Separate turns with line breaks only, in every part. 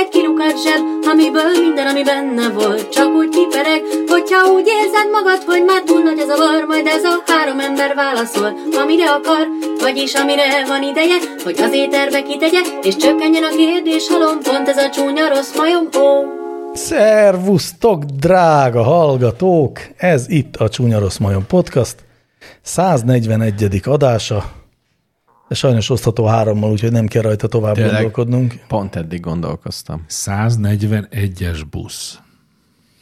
egy kilukat zseb, amiből minden, ami benne volt, csak úgy kipereg, hogyha úgy érzed magad, hogy már túl nagy ez a var, majd ez a három ember válaszol, amire akar, vagyis amire van ideje, hogy az éterbe kitegye, és csökkenjen a kérdés halom, pont ez a csúnya rossz majom, ó.
Szervusztok, drága hallgatók! Ez itt a Csúnya Rossz Majom Podcast, 141. adása, de sajnos osztható hárommal, úgyhogy nem kell rajta tovább
Tényleg?
gondolkodnunk.
Pont eddig gondolkoztam.
141-es busz.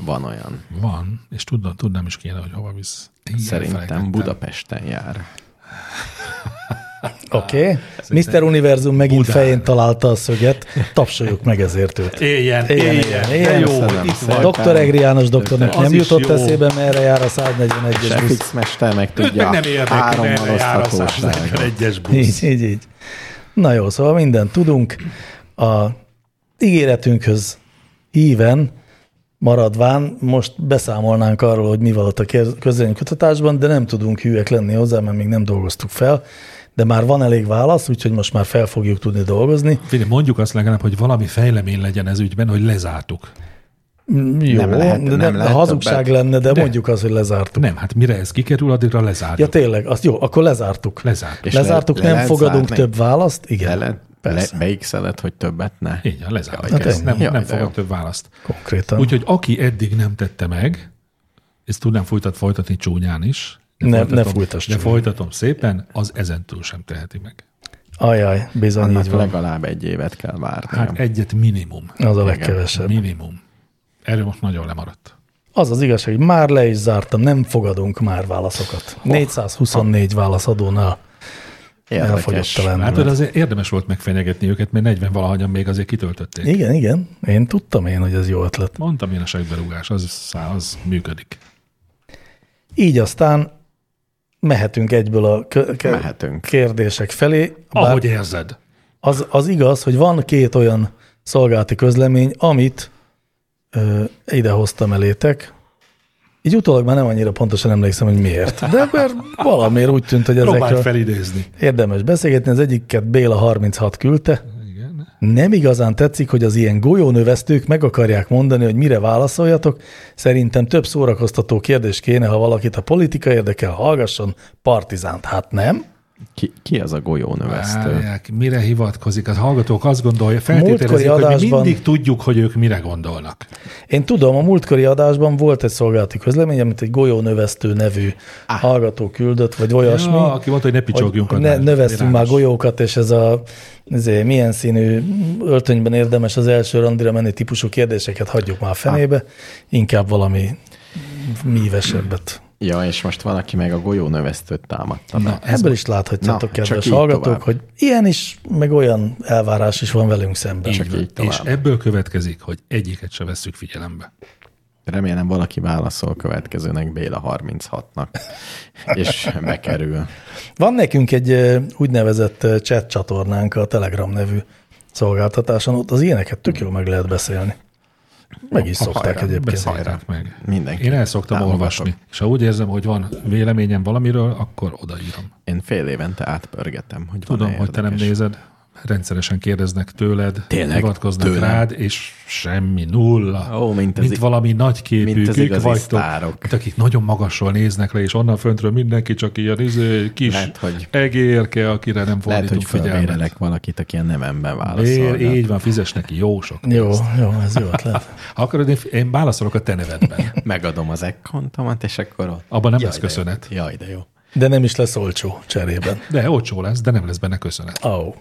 Van olyan.
Van, és tudna, tudnám is kéne, hogy hova visz. Igen,
Szerintem
felejtettem.
Budapesten jár.
Oké. Okay. Mr. Univerzum megint fején találta a szöget, tapsoljuk meg ezért őt.
Éljen,
Éljen,
éljen,
éljen,
éljen,
éljen.
jó,
Köszönöm
itt
szépen.
vagy.
Dr. Egri János doktornak
Az
nem
is
jutott
jó.
eszébe, merre jár a 141-es busz.
Fix mester meg
Őt
tudja.
meg nem érdekel,
hárommal
merre jár a
oszthatóságot.
141-es
Így,
busz.
így, így. Na jó, szóval mindent tudunk. A ígéretünkhöz híven maradván most beszámolnánk arról, hogy mi van ott a kez- közvéleménykutatásban, de nem tudunk hűek lenni hozzá, mert még nem dolgoztuk fel, de már van elég válasz, úgyhogy most már fel fogjuk tudni dolgozni.
Figyelj, mondjuk azt legalább, hogy valami fejlemény legyen ez ügyben, hogy lezártuk.
Jó,
Nem lehet-
de
nem
nem
lehet
hazugság
többet.
lenne, de, de mondjuk azt, hogy lezártuk.
Nem, hát mire ez kikerül, addigra
Ja
lezárjuk.
tényleg, azt jó, akkor lezártuk.
Lezártuk.
És
lezártuk,
le-
nem
le lehet
fogadunk
zárni?
több választ? Igen,
Le, le,
persze,
beixeled, hogy többet ne.
Így van, lezártuk.
Jaj,
Hát ezt
de
nem,
jó.
nem
Jaj, de
fogok
jó.
több választ.
konkrétan.
Úgyhogy aki eddig nem tette meg, ezt tudnám folytat, folytatni csúnyán is. de
Ne- ne
folytatom-
folytass
De
csúnyán.
folytatom szépen, az ezentúl sem teheti meg.
Ajaj, bizony
Annak
így van.
legalább egy évet kell várni.
Hát egyet minimum.
Az a legkevesebb.
Minimum. Erről most nagyon lemaradt.
Az az igazság, hogy már le is zártam, nem fogadunk már válaszokat. 424 válaszadónál elfogyott
Érdekes.
a lendület.
Látod, azért érdemes volt megfenyegetni őket, mert 40 valahogyan még azért kitöltötték.
Igen, igen, én tudtam én, hogy ez jó ötlet.
Mondtam én a segberúgás, az, szá- az működik.
Így aztán mehetünk egyből a kö- kö-
Mehetünk.
kérdések felé.
Bár... Ahogy
Bár
érzed.
az, az igaz, hogy van két olyan szolgálati közlemény, amit ö, ide hoztam elétek. Így utólag már nem annyira pontosan emlékszem, hogy miért. De mert valamiért úgy tűnt, hogy
Próbálj
ezekről
felidézni.
érdemes beszélgetni. Az egyiket Béla 36 küldte.
Igen.
Nem igazán tetszik, hogy az ilyen golyónövesztők meg akarják mondani, hogy mire válaszoljatok. Szerintem több szórakoztató kérdés kéne, ha valakit a politika érdekel, hallgasson partizánt. Hát nem?
Ki, ki az a golyónövesztő?
Várják, mire hivatkozik? A hallgatók azt gondolja, feltételezik,
Múltkori
hogy mi
adásban-
mindig tudjuk, hogy ők mire gondolnak.
Én tudom, a múltkori adásban volt egy szolgálati közlemény, amit egy golyónövesztő nevű ah. hallgató küldött, vagy olyasmi.
Ja, aki mondta, hogy ne picsogjunk
hogy
a
ne,
nál-
növesztünk már
virágos.
golyókat, és ez a ezért milyen színű öltönyben érdemes az első randira menni típusú kérdéseket hagyjuk már fenébe,
Hát-
inkább valami mívesebbet.
Ja, és most valaki meg a golyónövesztőt támadta.
Na, ebből is láthatjátok,
Na, csak
kedves
így
hallgatók,
tovább.
hogy ilyen is, meg olyan elvárás is van velünk szemben.
Így
Csak
van.
így tovább.
És ebből következik, hogy egyiket se vesszük figyelembe.
Remélem valaki válaszol a következőnek Béla 36-nak, és bekerül.
Van nekünk egy ö, úgynevezett ö, chat csatornánk, a Telegram nevű szolgáltatáson, ott az ilyeneket tök jól meg lehet beszélni. Meg is szokták
hajrá,
egyébként.
Beszéljetek meg.
Mindenki.
Én el szoktam
Támogatok.
olvasni, és ha úgy érzem, hogy van véleményem valamiről, akkor odaírom.
Én fél évente átpörgetem, hogy
Tudom,
van-e
hogy te nem
érdekes.
nézed, rendszeresen kérdeznek tőled,
Tényleg?
hivatkoznak
Tőlem?
rád, és semmi, nulla.
Ó, mint az
mint
i-
valami nagyképű
mint az
kük
igazi
vagytok,
sztárok.
mint akik nagyon magasról néznek le, és onnan föntről mindenki csak ilyen izé, kis
Lehet, hogy-
egérke, akire nem
Lehet, hogy
fordítunk figyelmet.
felbérelek valakit, aki a nememben
Bér,
válaszol.
így van, fizes neki jó sok.
Jó, jó, ez jó ötlet.
Ha akarod, én- én válaszolok a te nevedben.
Megadom az ekkontomat, és akkor ott.
Abban nem
Jaj,
lesz
de jó.
köszönet.
Jaj, de jó.
De nem is lesz olcsó cserében.
De olcsó lesz, de nem lesz benne köszönet.
Oh.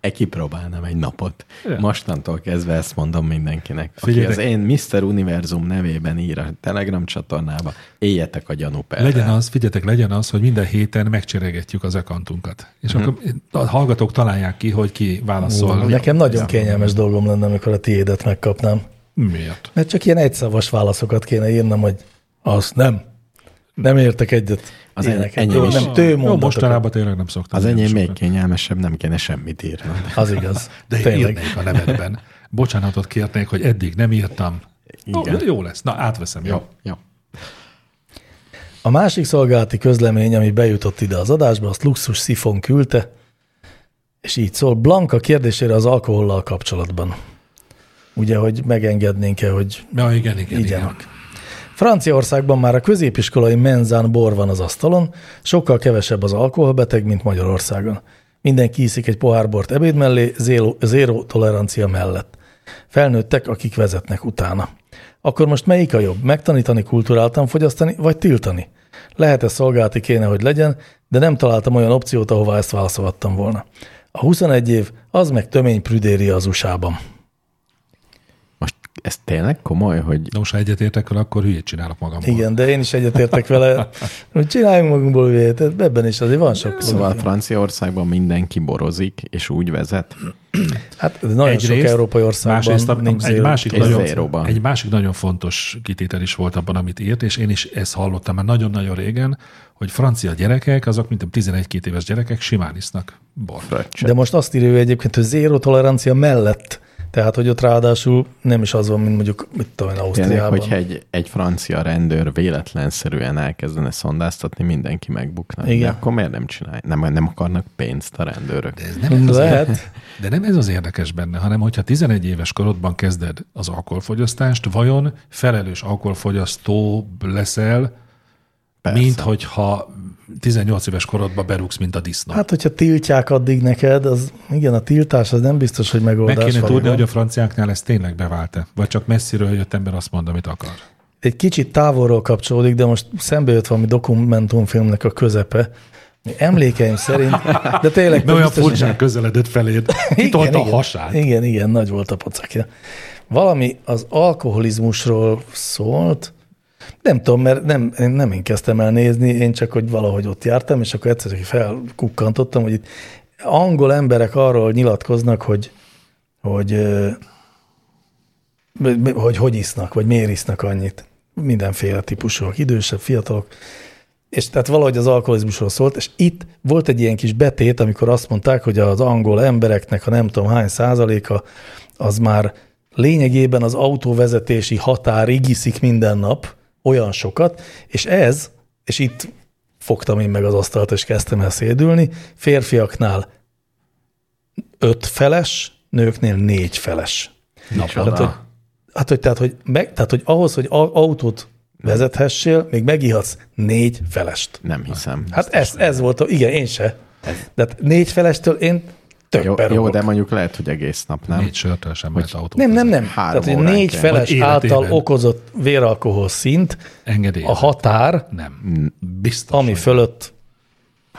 E kipróbálnám egy napot.
Ja.
Mostantól kezdve ezt mondom mindenkinek. Aki
Figyeljetek.
az én Mr. Univerzum nevében ír a Telegram csatornába, éljetek a gyanúperrel.
Legyen az, figyeljetek, legyen az, hogy minden héten megcseregetjük az ekantunkat. És akkor a hallgatók találják ki, hogy ki válaszol.
Nekem nagyon kényelmes dolgom lenne, amikor a tiédet megkapnám.
Miért?
Mert csak ilyen egyszavas válaszokat kéne írnom, hogy azt nem. Nem értek egyet.
Az
Ilyeneket.
enyém
Jó,
is.
nem, tő
Jó,
mondatokat.
mostanában tényleg nem szoktam.
Az
ilyen
enyém
sokat.
még kényelmesebb, nem kéne semmit írnom.
Az igaz.
De én
Tényleg.
írnék a nevedben. Bocsánatot kérnék, hogy eddig nem írtam.
Igen.
Ó, jó lesz. Na, átveszem. Jó.
jó.
A másik szolgálati közlemény, ami bejutott ide az adásba, azt Luxus Szifon küldte, és így szól, Blanka kérdésére az alkohollal kapcsolatban. ugye, hogy megengednénk-e, hogy
Ja, igen, igen, igen.
igyanak. Franciaországban már a középiskolai menzán bor van az asztalon, sokkal kevesebb az alkoholbeteg, mint Magyarországon. Mindenki iszik egy pohár bort ebéd mellé, zéro, zéro tolerancia mellett. Felnőttek, akik vezetnek utána. Akkor most melyik a jobb? Megtanítani kulturáltan fogyasztani, vagy tiltani? Lehet-e szolgálati kéne, hogy legyen, de nem találtam olyan opciót, ahová ezt válaszolhattam volna. A 21 év, az meg tömény prüdéria az USA-ban.
Most ez tényleg komoly, hogy
De most ha egyetértek vele, akkor hülyét csinálok magamból.
Igen, de én is egyetértek vele, hogy csináljunk magunkból hülyét, tehát ebben is azért van sok.
szóval Franciaországban mindenki borozik, és úgy vezet.
Hát ez nagyon sok európai országban
másrészt a,
nincs
egy,
zéró.
másik
és
nagyon,
zéróban.
egy másik nagyon fontos kitétel is volt abban, amit írt, és én is ezt hallottam már nagyon-nagyon régen, hogy francia gyerekek, azok mint a 11-2 éves gyerekek simán isznak bort.
De most azt írja ő egyébként, hogy zéró tolerancia mellett, tehát hogy ott ráadásul nem is az van, mint mondjuk, mit tudom én,
Tényleg,
Ausztriában.
hogyha egy, egy francia rendőr véletlenszerűen elkezdene szondáztatni, mindenki megbukna.
Igen.
De akkor miért nem csinálják? Nem, nem akarnak pénzt a rendőrök.
De ez nem ez az
Lehet.
De nem ez az érdekes benne, hanem hogyha 11 éves korodban kezded az alkoholfogyasztást, vajon felelős alkoholfogyasztó leszel, Persze. mint hogyha 18 éves korodban berúgsz, mint a disznó. Hát,
Hát, hogyha tiltják addig neked, az igen, a tiltás az nem biztos, hogy megoldás.
Meg kéne
van.
tudni, hogy a franciáknál ez tényleg bevált-e, vagy csak messziről jött ember azt mond, amit akar.
Egy kicsit távolról kapcsolódik, de most szembe jött valami dokumentumfilmnek a közepe. Emlékeim szerint, de tényleg
De olyan
biztos-
furcsán közeledett feléd, kitolta a hasát.
Igen, igen, nagy volt a pacakja. Valami az alkoholizmusról szólt, nem tudom, mert nem, én nem én kezdtem el nézni, én csak, hogy valahogy ott jártam, és akkor egyszer csak felkukkantottam, hogy itt angol emberek arról nyilatkoznak, hogy hogy, ö, mi- mi- hogy hogy isznak, vagy miért isznak annyit. Mindenféle típusúak, idősebb, fiatalok. És tehát valahogy az alkoholizmusról szólt, és itt volt egy ilyen kis betét, amikor azt mondták, hogy az angol embereknek a nem tudom hány százaléka, az már lényegében az autóvezetési határig iszik minden nap olyan sokat, és ez, és itt fogtam én meg az asztalt, és kezdtem el szédülni, férfiaknál öt feles, nőknél négy feles.
Micsoda.
hogy- Hát, hogy, tehát, hogy, meg, tehát, hogy ahhoz, hogy a- autót vezethessél, még megihatsz négy felest.
Nem hiszem.
Hát ez, ez volt, a, igen, én se. De hát négy felestől én
jó,
többen
jó, de mondjuk lehet, hogy egész nap, nem?
Négy sörtől sem lehet autó.
Nem, nem, nem.
három
Tehát, hogy
óránként.
négy feles
Vagy életében.
által okozott véralkohol szint
Engedély.
a határ,
Nem. Mm. Biztos.
ami
föl.
fölött,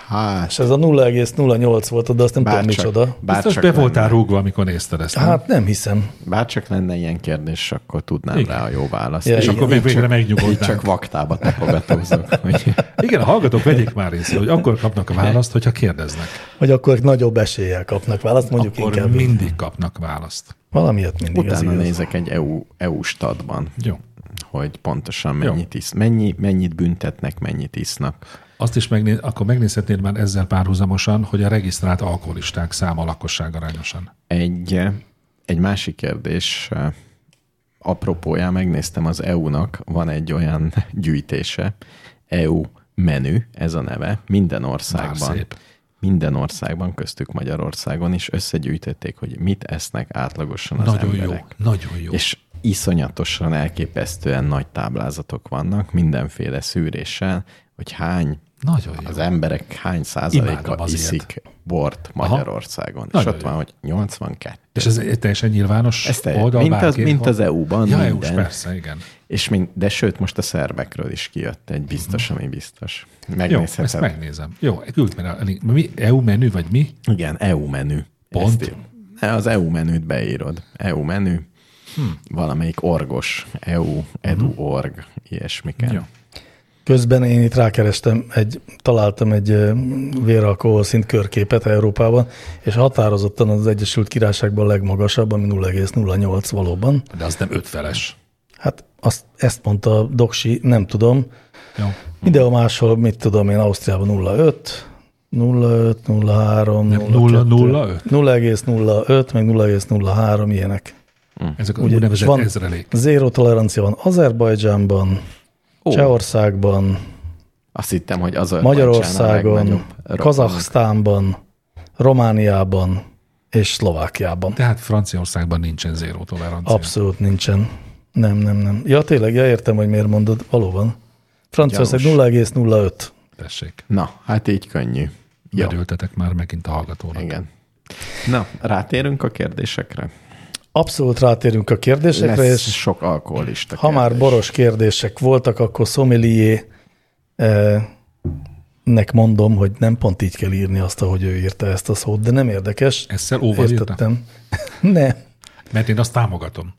Hát,
és ez a 0,08 volt, de azt nem tudom
bárcsak,
micsoda.
Biztos be
lenne-
voltál rúgva, amikor nézted ezt. nem?
Hát nem hiszem.
Bárcsak lenne ilyen kérdés, akkor tudnám
Igen.
igen. rá a jó választ.
Ja,
és
igen.
akkor még végre
akkor
megnyugodnánk.
csak vaktába tapogatózok. hogy
Igen, a hallgatók vegyék már észre, hogy akkor kapnak a választ, hogyha kérdeznek.
Hogy akkor nagyobb eséllyel kapnak választ, mondjuk
Akkor
inkább. Mi?
mindig kapnak választ.
Valamiért mindig az
Utána
igaz.
nézek egy E EU, EU statban,
Jó.
hogy pontosan
Jó.
mennyit, isz, mennyi, mennyit büntetnek, mennyit isznak.
Azt is megnéz, akkor megnézhetnéd már ezzel párhuzamosan, hogy a regisztrált alkoholisták száma a lakosság arányosan.
Egy, eh, egy másik kérdés, eh, apropóján megnéztem az EU-nak, van egy olyan gyűjtése, EU menü, ez a neve, minden
Már
országban.
szép.
Minden országban, köztük Magyarországon is összegyűjtötték, hogy mit esznek átlagosan az
Nagyon
emberek.
jó, nagyon jó.
És iszonyatosan elképesztően nagy táblázatok vannak mindenféle szűréssel, hogy hány
Nagyon jó.
az emberek hány
Imádom
százaléka
az
iszik bort Magyarországon. Aha. És
Nagyon
ott
jó.
van, hogy 82.
És ez egy teljesen nyilvános
Ez teljes-
oldal.
mint az-
bárki-
mint az EU-ban
Ja,
minden.
EU-s, persze, igen.
És mind, de sőt, most a szerbekről is kijött egy biztos, ami biztos.
Jó, ezt
Megnézheted.
megnézem. Jó, küld meg. a link- Mi EU menü, vagy mi?
Igen, EU menü.
Pont.
Ezt- Ne, az EU menüt beírod. EU menü,
Hm.
valamelyik orgos, E EU, edu.org, ilyesmiken.
Mhm. Jó.
Közben én itt rákerestem, egy, találtam egy ö, véralkohol szint körképet Európában, és határozottan az Egyesült Királyságban a legmagasabb, ami 0,08 valóban.
De az nem ötfeles.
Hát azt, ezt mondta a doksi, nem tudom.
Jó.
Ide a máshol, mit tudom én, Ausztriában 0,5, 0,5, 0,3, 0,2,
0,05?
0,05, meg 0,03 ilyenek.
Ezek Ugye, úgynevezett
van-
van... ezrelék.
Zéró tolerancia van Azerbajdzsánban, Csehországban,
Azt hittem, hogy az a
Magyarországon,
legnagyobb rokonunk.
Kazahsztánban, Romániában és Szlovákiában.
Tehát Franciaországban nincsen zéró tolerancia.
Abszolút nincsen. Nem, nem, nem. Ja, tényleg, ja, értem, hogy miért mondod, valóban. Franciaország
Gyanús.
0,05.
Tessék,
Na, hát így könnyű. Jó,
bedőltetek már megint a hallgatónak.
igen. Na, rátérünk a kérdésekre.
Abszolút rátérünk a kérdésekre,
Lesz
és
sok alkoholista
ha már
kérdés.
boros kérdések voltak, akkor sommelier eh, nek mondom, hogy nem pont így kell írni azt, ahogy ő írta ezt a szót, de nem érdekes.
Ezzel óval írta?
Értettem. nem.
Mert én azt támogatom.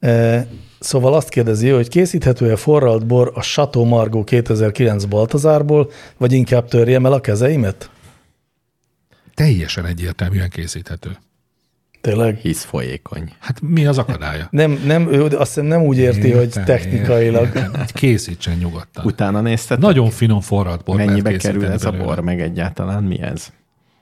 E, Szóval azt kérdezi, hogy készíthető-e forralt bor a Chateau Margaux 2009 Baltazárból, vagy inkább törjem el a kezeimet?
Teljesen egyértelműen készíthető.
Tényleg?
Hisz folyékony.
Hát mi az akadálya?
Nem, nem, ő azt hiszem nem úgy érti, hogy
Értem,
technikailag.
értem. Hát Készítsen nyugodtan. Hát
Utána nézted?
Nagyon finom forralt bor. lehet
Mennyibe
készíteni
kerül ez a
belőle.
bor, meg egyáltalán mi ez?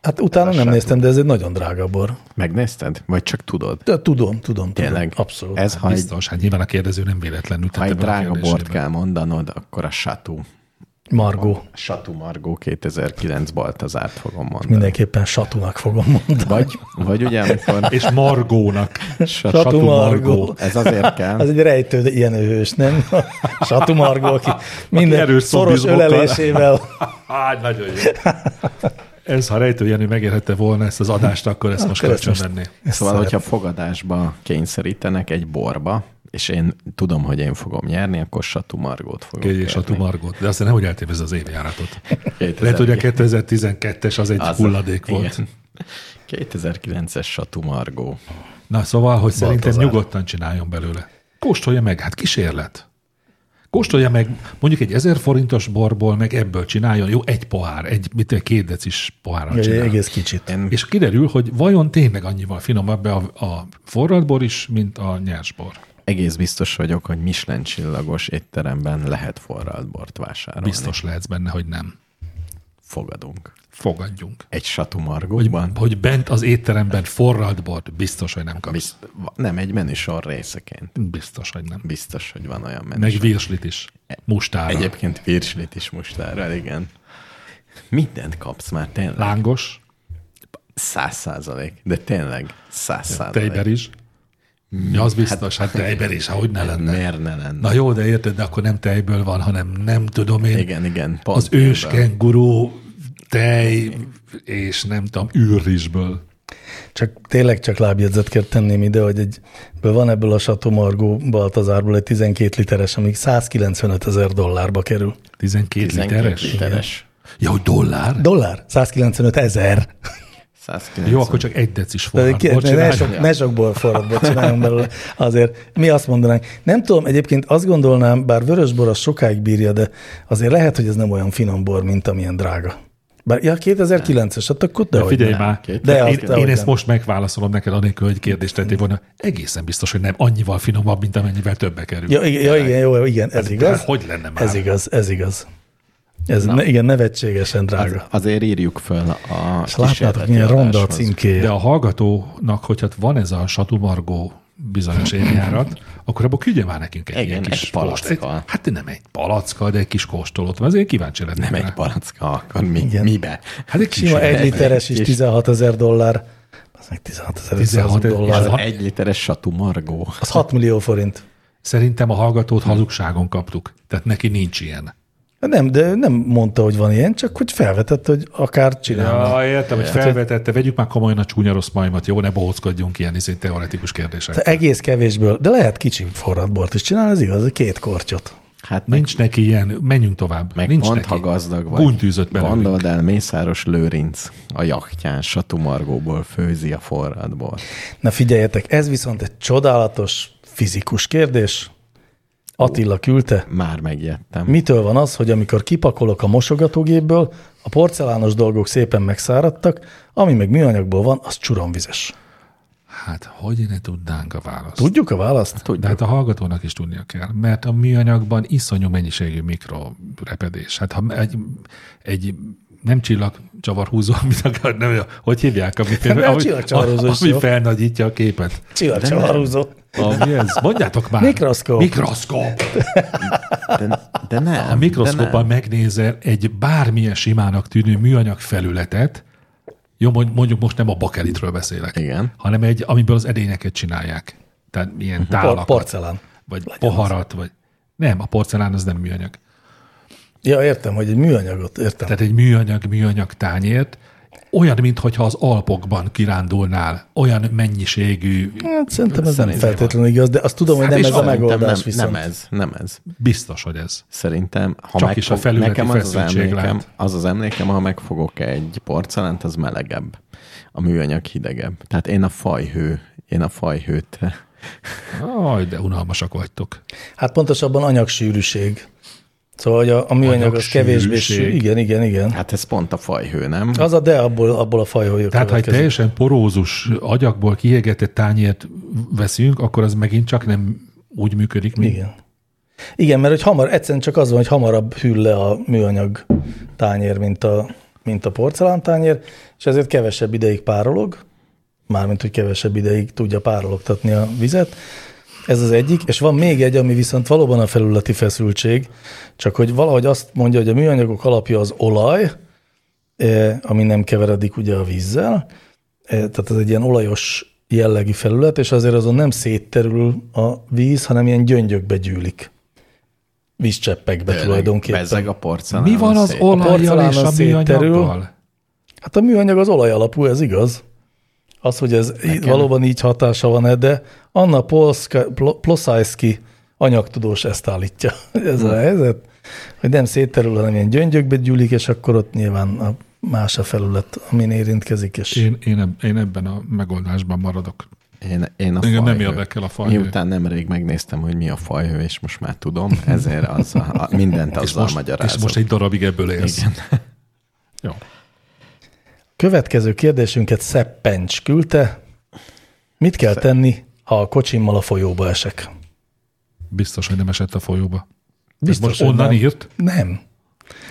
Hát utána nem néztem, de ez egy nagyon drága bor.
Megnézted? Vagy csak tudod?
De tudom, tudom, tudom.
Tényleg?
Abszolút.
Ez, ha egy,
Biztos, hát nyilván a kérdező nem véletlenül
ha
tette
egy
be a
drága bort
kérdésébe.
kell mondanod, akkor a Satú.
Margó.
Satú Margó 2009 Baltazárt fogom mondani.
Mindenképpen Satunak fogom mondani.
Vagy, vagy ugye, amikor
És Margónak.
Satu Margó.
ez azért kell,
Ez egy rejtő ilyen őhős, nem? Satu Margó, aki minden
erős
szoros
szombizmokkal.
ölelésével.
Hát, nagyon jó. Ez, ha Rejtő Jenő megérhette volna ezt az adást, akkor ezt most
Akkor ezt
kölcsön menni.
Szóval,
Szeret.
hogyha fogadásba kényszerítenek egy borba, és én tudom, hogy én fogom nyerni, akkor Satu Margót fogom
Kégy és Atu
kérni.
Margót. De aztán nehogy eltévez az évjáratot.
2000
Lehet, hogy a 2012-es az egy
Az-
hulladék volt.
igen. 2009-es Satu Margó.
Na szóval, hogy szerintem
Baltazár.
nyugodtan csináljon belőle. Kóstolja meg, hát kísérlet. Kóstolja meg mondjuk egy 1000 forintos borból, meg ebből csináljon, jó, egy pohár, egy, mit, egy két decis pohárral
Egy
csinál.
egész kicsit.
Én
És kiderül, hogy vajon tényleg annyival finomabb a, a forralt bor is, mint a nyers bor.
egész biztos vagyok, hogy Michelin csillagos étteremben lehet forralt bort vásárolni.
Biztos lehetsz benne, hogy nem.
Fogadunk.
Fogadjunk.
Egy Satu Margóban?
Hogy bent az étteremben forralt bort, biztos, hogy nem kapsz. Biztos,
Bizt- va- Nem, egy menüsor részeként.
biztos hogy nem.
Biztos, hogy van olyan menüsor.
Meg virslit is. Mustára. Egyéb...
Egyébként virslit is mostára, igen. Mindent kapsz már, tényleg.
Lángos,
Száz százalék, de tényleg száz
tejber
százalék.
is. Ja, az biztos, hát tejber is, ha hogy ne lenne.
Miért ne lenne?
Na jó, de érted, de akkor nem tejből van, hanem nem tudom én,
igen, igen. Pont
az
tejből.
ős kenguru, tej, és nem tudom, űrrizsből.
Csak tényleg csak lábjegyzetkért tenném ide, hogy egy, ebből van ebből a Chateau Margaux Baltazárból egy 12 literes, amíg 195 ezer dollárba kerül.
12,
12
literes?
literes.
Ja, hogy dollár?
Dollár? 195 ezer.
190.
Jó, akkor csak egy decis
Tehát
forrad.
ki-
Bocs,
ne,
csinálj.
sok, ne sokból forradból csináljunk belőle. Azért mi azt mondanánk. Nem tudom, egyébként azt gondolnám, bár vörösbor az sokáig bírja, de azért lehet, hogy ez nem olyan finom bor, mint amilyen drága. Bár, ja, 2009-es, hát akkor de
De figyelj már,
két-
De
de
azt
én,
dehogy
én ezt
nem.
most megválaszolom neked, anélkül, hogy kérdést tettél volna. Egészen biztos, hogy nem annyival finomabb, mint amennyivel többe kerül.
Ja, igen, ja, igen, jó, igen, ez
de
igaz.
hogy lenne már?
Ez igaz, ez igaz. Ez ne, igen, nevetségesen drága.
Azért írjuk föl a
Hát, És látnátok, milyen ronda a címkéje.
De a hallgatónak, hogyha van ez a satumargó bizonyos évjárat, akkor abból küldje már nekünk egy,
Igen,
ilyen kis
egy palackkal.
kóst- Egy, hát nem egy palacka, de egy kis kóstolót. Azért kíváncsi lettem.
Nem
rá.
egy palacka, akkor mi,
Igen.
mibe?
Hát egy kis
Sima egy
üveg.
literes is 16 ezer dollár. Az meg 16 ezer
16 000
dollár.
az
Az
a-
egy literes satú margó.
Az 6 millió forint.
Szerintem a hallgatót hazugságon kaptuk. Tehát neki nincs ilyen.
Nem, de nem mondta, hogy van ilyen, csak hogy felvetett, hogy akár csinálna.
Ja, értem, hogy felvetette, Hát, vegyük már komolyan a csúnya rossz majmat, jó, ne bohockodjunk ilyen izé, teoretikus kérdésekkel.
De egész kevésből, de lehet kicsi forradbort is csinálni, ez igaz, két kortyot.
Hát meg,
Nincs neki ilyen, menjünk tovább.
meg
Nincs
pont,
neki.
ha gazdag vagy.
Gunytűzött belőlünk.
Gondold el, Mészáros Lőrinc a jachtján satú margóból főzi a forradból.
Na figyeljetek, ez viszont egy csodálatos fizikus kérdés. Attila küldte.
Már megjettem.
Mitől van az, hogy amikor kipakolok a mosogatógépből, a porcelános dolgok szépen megszáradtak, ami meg műanyagból van, az csuromvizes.
Hát, hogy ne tudnánk a választ?
Tudjuk a választ?
De hát a hallgatónak is tudnia kell, mert a műanyagban iszonyú mennyiségű mikrorepedés. Hát ha egy, egy nem csillagcsavarhúzó, amit akar, nem, hogy hívják, ami, fel,
Nem,
ami,
csillagcsavarhúzó is
ami
jó.
felnagyítja a képet.
Csillagcsavarúzó.
Ami ez? Mondjátok már.
Mikroszkóp.
Mikroszkóp.
De, de nem.
A
de nem.
mikroszkóppal megnézel egy bármilyen simának tűnő műanyag felületet, Jó, mondjuk most nem a bakelitről beszélek,
Igen. Mhm.
hanem egy, amiből az edényeket csinálják. Tehát ilyen
Por-
tálakat,
porcelán.
vagy poharat, vagy... Nem, a porcelán az nem műanyag.
Ja, értem, hogy egy műanyagot, értem.
Tehát egy műanyag, műanyag tányért, olyan, mintha az Alpokban kirándulnál, olyan mennyiségű,
Hát szerintem ez nem
Szerintem. Hát
feltétlenül igaz, de azt tudom, hogy nem
És
ez a
szerintem
megoldás
nem,
viszont.
nem ez, nem ez.
biztos, hogy ez.
Szerintem, ha
Csak
megfog,
is a felületi
nekem az az,
feszültség
emlékem,
lát.
az az emlékem, ha megfogok egy porcelánt, az melegebb. A műanyag hidegebb. Tehát én a fajhő, én a fajhőt.
Aj, de unalmasak vagytok.
Hát pontosabban anyagsűrűség. Szóval, hogy a, a műanyag az kevésbé sűrű.
Anyagsűrűség.
Igen, igen, igen.
Hát ez pont a fajhő, nem?
Az a de abból, abból a fajholyó
Tehát, ha egy teljesen porózus agyakból kiégetett tányért veszünk, akkor az megint csak nem úgy működik, mint
Igen. Igen, mert hogy hamar, egyszerűen csak az van, hogy hamarabb hűl le a műanyag tányér, mint a, mint a porcelántányér, és ezért kevesebb ideig párolog, mármint, hogy kevesebb ideig tudja párologtatni a vizet. Ez az egyik, és van még egy, ami viszont valóban a felületi feszültség, csak hogy valahogy azt mondja, hogy a műanyagok alapja az olaj, eh, ami nem keveredik ugye a vízzel, eh, tehát ez egy ilyen olajos jellegű felület, és azért azon nem szétterül a víz, hanem ilyen gyöngyökbe gyűlik. Vízcseppekbe tulajdonképpen.
Bezeg a porcelán.
Mi van az
szét.
olajjal és
porcelánon
a
szétterül.
műanyaggal?
Hát a műanyag az olaj alapú, ez igaz. Az, hogy ez í- valóban így hatása van-e, de Anna Polska, Plo- Plosajski anyagtudós ezt állítja. Ez a helyzet, hogy nem szétterül, hanem ilyen gyöngyökbe gyűlik, és akkor ott nyilván a más a felület, amin érintkezik. És...
Én, én, eb- én ebben a megoldásban maradok.
Én, én a
Engem nem
fajhő.
érdekel a fajhő.
Miután nemrég megnéztem, hogy mi a fajhő, és most már tudom, ezért azzal, a, mindent
És
azzal
most, és
magyarázom.
most egy darabig ebből élsz.
Igen.
Jó.
Következő kérdésünket Szeppencs küldte. Mit kell tenni, ha a kocsimmal a folyóba esek?
Biztos, hogy nem esett a folyóba.
Biztos,
Biztos, most
hogy
onnan
nem.
írt?
Nem.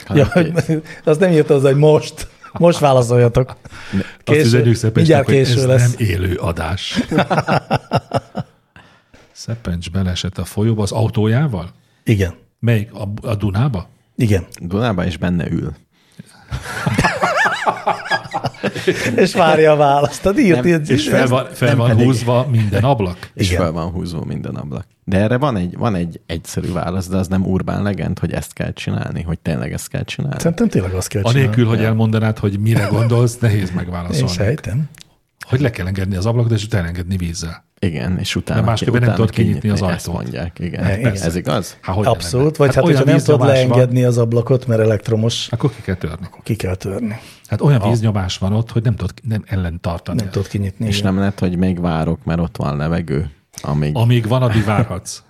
Hanem
Hát
Ja, hogy, az nem írta az, hogy most, most válaszoljatok.
Azt
Késő-
üzenjük Szepencsnek,
mindjárt
hogy ez
késő lesz.
nem élő adás. Szepencs beleesett a folyóba az autójával?
Igen,
Melyik? A, a Dunába?
igen.
Dunában is benne ül.
És várja a választ. Tehát írt,
Nem,
írt,
És fel van, fel
nem
van
pedig.
húzva minden ablak?
És
Igen.
fel van húzva minden ablak. De erre van egy, van egy egyszerű válasz, de az nem urbán legend, hogy ezt kell csinálni, hogy tényleg ezt kell csinálni.
Szerintem tényleg azt kell csinálni.
Anélkül, hogy elmondanád, hogy mire gondolsz, nehéz
Én
megválaszolni.
sejtem.
Hogy le kell engedni az ablakot, és utána elengedni vízzel.
Igen, és utána,
De másképpen nem
utána
tudod kinyitni az
Ezt
ajtót.
mondják, igen.
Ne,
igen.
igen.
Ez igaz?
Há, hogy ne
Abszolút,
lenne?
vagy hát, hogyha nem
víznyomás
tudod
van,
leengedni az ablakot, mert elektromos,
akkor ki kell törni.
akkor ki kell törni.
Hát olyan víznyomás van ott, hogy nem tudod nem ellen tartani.
Nem tudod kinyitni.
És
igen.
nem lehet, hogy még várok, mert ott van levegő, amíg
Amíg van, addig várhatsz.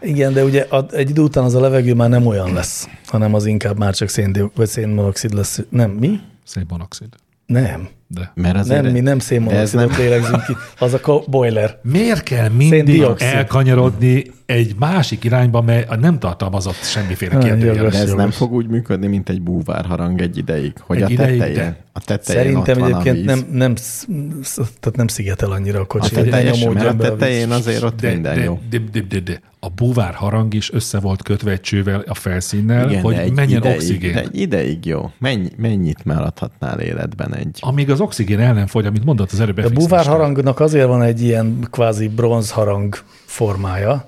Igen, de ugye ad- egy idő után az a levegő már nem olyan lesz, hanem az inkább már csak széndiokszid vagy szénmonoxid lesz. Nem, mi?
Szénmonoxid.
Nem.
De.
Mert azért
Nem, mi nem
De
szénmonoxidot
ez nem-
lélegzünk ki. Az a ko- boiler.
Miért kell mindig
Széndioxid.
elkanyarodni egy másik irányba, mely nem tartalmazott semmiféle
Nagyon
kérdőjelet?
jogos.
de ez nem
jogos.
fog úgy működni, mint egy búvárharang egy ideig, hogy
Egy
a
ideig,
tetején,
de-
a tetején
Szerintem
ott van a
egyébként
víz. Hát
nem, nem, sz- sz- tehát nem szigetel annyira a
a
kocsi, hogy ne
tetején, sem, mert a
nyomódjon be a víz.
tetején azért ott
De,
minden
de,
jó.
de, de, de, de, a búvár harang is össze volt kötve egy csővel a felszínnel,
Igen, de
hogy
egy
menjen
ideig,
oxigén.
De egy ideig jó. Mennyi, mennyit maradhatnál életben egy?
Amíg az oxigén el nem fogy, amit mondott az előbb.
A
Efix
búvár
Isten.
harangnak azért van egy ilyen kvázi bronz harang formája,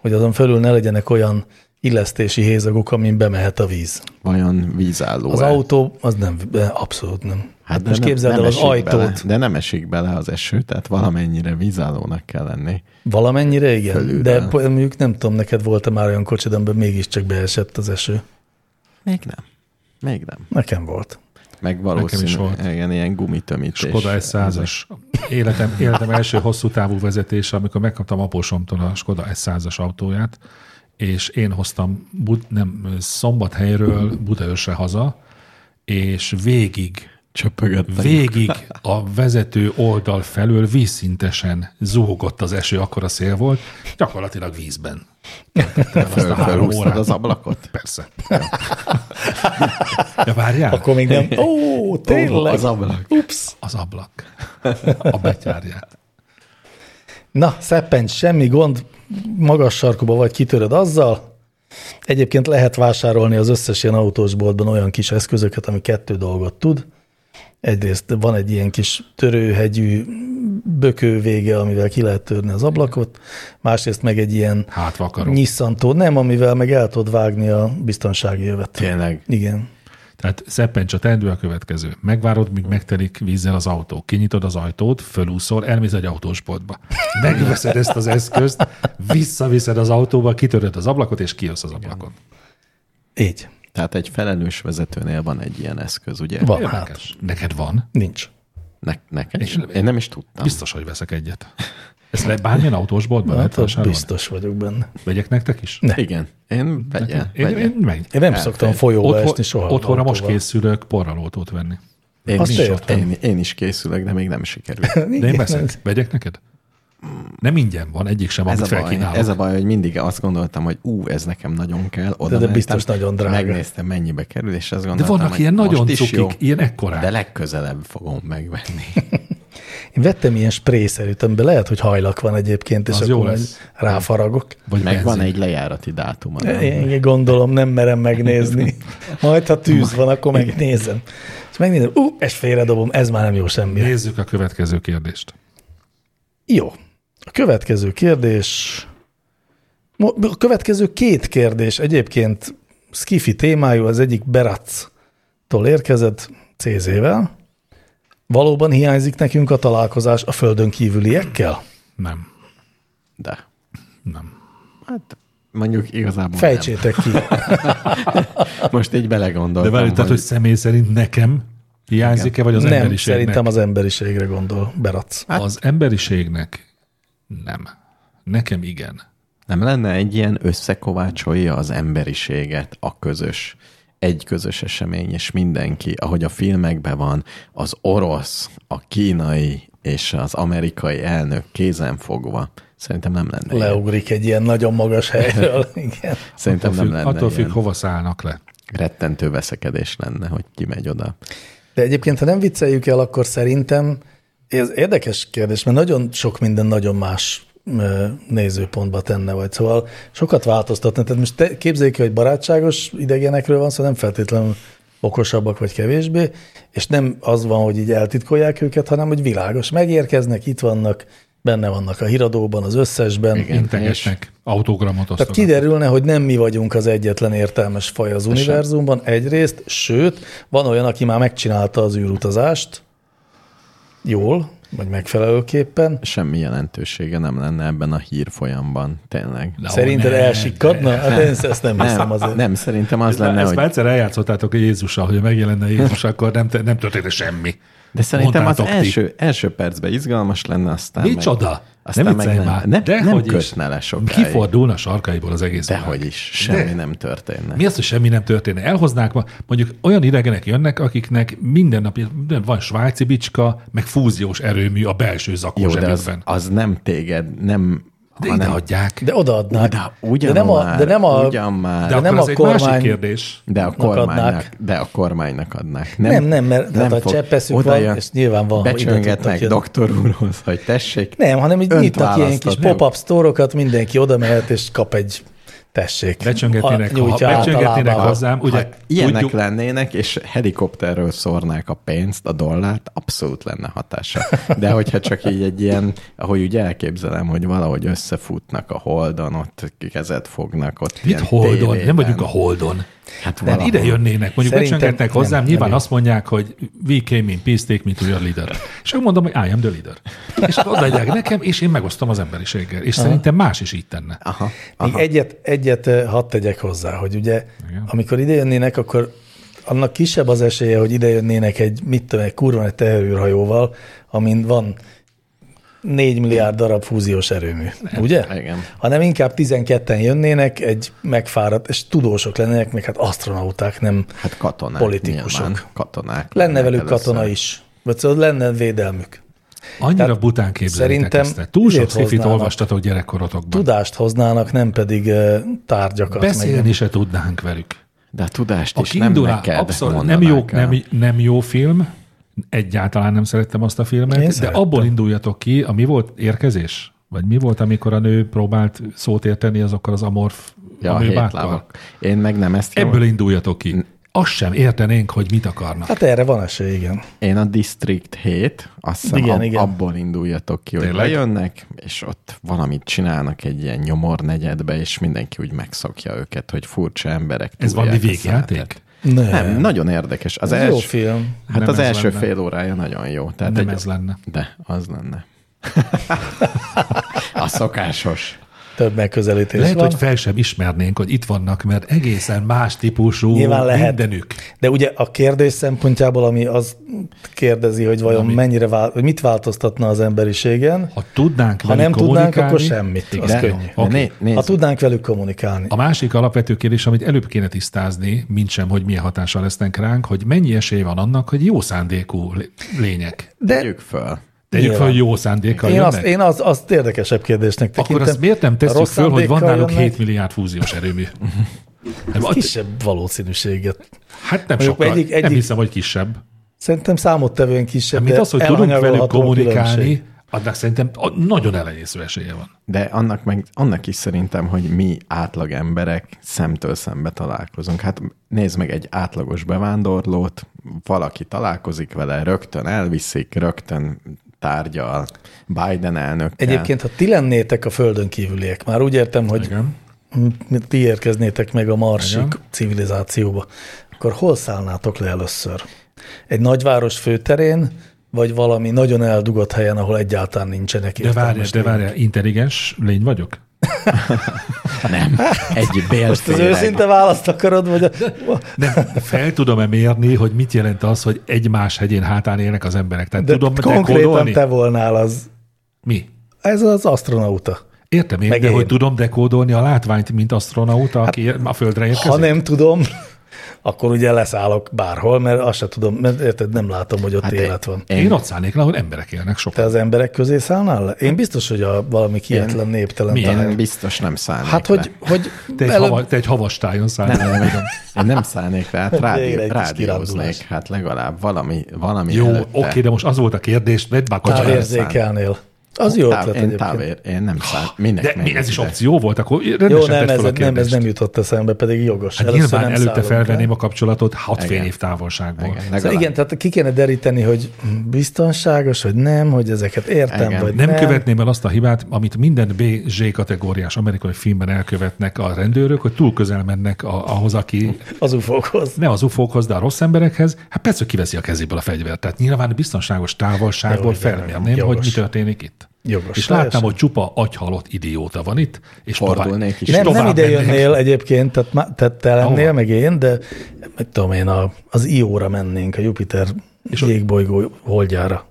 hogy azon fölül ne legyenek olyan illesztési hézagok, amin bemehet a víz.
Vajon vízálló
Az autó, az nem, de abszolút nem. Hát
de
most
nem-
képzeld
nem
el az
esik
ajtót.
Bele, de nem esik bele az eső, tehát valamennyire vízállónak kell lenni.
Valamennyire igen,
Fölülről.
de po- mondjuk nem tudom, neked volt-e már olyan kocsid, amiben mégiscsak beesett az eső.
Még nem. Még nem.
Nekem volt.
Meg
is
valószínűleg
volt.
igen, ilyen gumitömítés.
Skoda S100-as. Életem, életem első hosszú távú vezetése, amikor megkaptam apósomtól a Skoda S100-as autóját, és én hoztam Bud- nem, Szombathelyről Budaörsre haza, és végig,
Csöpögött.
végig a vezető oldal felől vízszintesen zuhogott az eső, akkor a szél volt, gyakorlatilag vízben. Aztán három
Fölhúztad
órát.
az ablakot?
Persze. Ja, várjál.
Akkor még nem. Ó, tényleg.
Az ablak.
Ups.
Az ablak. A betyárját.
Na, szeppencs, semmi gond, magas sarkuba vagy kitöröd azzal. Egyébként lehet vásárolni az összes ilyen autósboltban olyan kis eszközöket, ami kettő dolgot tud. egyrészt van egy ilyen kis törőhegyű bökő vége, amivel ki lehet törni az ablakot, másrészt meg egy ilyen
hátvakaró.
nyisszantó, nem, amivel meg el tud vágni a biztonsági jövet.
Tényleg.
Igen.
Tehát szeppencs a teendő a következő. Megvárod, míg megtelik vízzel az autó. Kinyitod az ajtót, fölúszol, elmész egy autósportba. Megveszed ezt az eszközt, visszaviszed az autóba, kitöröd az ablakot, és kijössz az ablakon.
Így.
Tehát egy felelős vezetőnél van egy ilyen eszköz, ugye?
Van, hát.
Érdekes. Neked van?
Nincs.
Ne, nekem is.
És-
Én nem is tudtam.
Biztos, hogy veszek egyet. Ezt le, bármilyen autósboltban lehet
Hát, ott
vásárolni?
biztos vagyok benne.
Vegyek nektek is?
Igen. Én vegye,
Én,
vegye.
Hát, én meg.
Én nem szoktam folyóba
Otthon,
esni soha.
otthonra most
autóval.
készülök porralótót venni.
Én,
Azt
is,
értem.
én, én is készülök, de még nem sikerült.
De én
Igen,
veszek.
ez-
Vegyek neked? Nem ingyen van, egyik sem,
Ez
amit
a, baj,
felkínálok.
ez a baj, hogy mindig azt gondoltam, hogy ú, ez nekem nagyon kell. Oda
de
mentem,
biztos nagyon drága.
Megnéztem, mennyibe kerül, és azt
De
gondoltam,
vannak
hogy
ilyen nagyon
most is jó,
cukik, ilyen ekkorák.
de legközelebb fogom megvenni.
Én vettem ilyen sprészerűt, amiben lehet, hogy hajlak van egyébként, és
Az
akkor
jó
majd
lesz.
ráfaragok.
Vagy
Meg van
benzin.
egy lejárati dátuma. nem?
Én gondolom, nem merem megnézni. Majd, ha tűz van, akkor megnézem. És megnézem, ú, ezt félredobom, ez már nem jó semmi.
Nézzük a következő kérdést.
Jó. A következő kérdés... Mo- A következő két kérdés egyébként skifi témájú, az egyik Berac-tól érkezett CZ-vel. Valóban hiányzik nekünk a találkozás a földön kívüliekkel?
Nem.
De
Nem.
hát mondjuk igazából Fejtség.
Fejtsétek ki.
nem. Most így
De
belegondoltam.
várj, tehát, hogy személy szerint nekem hiányzik-e, vagy az
Nem,
emberiségnek?
szerintem az emberiségre gondol Berac.
Az emberiségnek nem. Nekem igen.
Nem lenne egy ilyen összekovácsolja az emberiséget, a közös, egy közös esemény, és mindenki, ahogy a filmekben van, az orosz, a kínai és az amerikai elnök kézen fogva. Szerintem nem lenne ilyen.
Leugrik egy ilyen nagyon magas helyről. Igen.
Szerintem
Attól
nem
függ,
lenne
attól
attól
függ
ilyen.
hova szállnak le.
Rettentő veszekedés lenne, hogy ki megy oda.
De egyébként, ha nem vicceljük el, akkor szerintem ez érdekes kérdés, mert nagyon sok minden nagyon más ö, nézőpontba tenne vagy. Szóval sokat változtatna. Tehát most te képzeljük ki, hogy barátságos idegenekről van, szóval nem feltétlenül okosabbak vagy kevésbé, és nem az van, hogy így eltitkolják őket, hanem hogy világos. Megérkeznek, itt vannak, benne vannak a híradóban, az összesben.
Igen.
Integetnek, autogramot
Tehát
osztogatnak.
kiderülne, hogy nem mi vagyunk az egyetlen értelmes faj az univerzumban egyrészt, sőt, van olyan, aki már megcsinálta az űrutazást, jól, vagy megfelelőképpen.
Semmi jelentősége nem lenne ebben a hírfolyamban, tényleg.
Na,
Szerinted
ne,
elsikkadna? Hát én ezt nem hiszem
Nem,
azért.
nem, szerintem az
Lenne,
lenne,
ezt
hogy
már egyszer eljátszottátok egy Jézussal, hogy megjelenne Jézus, akkor nem, te- nem történik semmi.
De szerintem az
Mondtátok ti.
első, első percben izgalmas lenne, aztán
Micsoda?
Meg, aztán
nem
meg
viccelj
nem,
már.
Nem,
Dehogy
nem
is.
kötne le sokáig.
Kifordulna sarkaiból az egész világ.
Dehogy is. Semmi nem történne.
Mi az, hogy semmi nem történne? Elhoznák ma, mondjuk olyan idegenek jönnek, akiknek minden nap minden- van svájci bicska, meg fúziós erőmű a belső zakó
Jó, de az,
zsebükben.
az nem téged, nem...
De ide
hanem,
adják.
De odaadnák.
de
de
ugyan
nem a,
már,
de nem a,
ugyan már.
de
De,
akkor
nem
nem az
a
egy
kormány-
másik kérdés.
a kormánynak, de a kormánynak adnák.
Nem, nem, mert hát a cseppeszük van, és nyilván van, ha ide tudtak
Becsöngetnek
jönni.
doktor úrhoz, hogy tessék.
nem, hanem így
önt
nyitnak ilyen kis
választatni.
pop-up sztorokat, mindenki oda mehet és kap egy tessék.
Becsöngetnének,
A-
ha,
nyújtja át a
becsöngetnének
lábával. Hát
hozzám, ugye
Ha ilyenek
tudjuk,
lennének, és helikopterről szórnák a pénzt, a dollárt, abszolút lenne hatása. De hogyha csak így egy ilyen, ahogy úgy elképzelem, hogy valahogy összefutnak a holdon, ott kezet fognak, ott
mit
ilyen
holdon?
tévében.
Nem vagyunk a holdon.
Hát
Nem,
valahol.
ide jönnének, mondjuk
Szerintem
becsöngetnek
nem,
hozzám,
nem
nyilván
jó.
azt mondják, hogy we came in peace, take me to your leader. És akkor mondom, hogy I am the leader. És akkor odaadják nekem, és én megosztom az emberiséggel. És szerintem más is így tenne.
Ah,
Aha.
Még egyet, egyet eh, hadd tegyek hozzá, hogy ugye, Igen.
Igen.
amikor idejönnének, akkor annak kisebb az esélye, hogy idejönnének egy, mit tudom, egy kurva egy teherűrhajóval, amin van 4 milliárd darab fúziós erőmű, ugye?
Hát, igen.
Hanem inkább 12-en jönnének, egy megfáradt, és tudósok lennének, meg hát astronauták, nem
Hát katonák
Politikusok.
Nyilván. Katonák.
lenne
lennek
velük
először.
katona is, vagy szóval lenne védelmük.
Annyira
Tehát
bután képzelitek
szerintem
ezt. el. Túl sok
ezért
szifit
hoznának.
olvastatok gyerekkorotokban.
Tudást hoznának, nem pedig eh, tárgyakat. meg-
Beszélni se tudnánk velük.
De a tudást
A
is nem
kiindulás
neked
abszolút nem jó,
mondanák el.
nem, nem jó film, egyáltalán nem szerettem azt a filmet,
Én
de
szerettem.
abból induljatok ki, ami volt érkezés? Vagy mi volt, amikor a nő próbált szót érteni azokkal az amorf
Ja, a
amőbákkal?
hétlábak. Én meg nem ezt
Ebből induljatok ki. azt sem értenénk, hogy mit akarnak.
Hát erre van esély, igen.
Én a District 7, azt hiszem
Igen,
ab,
igen.
abból induljatok ki, hogy
Tényleg?
lejönnek, és ott valamit csinálnak egy ilyen nyomor negyedbe, és mindenki úgy megszokja őket, hogy furcsa emberek.
Ez
túlják
valami
a szeretet.
végjáték?
Nem.
Nem, nagyon érdekes. Az
Ez
első,
jó film.
Hát
Nem
az
ez
első
lenne.
fél órája nagyon jó. Tehát
Nem
egy-
ez lenne.
De, az lenne. a szokásos.
Több megközelítés
Lehet,
van.
hogy fel sem ismernénk, hogy itt vannak, mert egészen más típusú
Nyilván lehet.
mindenük.
De ugye a kérdés szempontjából, ami az kérdezi, hogy vajon Ami. mennyire vál, hogy mit változtatna az emberiségen,
Ha tudnánk
ha
velük
nem tudnánk, akkor
kommunikálni-
semmit. Az
De,
könnyű.
de né, nézd,
Ha tudnánk velük kommunikálni.
A másik alapvető kérdés, amit előbb kéne tisztázni, mint sem, hogy milyen hatással lesznek ránk, hogy mennyi esély van annak, hogy jó szándékú lé- lények.
De
tegyük föl.
Tegyük fel,
Nyilván.
hogy jó szándékkal
én
jönnek.
azt, én az, azt érdekesebb kérdésnek tekintem.
Akkor azt miért nem
A
tesszük
rossz
föl, hogy van
szándékkal
náluk
jönnek?
7 milliárd fúziós erőmű? Hát,
Ez
hát,
kisebb valószínűséget.
hát nem
Mondjuk
sokkal.
egyik-
Egyik, egyik,
egyik-
nem hiszem, hogy kisebb.
Szerintem számottevően kisebb,
Hát, mint
de
az, hogy tudunk velük
elhanyagolható a
kommunikálni,
különbség.
annak szerintem a- nagyon elenyésző esélye van.
De annak, meg, annak is szerintem, hogy mi átlag emberek szemtől szembe találkozunk. Hát nézd meg egy átlagos bevándorlót, valaki találkozik vele, rögtön elviszik, rögtön tárgyal Biden elnök.
Egyébként, ha ti lennétek a földön kívüliek, már úgy értem, hogy
Igen.
m- ti érkeznétek meg a marsi
Igen.
civilizációba, akkor hol szállnátok le először? Egy nagyváros főterén, vagy valami nagyon eldugott helyen, ahol egyáltalán nincsenek
De várjál,
értelmes
de várjál, intelligens lény vagyok?
Nem, egy
Most az
bélféreg.
őszinte választ akarod, vagy a...
Nem, fel tudom-e mérni, hogy mit jelent az, hogy egymás hegyén hátán élnek az emberek? Tehát
De
tudom
konkrétan
dekódolni?
te volnál az.
Mi?
Ez az astronauta.
Értem én,
Meg
de
én. Hát,
hogy tudom dekódolni a látványt, mint astronauta, aki ér- a Földre érkezik?
Ha nem tudom, akkor ugye leszállok bárhol, mert azt se tudom, mert érted, nem látom, hogy ott hát élet van.
Én ott szállnék le, ahol emberek élnek sokat.
Te az emberek közé szállnál le? Én biztos, hogy a valami kietlen néptelen
Hát- Milyen?
táj.
Én biztos nem szállnék
Hát,
le.
hogy, hogy
Te egy,
előbb-
hava, te egy havastájon
Nem,
szállnál.
nem, nem. Én nem szállnék rá, hát
Végre
rádió,
egy kis
rádióznék,
kirándulás.
hát legalább valami, valami
Jó,
előtte.
oké, de most az volt a kérdés, vedd már kocsánat.
távérzékelnél. Az jó
Táv,
ötlet
én,
egyébként.
távér, én nem száll, minek
De mi,
menjek
ez is
ide?
opció volt, akkor rendesen
Jó, nem ez,
tedd fel a
nem, ez
kérdést.
nem jutott eszembe, pedig jogos.
Hát
Először
nyilván
nem
előtte
szállunk le.
felvenném a kapcsolatot hat fél
Igen.
év távolságból.
Igen,
Szóval
legalább.
igen, tehát ki kéne deríteni, hogy biztonságos, vagy nem, hogy ezeket értem,
Igen.
vagy
Nem,
nem.
nem követném el azt a hibát, amit minden B-Z kategóriás amerikai filmben elkövetnek a rendőrök, hogy túl közel mennek a, ahhoz, aki
az ufókhoz.
ne az ufókhoz, de a rossz emberekhez, hát persze hogy kiveszi a kezéből a fegyvert. Tehát nyilván biztonságos távolságból
Jó, igen,
felmérném,
jogos.
hogy mi történik itt.
Jogos,
és látnám,
teljesen.
hogy csupa agyhalott idióta van itt, és tovább,
Fordulnék is.
és
nem,
tovább
nem ide
mennék.
jönnél egyébként, tehát, má- tehát te lennél,
Ahova?
meg én, de mit tudom én, a, az Ióra mennénk, a Jupiter és jégbolygó holdjára.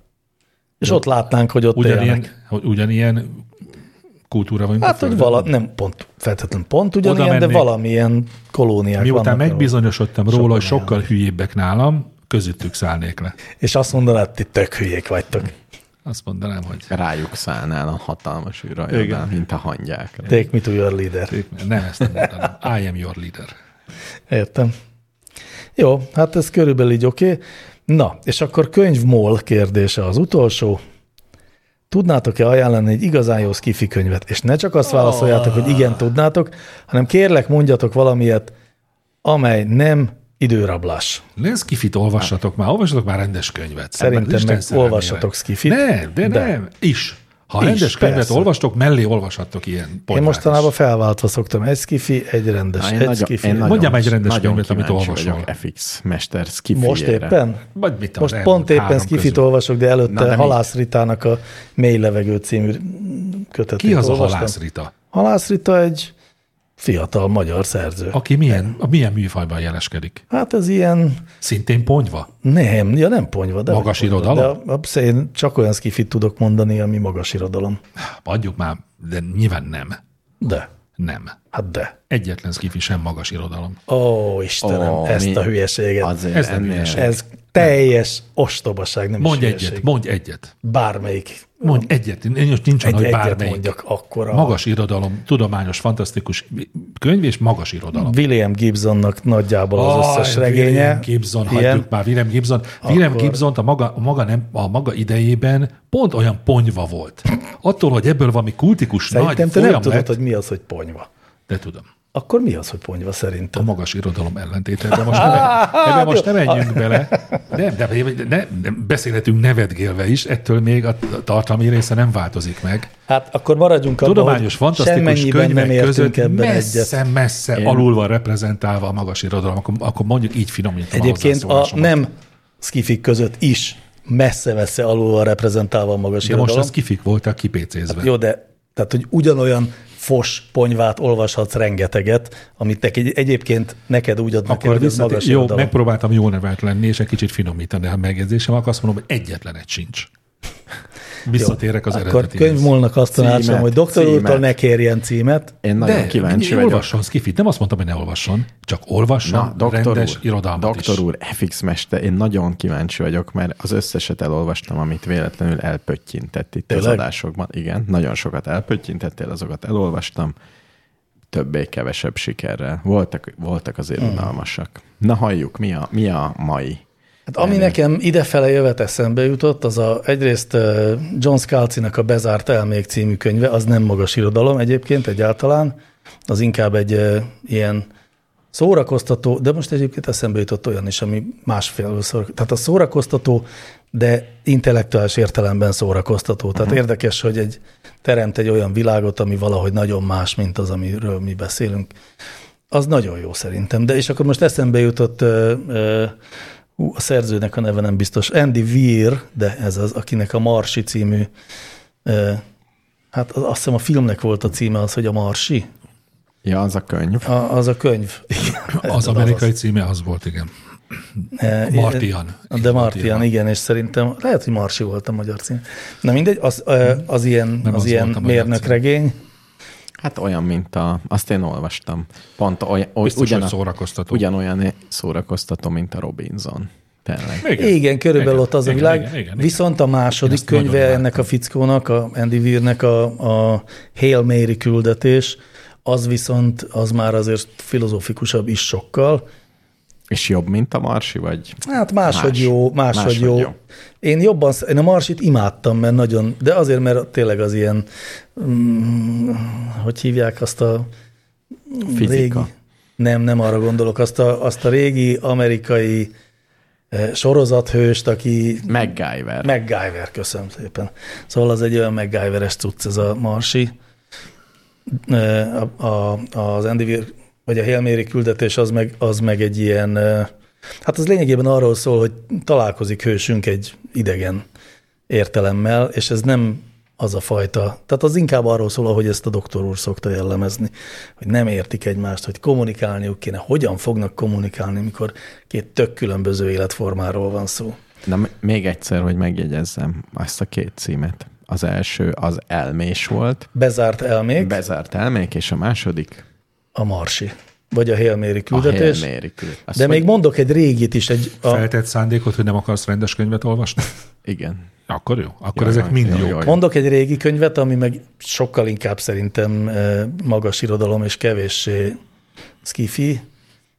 És ott látnánk, hogy ott
Ugyanilyen,
élnek.
hogy ugyanilyen kultúra van. mint a
Hát, hogy
Földön.
vala, nem pont, feltétlenül pont ugyanilyen,
Oda
de
mennék.
valamilyen kolóniák
Miután
vannak. ahol-
megbizonyosodtam róla, hogy sokkal hülyébbek nálam, közöttük szállnék le.
És azt mondanád, ti tök hülyék vagytok.
Azt mondanám, hogy
rájuk szállnál a hatalmas űrhajónál, mint a hangyákra.
Take me to your leader.
nem ezt nem mondanám. I am your leader.
Értem. Jó, hát ez körülbelül így oké. Okay. Na, és akkor könyvmól kérdése az utolsó. Tudnátok-e ajánlani egy igazán jó skifi könyvet? És ne csak azt válaszoljátok, hogy
Ah.
igen, tudnátok, hanem kérlek, mondjatok valamilyet, amely nem időrablás.
Lesz kifit, olvassatok már, olvassatok már rendes könyvet.
Szerintem
Isten
meg
szerelmére.
olvassatok skifit.
Nem,
De.
de, de nem. Is. Ha
Is,
rendes könyvet
persze.
olvastok, mellé olvashatok ilyen
Én
ponyvát
mostanában
is.
felváltva szoktam egy skifi, egy rendes,
Na,
egy skifi. egy-
Mondjál már egy rendes
nagyon
könyvet, amit
kíváncsi
olvasol.
vagyok FX mester skifijére.
Most éppen?
Vagy mit tudom,
Most
az
pont
elmúlt
éppen
három
skifit
közül.
olvasok, de előtte
Na, de
de
mi?
Halász Ritának a Mély Levegő című kötetét
Ki az a
olvastam.
Halász Rita?
Halász Rita egy fiatal magyar szerző.
Aki milyen, a milyen műfajban jeleskedik?
Hát ez ilyen,
Szintén ponyva?
nem, ja nem ponyva, de...
Magas
ponyva,
irodalom?
De absz- én csak olyan skifit tudok mondani, ami magas irodalom.
Adjuk már, de nyilván nem.
De,
Nem.
hát de.
Egyetlen skifi sem magas irodalom.
Ó, Istenem,
Ó,
oh, ezt
mi?
a hülyeséget. Az
Azért
Ez
ez
nem
ennél.
hülyeség.
ez teljes ostobaság, nem
Mondj
is
egyet,
hülyeség.
mondj egyet.
Bármelyik.
Mondj egyet. Én most nincsen,
Egy,
hogy
egyet
bármelyik.
mondjak akkora.
Magas irodalom, tudományos, fantasztikus könyv és magas irodalom.
William Gibsonnak nagyjából az
Aj,
összes regénye.
William Gibson,
ilyen.
hagyjuk már William Gibson. William
Akkor-
Gibson a maga, a, maga nem, a maga idejében pont olyan ponyva volt. Attól, hogy ebből valami kultikus
Szerintem
nagy
te nem
folyam
tudod,
lett,
hogy mi az, hogy ponyva.
de tudom.
akkor mi az, hogy ponyva
A
szerinted?
magas irodalom ellentéte, de most, ne,
Hát
ebbe most nem menjünk bele. Nem, de, de, de, de beszélhetünk nevetgélve is, ettől még a tartalmi része nem változik meg.
Hát akkor maradjunk abban,
Tudományos,
hogy
fantasztikus
semmennyiben
könyvek
nem értünk
között
ebben
messze,
egyet.
messze
Én-
alul van reprezentálva a magas irodalom, akkor, akkor mondjuk így finomítom
Egyébként a
hozzászólásomat.
nem skifik között is messze-messze alul van reprezentálva a magas
De most
irodalom. Hát
az kifik voltak kipécézve.
Jó, de tehát, hogy ugyanolyan fos ponyvát olvashatsz rengeteget, amit te egy, egyébként neked úgy adnak el,
Akkor
hogy az
visszat,
magas
jó,
irodalom.
megpróbáltam jó nevelt lenni, és egy kicsit finomítani a megjegyzésem, akkor azt mondom, hogy egyetlen egy sincs. Visszatérek az
Akkor
eredetihez.
könyvmúlnak azt tanácsolom,
Címet,
hogy doktor
címet.
úrtól ne kérjen címet.
Én nagyon de, kíváncsi vagyok.
olvasson skifit. Nem azt mondtam, hogy ne olvasson, csak olvasson
Na,
Na,
doktor
rendes
úr,
úr, irodalmat
doktor
is.
úr, FX mester, én nagyon kíváncsi vagyok, mert az összeset elolvastam, amit véletlenül elpöttyintett itt az
Tényleg?
adásokban. Igen, nagyon sokat elpöttyintettél, azokat elolvastam, többé-kevesebb sikerrel. Voltak, voltak azért
Hmm.
unalmasak. Na halljuk, mi a, mi a mai?
Hát ami
Elő.
nekem idefele jövet eszembe jutott, az a, egyrészt ö, John Scalzi-nak a Bezárt elmék című könyve, az nem magas irodalom egyébként egyáltalán, az inkább egy ö, ilyen szórakoztató, de most egyébként eszembe jutott olyan is, ami másfél szórakoztató. Tehát a szórakoztató, de intellektuális értelemben szórakoztató. Tehát uh-huh. érdekes, hogy egy teremt egy olyan világot, ami valahogy nagyon más, mint az, amiről mi beszélünk. Az nagyon jó szerintem. De és akkor most eszembe jutott ö, ö, hú, a szerzőnek a neve nem biztos, Andy Weir, de ez az, akinek a Marsi című, ö, hát az- azt hiszem a filmnek volt a címe az, hogy a Marsi,
Ja, az a könyv.
a, az a könyv. Igen,
Az amerikai címe az volt, igen.
E,
Martian.
De Martian, igen, és szerintem lehet, hogy Marsi volt a magyar cím. Na mindegy, az, ö, az ilyen,
Nem
az
az
ilyen
volt a magyar
mérnökregény.
Hát olyan, mint a... Azt én olvastam. Pont olyan,
Biztos,
ugyan,
hogy szórakoztató.
ugyanolyan szórakoztató, mint a Robinson. Tényleg.
Igen, igen körülbelül
igen,
ott az
igen,
a világ.
Igen, igen, igen.
Viszont a második
ezt nagyon
könyve
imádtam.
ennek a fickónak, a Andy Weirnek a, a Hail Mary küldetés, az viszont, az már azért filozófikusabb is sokkal.
És jobb, mint a Marsi, vagy?
Hát máshogy
Más.
más. jó, máshogy,
Máshogy
máshogy jó.
jó.
jó. Én jobban, sz- én a Marsit imádtam, mert nagyon, de azért, mert tényleg az ilyen, mm, hogy hívják azt a
Fizika.
régi, nem, nem arra gondolok, azt a, azt a régi amerikai eh, sorozathőst, aki
MacGyver.
MacGyver, köszönöm szépen. Szóval az egy olyan MacGyveres cucc ez a Marsi. Ö, A, a, az Andy Weir, vagy a Hail Mary küldetés az meg, az meg egy ilyen, ö, hát az lényegében arról szól, hogy találkozik hősünk egy idegen értelemmel, és ez nem az a fajta, tehát az inkább arról szól, ahogy ezt a doktor úr szokta jellemezni, hogy nem értik egymást, hogy kommunikálniuk kéne, hogyan fognak kommunikálni, mikor két tök különböző életformáról van szó.
Na, m- még egyszer, hogy megjegyezzem ezt a két címet. Az első az elmés volt,
Bezárt elmék.
bezárt elmék, és a második
a marsi, vagy a hélméri
a
küldetés. A
Hail Mary Azt
de még
mondja-
mondok egy régit is, egy a,
Feltett szándékot, hogy nem akarsz rendes könyvet olvasni?
Igen.
Akkor jó. Akkor
Jaj,
ezek
jaj,
mind
jaj,
jók.
jaj.
mondok egy régi könyvet, ami meg sokkal inkább szerintem eh, magas irodalom és kevéssé skifi.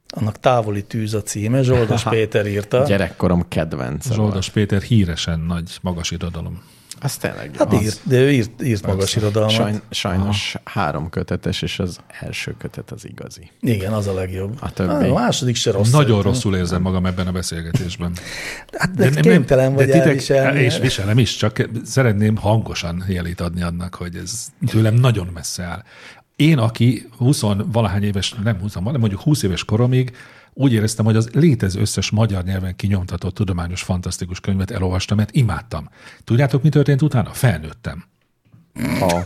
Annak távoli tűz a címe, Zsoldos Péter írta.
Gyerekkorom kedvence volt.
Zsoldos Péter híresen nagy, magas irodalom.
Az tényleg jó.
Hát
Az
írt, de ő írt, írt magas irodalmat.
Sajn, sajnos három kötetes, és az első kötet az igazi.
Igen, az a legjobb.
A többi.
Hát, a második se rossz.
Nagyon rosszul érzem magam ebben a beszélgetésben.
Hát, de, de kénytelen vagy elviselni. hát.
És viselem is, csak szeretném hangosan jelét adni annak, hogy ez tőlem nagyon messze áll. Én, aki 20 valahány éves, nem 20, hanem mondjuk 20 éves koromig úgy éreztem, hogy az létező összes magyar nyelven kinyomtatott tudományos fantasztikus könyvet elolvastam, mert imádtam. Tudjátok, mi történt utána? Felnőttem.
A,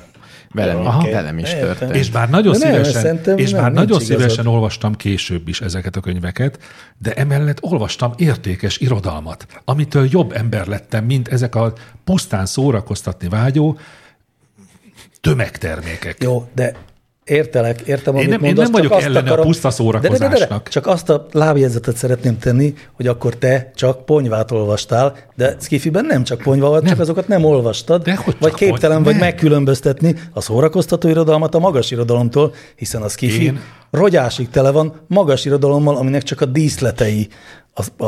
velem,
Aha.
velem is
Értem.
történt.
És bár nagyon
De nem,
szívesen,
szerintem
és
nem,
bár
nincs
nagyon
igazad.
szívesen olvastam később is ezeket a könyveket, de emellett olvastam értékes irodalmat, amitől jobb ember lettem, mint ezek a pusztán szórakoztatni vágyó tömegtermékek.
Jó, de értelek, értem, amit
nem- én
mondasz,
nem vagyok
csak azt
ellene a
akarom,
puszta szórakozásnak.
De, de, de, de, csak azt a lábjegyzetet szeretném tenni, hogy akkor te csak ponyvát olvastál, de Skifiben nem csak ponyva volt, csak azokat nem olvastad,
Dehogy csak
vagy képtelen
pony-
vagy
nem.
megkülönböztetni a szórakoztató irodalmat a magas irodalomtól, hiszen a Skifi
Én-
rogyásig tele van magas irodalommal, aminek csak a díszletei az, a,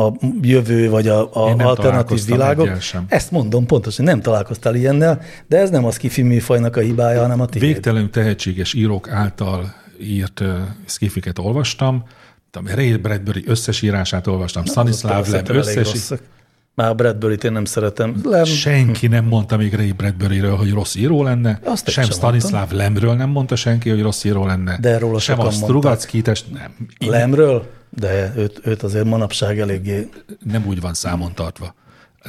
a jövő vagy a, a
Én nem
alternatív
találkoztam
világok.
egyel sem.
Ezt mondom pontosan, nem találkoztál ilyennel, de ez nem a Skifi műfajnak a hibája, hanem a tiéd.
Végtelenül tehetséges írók által írt uh, skifiket olvastam, tudom, Ray Bradbury összes írását olvastam, Stanislav Lem összes...
Már Bradbury-t én nem szeretem. Lem,
Senki nem mondta még Ray Bradburyről, hogy rossz író lenne,
Azt
Azt
én
sem
sem
Stanislav Lemről nem mondta senki, hogy rossz író lenne,
De róla
sem a
sokan mondták.
Strugackitest, nem, így
Lemről, de őt, őt azért manapság eléggé
nem úgy van számon tartva.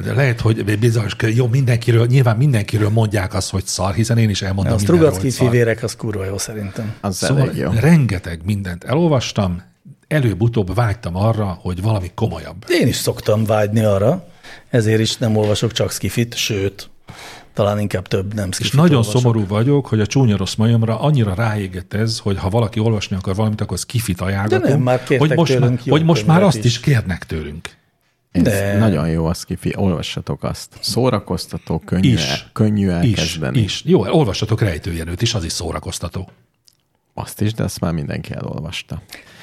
De lehet, hogy egy bizonyos, kö- jó, mindenkiről, nyilván mindenkiről mondják azt, hogy szar, hiszen én is elmondom
A
mindenről,
Strugacki
hogy szar.
fivérek az kurva jó szerintem.
Az szóval
Szóval
elég jó.
rengeteg mindent elolvastam, előbb-utóbb vágytam arra, hogy valami komolyabb.
Én is szoktam vágyni arra, ezért is nem olvasok csak skifit, sőt, talán inkább több nem
És
skifit
nagyon
olvasok.
szomorú vagyok, hogy a csúnya rossz majomra annyira ráégett ez, hogy ha valaki olvasni akar valamit, akkor az kifitajálgatunk,
De nem, már kértek
hogy most,
tőlünk
már,
jó
hogy most már
könyvet
azt
is.
is kérnek tőlünk.
Ez
De-
nagyon jó az kifi, olvassatok azt. Szórakoztató, könnyű,
Is.
el, könnyű
Is,
elkezdeni.
is. Jó, olvassatok rejtőjelőt is, az is szórakoztató.
Azt is, de azt már mindenki elolvasta.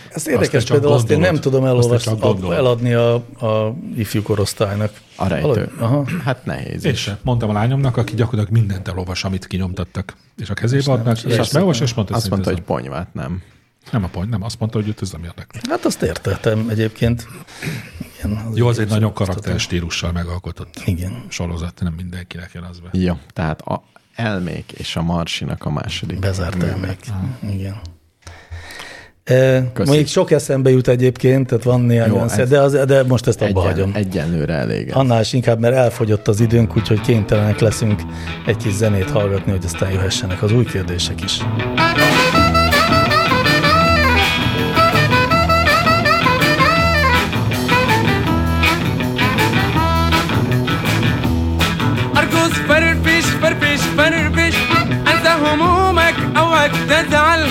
Ez
Azt
érdekes,
te csak
például azt én nem
gondolod.
tudom
Azt te
elolvasni,
csak gondolod.
eladni a, a ifjú korosztálynak.
A
Valahogy-
rejtő.
Aha.
Hát nehéz
Én
is.
sem. Mondtam a lányomnak, aki gyakorlatilag mindent elolvas, amit kinyomtattak. És a kezébe adnak, és azt beolvas, és mondta,
Azt mondta,
ez
hogy ponyvát nem.
Nem a pont, nem. Azt mondta, hogy őt ez nem érdekli.
Hát azt értettem egyébként. Igen, az
Jó, az egy nagyon karakter stílussal megalkotott
Igen,
sorozat, nem mindenkinek jön az be.
Ja, tehát a elmék és a marsinak a második.
bezárt elmék. Igen. E, mondjuk sok eszembe jut egyébként, tehát van néhány
Jó,
olyan
ez-
szed, de, az, de most ezt abba hagyom.
Egyen, egyenlőre elég.
Annál is inkább, mert elfogyott az időnk, úgyhogy kénytelenek leszünk egy kis zenét hallgatni, hogy aztán jöhessenek az új kérdések is.
أرقص فرفش فرفش فرفش أنسى همومك أوعك تزعل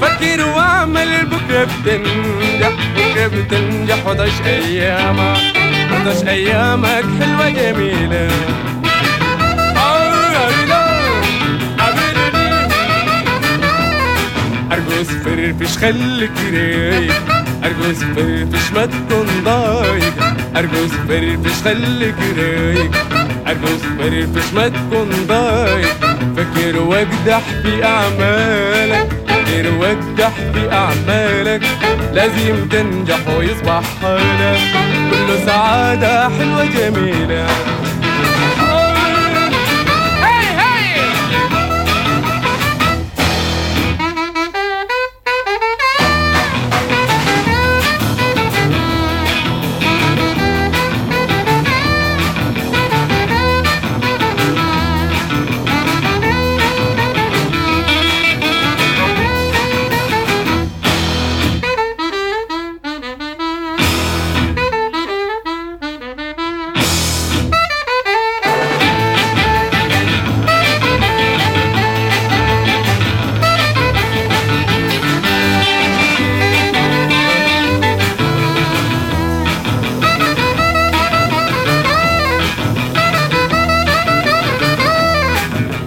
فكر واعمل بكرة بتنجح بكرة بتنجح وضعش أيامك وضعش أيامك حلوة جميلة أوه، أبدا، أبدا. ارقص فرفش خليك رايق ارقص فرفش ما تكون ضايق ارقص فرفش خليك رايق ارقص فرفش ما تكون ضايق فكر واجدح في اعمالك فكر واجدح في اعمالك لازم تنجح ويصبح حالك كله سعاده حلوه جميله هاي هاي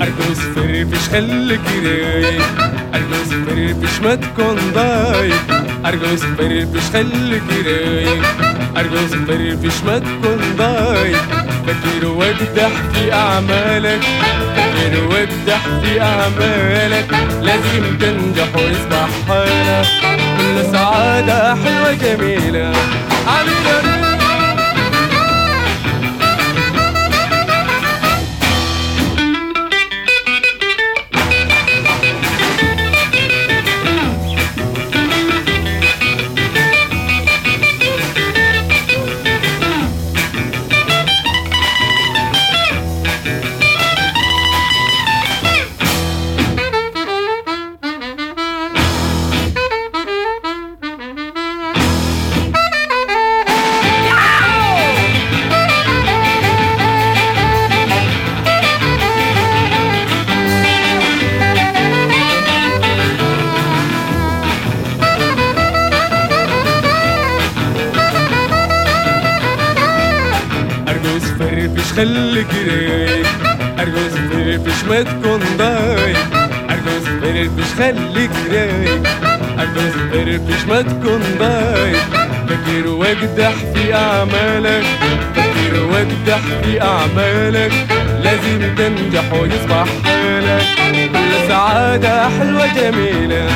ارقص فرفش خليك رايق ارقص فرفش ما تكون ضايق ارقص فرفش خليك رايق ارقص فرفش ما تكون ضايق فكر وابدح في اعمالك فكر وابدح في اعمالك لازم تنجح ويصبح حالك كل سعاده حلوه جميله عميلة ارقص فرفش خليك رايق ارقص فرفش ما تكون ضايق ارقص فرفش خليك رايق ارقص فرفش ما تكون ضايق فكر واجدح في اعمالك فكر واجدح في اعمالك لازم تنجح ويصبح حالك كل سعادة حلوة جميلة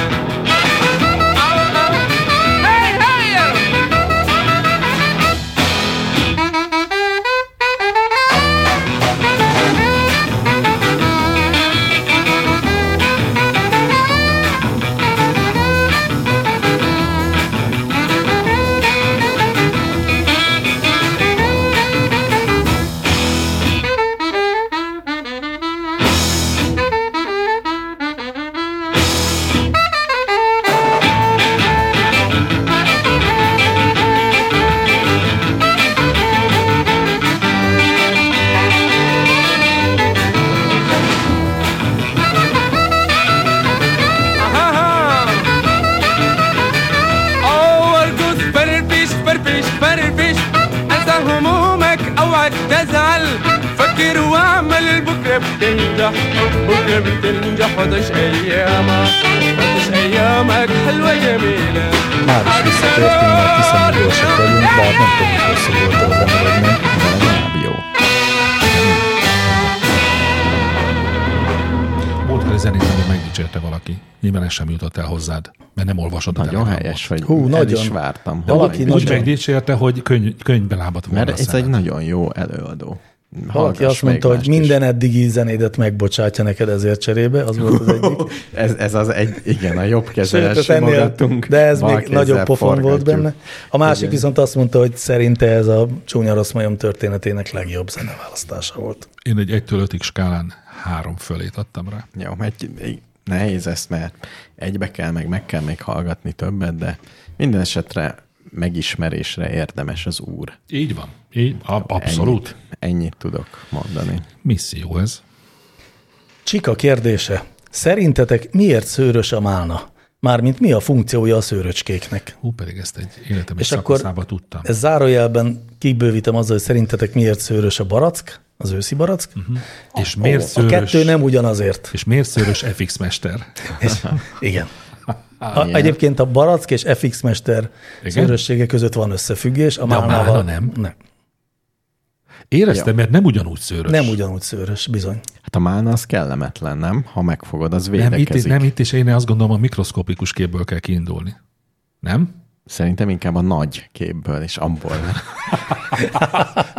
آه، بكرة بتنجح بكرة بتنجح وتعيش أيامك وتعيش أيامك حلوة جميلة
Már is visszatértünk, mert hiszen gyorsak vagyunk, bár nem tudjuk hosszú volt a maradni.
Legalább jó.
Múltkor egy zenét nagyon megdicsérte valaki. Nyilván ez sem jutott el hozzád, mert nem olvasod a
Nagyon
telegramot.
helyes vagy.
Hú,
el
nagyon.
is vártam.
De valaki
Nagyon.
nagy-
Úgy megdicsérte, hogy könyv, könyvbe lábat volna
Mert
a
ez egy
szemed.
nagyon jó előadó. Hallgass
Valaki azt
még
mondta, hogy
mást is.
minden eddigi zenédet megbocsátja neked ezért cserébe, az volt az egyik.
ez, ez az egy, igen, a jobb
Sőt,
kezel
tehát ennél,
simogatunk.
de ez
bal
még
kézzel
nagyobb pofon volt
forgatjuk.
benne. A másik
Igen.
viszont azt mondta, hogy szerinte ez a csúnya rossz majom történetének legjobb zeneválasztása volt.
Én egy 1-től 5-ig skálán három fölét adtam rá.
Jó, egy, egy, nehéz ezt, mert egybe kell, meg meg kell még hallgatni többet, de minden esetre megismerésre érdemes az úr.
Így van. Így, ab, abszolút.
Ennyit, ennyit tudok mondani.
Misszió ez.
Csika kérdése. Szerintetek miért szőrös a málna? Mármint mi a funkciója a szőröcskéknek?
Hú, pedig ezt egy életem egy
És akkor
szakaszába tudtam.
Ez zárójelben kibővítem azzal, hogy szerintetek miért szőrös a barack, az őszi barack.
Mhm.
Uh-huh.
És miért
a
szőrös,
kettő nem ugyanazért.
és miért szőrös FX mester?
És, igen. A, egyébként a barack és FX mester
Ah, Igen?
szőrössége között van összefüggés, a
a
málnával
málna nem.
nem.
Éreztem, mert nem ugyanúgy szőrös.
Nem ugyanúgy szőrös, bizony.
Hát a málna az kellemetlen, nem? Ha megfogod, az
nem itt,
védekezik.
nem itt, és én azt gondolom, a mikroszkopikus képből kell kiindulni. Nem?
Szerintem inkább a nagy képből, és abból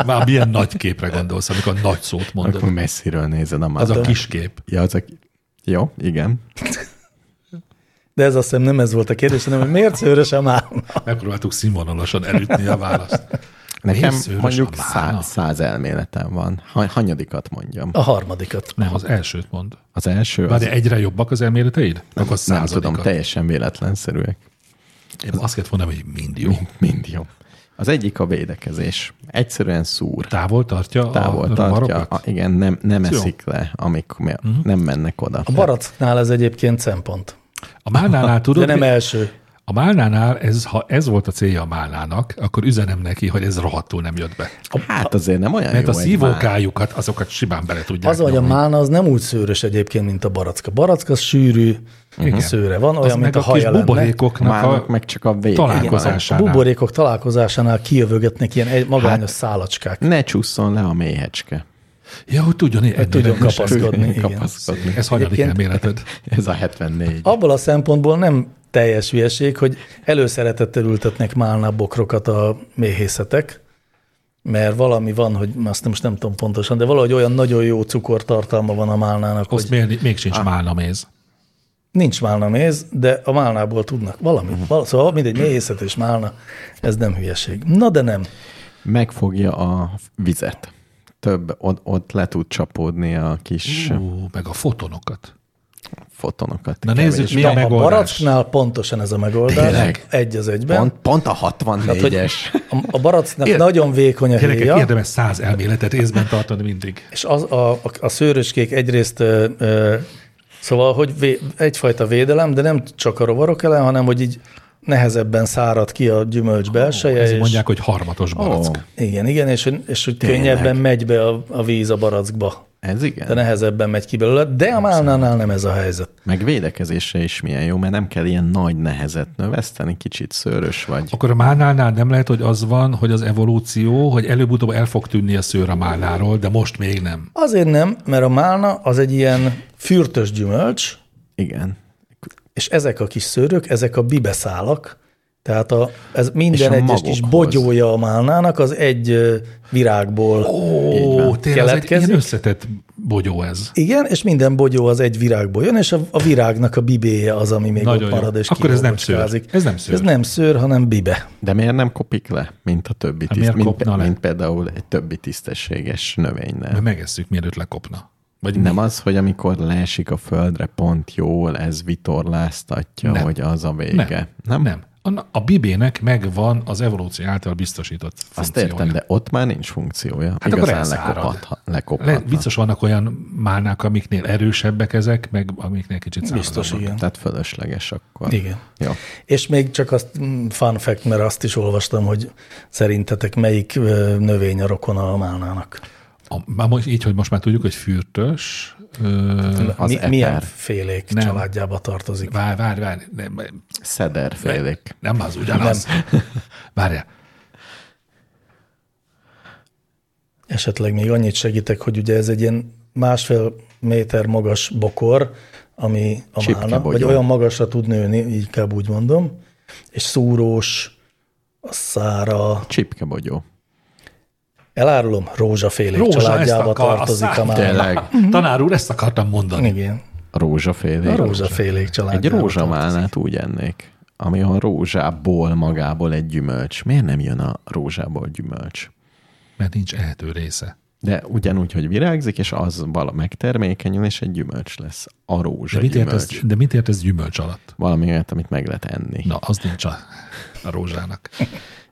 Már milyen nagy képre gondolsz, amikor nagy szót mondod.
akkor messziről nézed a
Az
málnát.
a kis kép.
Ja, az a... Jó, igen.
De ez azt hiszem nem ez volt a kérdés, hanem hogy miért szőrös a málna?
Megpróbáltuk színvonalasan elütni a választ.
Nekem
Miért szőrös
mondjuk
a málna?
száz, száz elméletem van. Ha, hanyadikat mondjam.
A harmadikat.
Nem, az elsőt mond.
Az első az...
Várj, egyre jobbak az elméleteid? Akkor
nem tudom,
századikat.
teljesen véletlenszerűek.
Én azt kellett mondani, hogy mind jó.
Mind jó. Az egyik a védekezés. Egyszerűen szúr.
Távol tartja
Távol
a
tartja.
rovarokat?
A, igen, nem, nem
Ez jó.
eszik le, amikor uh-huh. nem mennek oda.
A baracknál ez egyébként szempont,
A málnánál
de
tudod,
nem
mi-
első.
a málnánál, ez, ha ez volt a célja a málnának, akkor üzenem neki, hogy ez rohadtul nem jött be.
Hát azért nem olyan
Mert
jó egy
a
mál.
szívókájukat, azokat simán bele tudják
Az, hogy a málna az nem úgy szőrös egyébként, mint a barack. A barack az sűrű
Igen.
szőre van,
Az
olyan, mint
meg
a
a kis
haja lenne.
A
buborékoknak a,
málnak meg csak a végén van.
A
találkozásánál.
buborékok találkozásánál kijövögetnek ilyen egy magányos hát, szálacskák.
Ne csúszson le a méhecske.
Ja, hogy tudjon én
Hogy tudjon kapaszkodni. igen.
Kapaszkodni.
Ez hanyadik
Egyébként-
elméleted?
Ez a 74.
Abból a szempontból nem teljes hülyeség, hogy előszeretettel ültetnek málna bokrokat a méhészetek, mert valami van, hogy azt most nem tudom pontosan, de valahogy olyan nagyon jó cukortartalma van a málnának,
Azt
hogy
még, még sincs málna méz.
nincs málna méz, de a málnából tudnak valamit.
Mhm.
Val- Szóval mindegy, méhészet és málna, ez nem hülyeség. Na de nem.
Megfogja a vizet. Több, ott, ott le tud csapódni a kis uh.
Ú, meg a fotonokat.
fotonokat.
Na
Kevés.
nézzük, mi a
A
megoldás.
baracknál pontosan ez a megoldás.
Tényleg?
Egy az egyben.
Pont, pont
Hát,
a
Tehát, hogy
64-es.
a, a baracknak
Értem.
nagyon vékony a
Gyerekek,
héja.
érdemes száz elméletet észben tartani mindig.
És az, a, a, a szőröskék egyrészt, ö, ö, szóval, hogy vé, egyfajta védelem, de nem csak a rovarok ellen, hanem hogy így nehezebben szárad ki a gyümölcs belseje.
Ezért
és,
mondják, hogy harmatos barack.
Ó,
Igen, igen, és, hogy- és hogy
Tényleg.
könnyebben megy be a, a víz a barackba,
ez igen.
de nehezebben megy ki belőle, de a málnánál nem ez a helyzet.
Meg védekezésre is milyen jó, mert nem kell ilyen nagy nehezet növeszteni, kicsit szőrös vagy.
Akkor a málnánál nem lehet, hogy az van, hogy az evolúció, hogy előbb-utóbb el fog tűnni a szőr a málnáról, de most még nem.
Azért nem, mert a málna az egy ilyen fürtös gyümölcs,
Igen.
és ezek a kis szőrök, ezek a bibeszálak, tehát a, ez minden
a
egyes kis
magokhoz.
bogyója a málnának az egy ö, virágból.
Ó, tényleg ez egy
Keletkezik?
ilyen összetett bogyó ez.
Igen, és minden bogyó az egy virágból jön, és a, a virágnak a bibéje az, ami még
Nagyon
ott
jó.
marad, és
Akkor ez nem
kibóbocsázik.
szőr. Ez nem szőr.
Ez nem szőr, hanem bibe.
De miért nem kopik le, mint a többi
Hát
tiszt,
miért
mint,
kopna le?
mint például egy többi tisztességes növénynél?
Mert megesszük, mielőtt lekopna. Vagy nem.
Nem az, hogy amikor leesik a földre pont jól, ez vitorláztatja,
Nem.
hogy az a vége.
Nem? nem. A, a bibének megvan az evolúció által biztosított
Azt
funkciója.
értem, de ott már nincs funkciója. Hát
akkor
Igazán
elszárad.
lekophatha,
Le,
lekophatna.
Hát,
biztos vannak olyan málnák, amiknél erősebbek ezek, meg amiknél kicsit
Biztos,
szárazabbak.
igen.
Tehát fölösleges akkor.
Igen.
Jó.
És még csak azt, mm, fun fact, mert azt is olvastam, hogy szerintetek melyik ö, növény a rokona a málnának.
A, már most, így, hogy most már tudjuk, hogy fürtös. Ö,
Az
Mi,
eper.
milyen félék
Nem.
nem. családjába tartozik?
várj, várj, várj. Nem,
Szederfélék.
nem az ugyanaz. Várjál.
Esetleg még annyit segítek, hogy ugye ez egy ilyen másfél méter magas bokor, ami a
Csipke
málna, vagy
bogyó.
olyan magasra tud nőni, inkább úgy mondom, és szúrós, a szára,
Csipkebogyó.
elárulom, rózsafélék
Rózsa,
családjába
ezt akar-
tartozik
azt
a málna.
Tényleg.
Tanár úr, ezt akartam mondani.
Igen,
A
a
rózsafélék.
rózsafélék
Egy
családjába.
rózsamálnát úgy ennék, ami a rózsából magából egy gyümölcs. Miért nem jön a rózsából gyümölcs?
Mert nincs ehető része.
De ugyanúgy, hogy virágzik, és az vala megtermékenyül, és egy gyümölcs lesz. A rózsa
De mit, ért ez,
gyümölcs.
de mit ért ez gyümölcs alatt?
Valami olyat, amit meg lehet enni.
Na, az nincs a, a rózsának.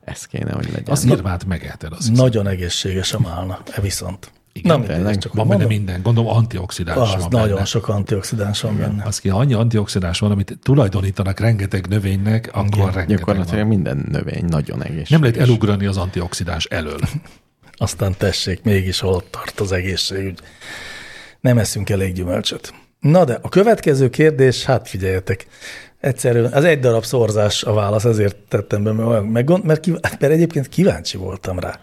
Ez kéne, hogy legyen.
Az irmát megeheted, az hiszem.
Nagyon egészséges a málna, e viszont. Igen, Na, mindegy,
tényleg.
ezt csak
Van benne minden, gondolom antioxidáns
Az
van
nagyon
benne.
sok antioxidáns van benne.
Az ki, ha annyi antioxidáns van, amit tulajdonítanak rengeteg növénynek, akkor rengeteg van.
Gyakorlatilag minden növény nagyon egészséges.
Nem lehet elugrani az antioxidáns elől.
Aztán tessék, mégis hol tart az egészségügy. Nem eszünk elég gyümölcsöt. Na de a következő kérdés, hát figyeljetek, egyszerűen az egy darab szorzás a válasz, ezért tettem be, mert, olyan meggond, mert, kív- hát mert egyébként kíváncsi voltam rá.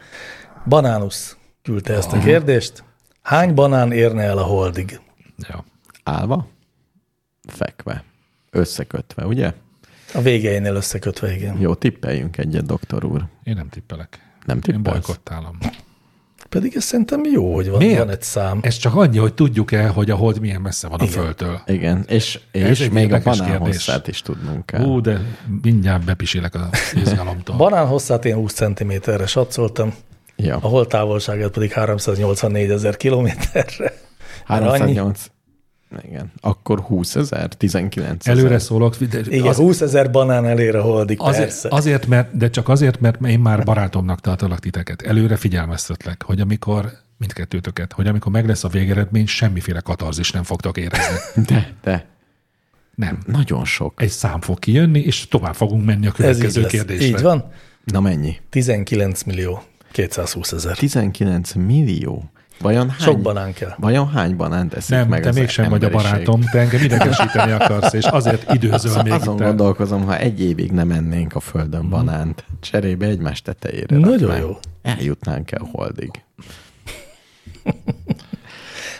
Banánusz küldte ezt a kérdést. Hány banán érne el a holdig?
Ja.
Állva, fekve, összekötve, ugye?
A végeinél összekötve, igen.
Jó, tippeljünk egyet, doktor úr.
Én nem tippelek.
Nem
Én
tippelsz?
bolykottálom.
Pedig ez szerintem jó, hogy van,
Miért?
van egy szám.
Ez csak annyi, hogy tudjuk-e, hogy a hold milyen messze van a Földtől.
Igen, és,
Ez
és
egy
még a
érdekes
banán
kérdés.
hosszát is tudnunk kell.
Ú, de mindjárt bepisilek az izgalomtól.
Banán hosszát én 20 cm-re satszoltam,
ja,
a holtávolságát pedig 384 ezer kilométerre.
308. Igen, akkor 20 ezer, 19 ezer.
Előre szólok, de
Igen, az...
az,
20 ezer banán elér a holdig,
azért,
persze.
azért, mert, de csak azért, mert én már barátomnak tartalak titeket. Előre figyelmeztetlek, hogy amikor mindkettőtöket, hogy amikor meg lesz a végeredmény, semmiféle katarzis nem fogtok érezni.
De, de,
Nem.
nagyon sok.
Egy szám fog kijönni, és tovább fogunk menni a
Ez így,
következő
lesz.
kérdésre.
így van.
Na mennyi?
19 millió 220 ezer.
19 millió. Vajon hány,
Sok banán kell.
Vajon hány banánt eszik
Nem,
meg
te
az
mégsem vagy a
emberiség?
barátom, te engem idegesíteni akarsz, és azért időzöl még
Azon
itt el.
gondolkozom, ha egy évig nem ennénk a
Mhm.
földön banánt, cserébe egymás tetejére.
Nagyon
raknánk.
jó.
Eljutnánk el holdig.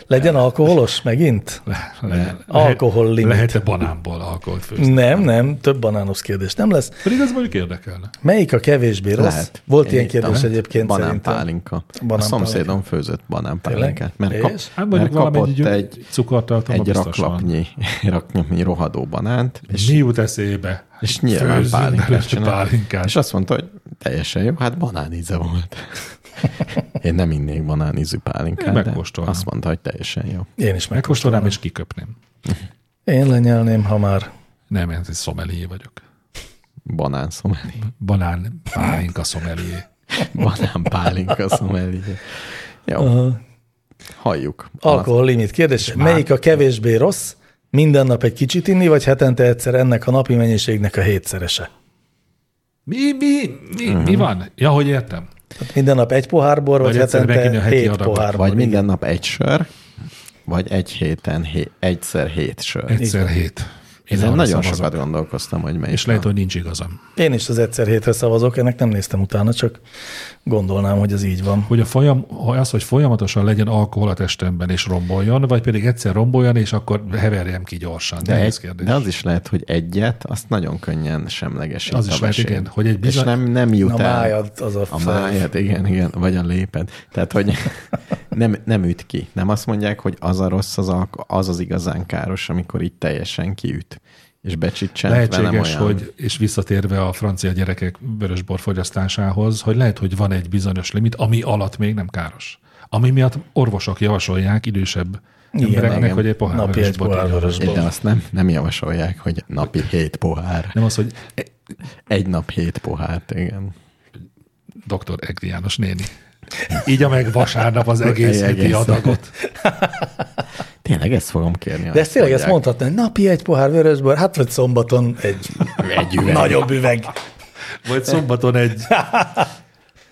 Legyen alkoholos megint?
Le-
Alkohol limit.
Lehet-e banánból alkoholt főzni?
Nem, nem, több banános kérdés nem lesz.
Pedig ez mondjuk érdekelne.
Melyik a kevésbé rossz?
Lehet.
Volt
Én
ilyen
ittam.
kérdés egyébként szerintem.
Banánpálinka. A
Banánpálinka.
szomszédom főzött banánpálinkát, mert,
És?
kap,
Hát
mert
mondjuk
kapott
valamennyi
egy,
egy, cukortartalma
egy
biztos van.
raklapnyi, raklapnyi rohadó banánt, és,
Mi jut eszébe?
és nyilván
Főzzünk
pálinkát
belőle
csinált.
pálinkát.
És azt mondta, hogy teljesen jó, hát banáníze volt. Én nem innék banánízű
Én
pálinkát, de
megkóstolnám.
azt mondta, hogy teljesen jó.
Én is meg.
Megkóstolnám és kiköpném.
Én lenyelném, ha már.
Nem, én egy szomelié vagyok.
Banán szomeli.
Banán pálinka szomelié.
Banán pálinka szomeli. Jó. Halljuk.
Alkohol limit kérdés. Melyik a kevésbé rossz? Minden nap egy kicsit inni, vagy hetente egyszer ennek a napi mennyiségnek a hétszerese?
Mi, mi, mi,
Mhm.
mi van? Ja, hogy értem.
Tehát minden nap egy pohár bor, vagy,
Vagy egyszer meginni
hetente
a heti
hét
adagot,
pohár
Vagy
bor.
minden nap egy sör, vagy egy héten hé- egyszer hét sör.
Egyszer hét. Én
Ezen
arra
nagyon
szavazok.
sokat gondolkoztam, hogy melyik.
És lehet,
a-
hogy nincs igazam.
Én is az egyszer hétre szavazok, ennek nem néztem utána, csak gondolnám, hogy ez így van.
Hogy a folyam, hogy az, hogy folyamatosan legyen alkohol a testemben és romboljon, vagy pedig egyszer romboljon, és akkor heverjem ki gyorsan.
de,
Nehéz
egy,
kérdés.
de az is lehet, hogy egyet, azt nagyon könnyen semlegesít
Az
a
is lehet,
vesély.
igen, hogy egy
És
bizony-
nem, nem jut
A
el.
májad az a,
A
fel-
májad, igen, igen, vagy a léped. Tehát, hogy nem, nem üt ki. Nem azt mondják, hogy az a rossz, az a, az, az igazán káros, amikor így teljesen kiüt. És becsicsent velem
Lehetséges,
olyan.
hogy, és visszatérve a francia gyerekek vörösbor fogyasztásához, hogy lehet, hogy van egy bizonyos limit, ami alatt még nem káros. Ami miatt orvosok javasolják idősebb igen, embereknek,
igen.
hogy egy pohár
Napi egy
vörösbort
pohár
igyanak.
vörösbor.
De azt nem, nem javasolják, hogy napi hét pohár.
Nem az, hogy
Egy nap hét pohárt, igen.
dr. Egri János néni. Igya meg vasárnap az egész
Egy
heti
egész.
adagot.
Tényleg ezt fogom kérni.
De ezt tényleg ezt mondhatnám, hogy napi egy pohár vörösbor, hát vagy szombaton egy
Egy üveg.
nagyobb üveg.
Vagy szombaton egy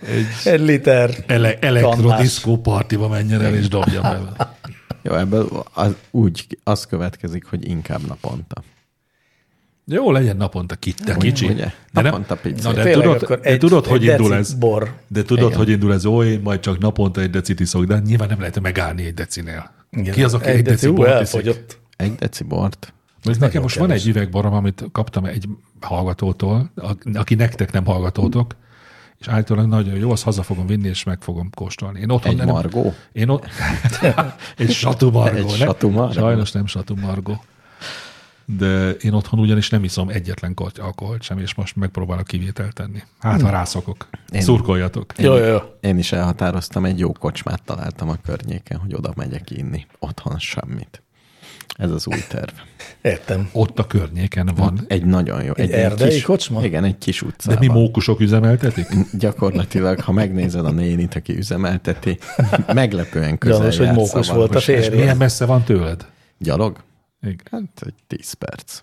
egy
Egy liter.
ele- elektrodiszkó partiba menjen el és dobja be.
Jó, ebből az, úgy az következik, hogy inkább naponta.
Jó, legyen naponta kitte kicsi.
ugye?
De nem-
Naponta pizza.
Na, de
Tényleg
tudod,
akkor
de
egy-
tudod,
egy
hogy
deci
indul ez.
Bor.
De tudod,
Igen.
hogy indul ez, ó, én majd csak naponta egy decit iszok, de nyilván nem lehet megállni egy decinél.
Igen.
Ki az, aki egy, egy deci
ú,
bort iszik?
elfogyott.
Egy deci bort.
Most nekem most van
kevés.
egy üvegborom, amit kaptam egy hallgatótól, a- aki nektek nem hallgatótok, és állítólag nagyon jó, azt haza fogom vinni, és meg fogom kóstolni. Én otthon
Egy
nem,
margó?
Én ott, egy satú margó.
Egy
ne?
satú margó.
Sajnos nem satú margó. De én otthon ugyanis nem iszom egyetlen korty alkoholt sem, és most megpróbálok kivételt tenni. Hát, ha rászokok.
Hm. Én-
Szurkoljatok.
Jó, jó, jó.
Én is elhatároztam, egy jó kocsmát találtam a környéken, hogy oda megyek inni. Otthon semmit. Ez az új terv.
Értem.
Ott a környéken van.
Egy nagyon jó. Egy,
erdei kocsma?
Igen, egy kis
De
utcában.
mi mókusok üzemeltetik?
Gyakorlatilag, ha megnézed a nénit, aki üzemelteti, meglepően közel
Gyanús, hogy
jársz
mókus
a
volt a
valós
férje.
esemény.
Milyen messze van tőled?
Gyalog?
Igen.
Hát egy 10 perc.